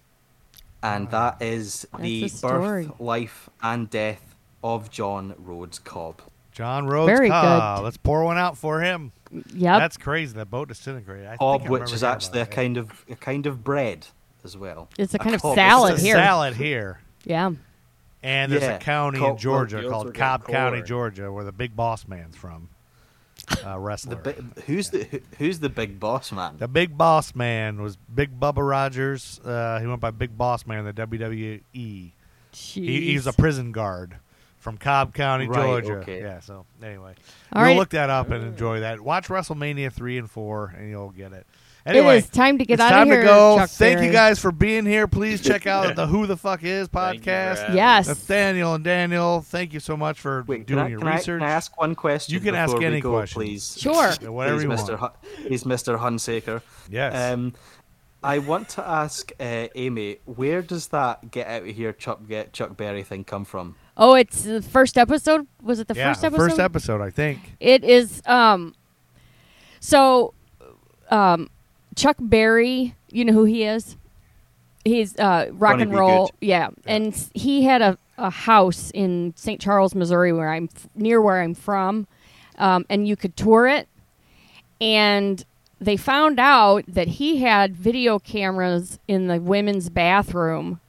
Speaker 5: and that is
Speaker 3: a
Speaker 5: the
Speaker 3: story.
Speaker 5: birth, life, and death of John Rhodes Cobb.
Speaker 4: John Rhodes.
Speaker 3: Very
Speaker 4: Cobb.
Speaker 3: good.
Speaker 4: Let's pour one out for him.
Speaker 3: Yep.
Speaker 4: That's crazy. That boat disintegrated. I
Speaker 5: cob,
Speaker 4: think I
Speaker 5: which
Speaker 4: remember
Speaker 5: is
Speaker 4: hearing
Speaker 5: actually a
Speaker 4: about it.
Speaker 5: kind of a kind of bread as well.
Speaker 3: It's a kind of
Speaker 5: cob is
Speaker 3: salad
Speaker 5: just-
Speaker 4: It's a
Speaker 3: here.
Speaker 4: salad here.
Speaker 3: yeah.
Speaker 4: And there's
Speaker 5: Yeah.
Speaker 4: a county
Speaker 5: Cobb-
Speaker 4: in Georgia
Speaker 6: well, you also
Speaker 4: called
Speaker 6: get
Speaker 4: Cobb County,
Speaker 6: corn.
Speaker 4: Georgia, where the big boss man's from. Uh, wrestler.
Speaker 5: The big, who's the who, who's the big boss man?
Speaker 4: The Big Boss Man was Big Bubba Rogers. Uh, he went by Big Boss Man in the WWE. He, he was a
Speaker 3: Jeez.
Speaker 4: prison guard from Cobb County,
Speaker 5: Right,
Speaker 4: Georgia.
Speaker 5: okay.
Speaker 4: Yeah. So anyway,
Speaker 3: All
Speaker 4: you'll
Speaker 3: right.
Speaker 4: look that up and enjoy that. Watch WrestleMania three and four, and you'll get it.
Speaker 3: it
Speaker 4: Anyway.
Speaker 3: is time to get
Speaker 4: it's
Speaker 3: out
Speaker 4: time
Speaker 3: of here.
Speaker 4: to go.
Speaker 3: Chuck
Speaker 4: Thank
Speaker 3: Berry.
Speaker 4: you guys for being here. Please
Speaker 5: <laughs>
Speaker 4: check out the Who the Fuck Is
Speaker 6: Thank you for
Speaker 4: podcast.
Speaker 6: having
Speaker 3: Yes.
Speaker 4: That's Daniel and Daniel. Thank you so much for
Speaker 5: Wait,
Speaker 4: doing
Speaker 5: can, I,
Speaker 4: your
Speaker 5: can, I,
Speaker 4: research.
Speaker 5: can I ask one question?
Speaker 4: You can ask
Speaker 5: before we
Speaker 4: any
Speaker 5: go,
Speaker 4: question.
Speaker 5: please.
Speaker 3: Sure.
Speaker 4: Yeah, whatever
Speaker 5: He's
Speaker 4: you
Speaker 5: Mr.
Speaker 4: want.
Speaker 5: Hu- he's Mr. Hunsaker.
Speaker 4: Yes.
Speaker 5: Um, I want to ask uh, Amy, where does that "get out of here, Chuck get Chuck Berry" thing come from?
Speaker 3: Oh, it's the first episode. Was it the
Speaker 4: yeah,
Speaker 3: first episode?
Speaker 4: first episode, I think.
Speaker 3: It is. Um. So, um, Chuck Berry. You know who he is. He's uh, rock
Speaker 5: Johnny
Speaker 3: and
Speaker 5: B.
Speaker 3: roll.
Speaker 5: Goode.
Speaker 3: Yeah. and s- he had a, a house in St. Charles, Missouri, where I'm f- near where I'm from, um, and you could tour it. And they found out that he had video cameras in the women's bathroom,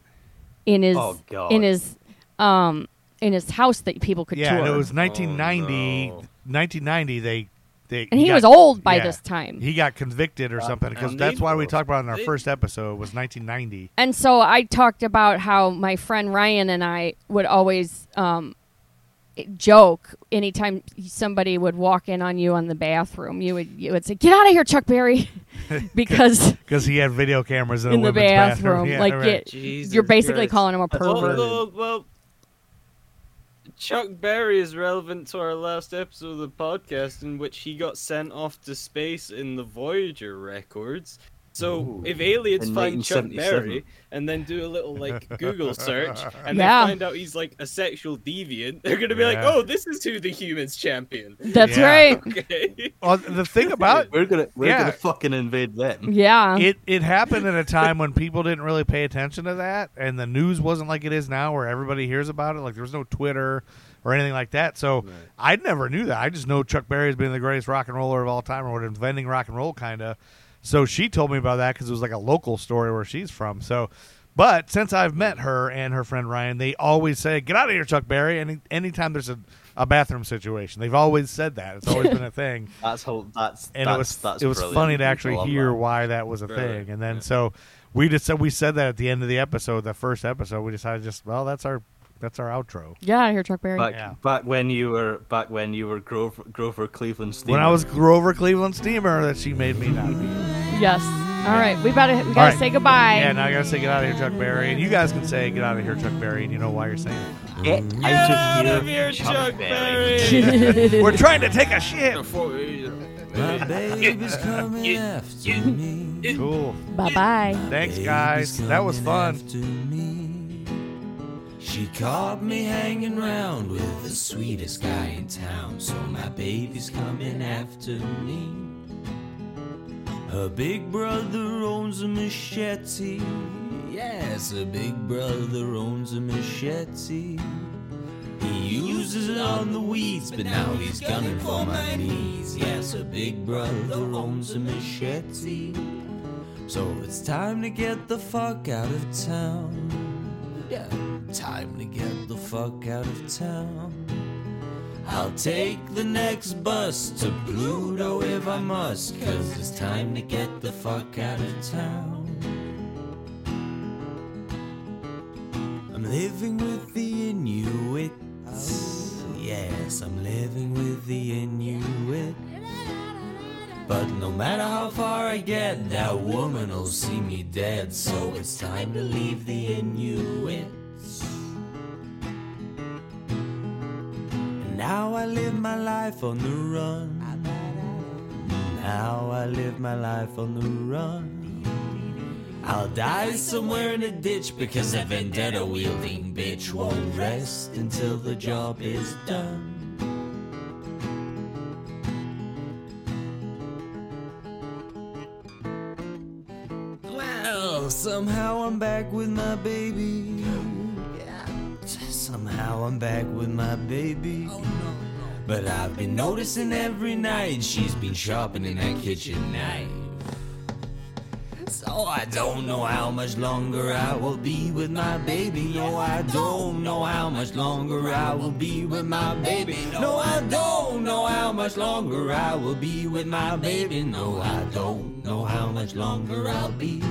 Speaker 3: in his
Speaker 5: Oh, God.
Speaker 3: in his um in his house that people could
Speaker 4: Yeah,
Speaker 3: tour.
Speaker 4: and it was 1990.
Speaker 6: no.
Speaker 4: 1990 they they
Speaker 3: And he was old by this time.
Speaker 4: He got convicted or something because
Speaker 6: and
Speaker 4: that's
Speaker 6: they-
Speaker 4: why we talked about it in our
Speaker 6: they-
Speaker 4: first episode was 1990.
Speaker 3: And so I talked about how my friend Ryan and I would always um, joke anytime somebody would walk in on you on the bathroom, you would you would say, "Get out of here, Chuck
Speaker 4: <laughs>
Speaker 3: Berry," because
Speaker 4: Because he had video cameras in, a
Speaker 3: in the
Speaker 4: women's <laughs>
Speaker 3: bathroom,
Speaker 4: Yeah,
Speaker 3: like
Speaker 4: right.
Speaker 3: it,
Speaker 6: Jesus
Speaker 3: you're basically
Speaker 6: Christ.
Speaker 3: calling him a
Speaker 6: Well,
Speaker 3: pervert.
Speaker 6: well, well, Chuck Berry is relevant to our last episode of the podcast, in which he got sent off to space in the Voyager records. So if aliens
Speaker 5: in
Speaker 6: find Chuck
Speaker 5: 1977.
Speaker 6: Berry and then do a little like Google search and
Speaker 3: Yeah.
Speaker 6: they find out he's like a sexual deviant, they're gonna be like,
Speaker 4: Yeah.
Speaker 6: "Oh, this is who the humans champion." <laughs>
Speaker 3: That's
Speaker 4: Yeah.
Speaker 3: right.
Speaker 6: Okay.
Speaker 4: Well, the thing about
Speaker 5: We're gonna we're
Speaker 4: Yeah.
Speaker 5: gonna fucking invade them.
Speaker 3: Yeah.
Speaker 4: it it happened at a time when people didn't really pay attention to that and the news wasn't like it is now where everybody hears about it like there was no twitter or anything like that so i never knew that i just know chuck berry has been the greatest rock and roller of all time or what inventing rock and roll kind of so she told me about that because it was like a local story where she's from so but since i've met her and her friend ryan they always say get out of here chuck berry and anytime there's a, a bathroom situation they've always said that it's always been a thing
Speaker 5: That's whole. That's
Speaker 4: and
Speaker 5: that's,
Speaker 4: it was
Speaker 5: that's
Speaker 4: it was
Speaker 5: brilliant.
Speaker 4: funny to
Speaker 5: I
Speaker 4: actually
Speaker 5: love
Speaker 4: hear
Speaker 5: that.
Speaker 4: why that was a
Speaker 6: Brilliant,
Speaker 4: thing. And then so we just said we said that at the end of the episode, the first episode, we decided just well, that's our that's our outro.
Speaker 3: Get out of here, Chuck Berry.
Speaker 5: Back,
Speaker 4: Yeah.
Speaker 5: back when you were back when you were Grover, Grover Cleveland Steamer.
Speaker 4: When I was Grover Cleveland Steamer, that she made me not. be.
Speaker 3: Yes. All right. We gotta we gotta
Speaker 4: All right.
Speaker 3: say goodbye.
Speaker 4: Yeah, now I gotta say get out of here, Chuck Berry, and you guys can say get out of here, Chuck Berry, and you know why you're saying it.
Speaker 5: get out,
Speaker 6: Get out
Speaker 5: of,
Speaker 6: of
Speaker 5: here,
Speaker 6: here, Chuck
Speaker 5: Berry.
Speaker 6: Berry!
Speaker 4: We're trying to take a shit.
Speaker 2: My baby's coming after me.
Speaker 4: Cool.
Speaker 3: bye bye.
Speaker 4: Thanks, guys. That was fun.
Speaker 2: after me. She caught me hanging round with the sweetest guy in town, so my baby's coming after me. Her big brother owns a machete. Yes, her big brother owns a machete. He uses it on the weeds, but now he's gunning for my knees. Yes, her big brother owns a machete. So it's time to get the fuck out of town. Yeah, time to get the fuck out of town.
Speaker 9: I'll take the next bus to Pluto if I must, cause it's time to get the fuck out of town. I'm living with the Inuits. Yes, I'm living with the Inuit. But no matter how far I get, that woman will see me dead. So it's time to leave the Inuits. And now I live my life on the run. Now I live my life on the run. I'll die somewhere in a ditch because a vendetta wielding bitch won't rest until the job is done. Well, somehow I'm back with my baby. Somehow I'm back with my baby. But I've been noticing every night she's been sharpening that kitchen knife. So I don't know how much longer I will be with my baby. No, I don't know how much longer I will be with my baby. No, I don't know how much longer I will be with my baby. No, I don't know how much longer I'll be.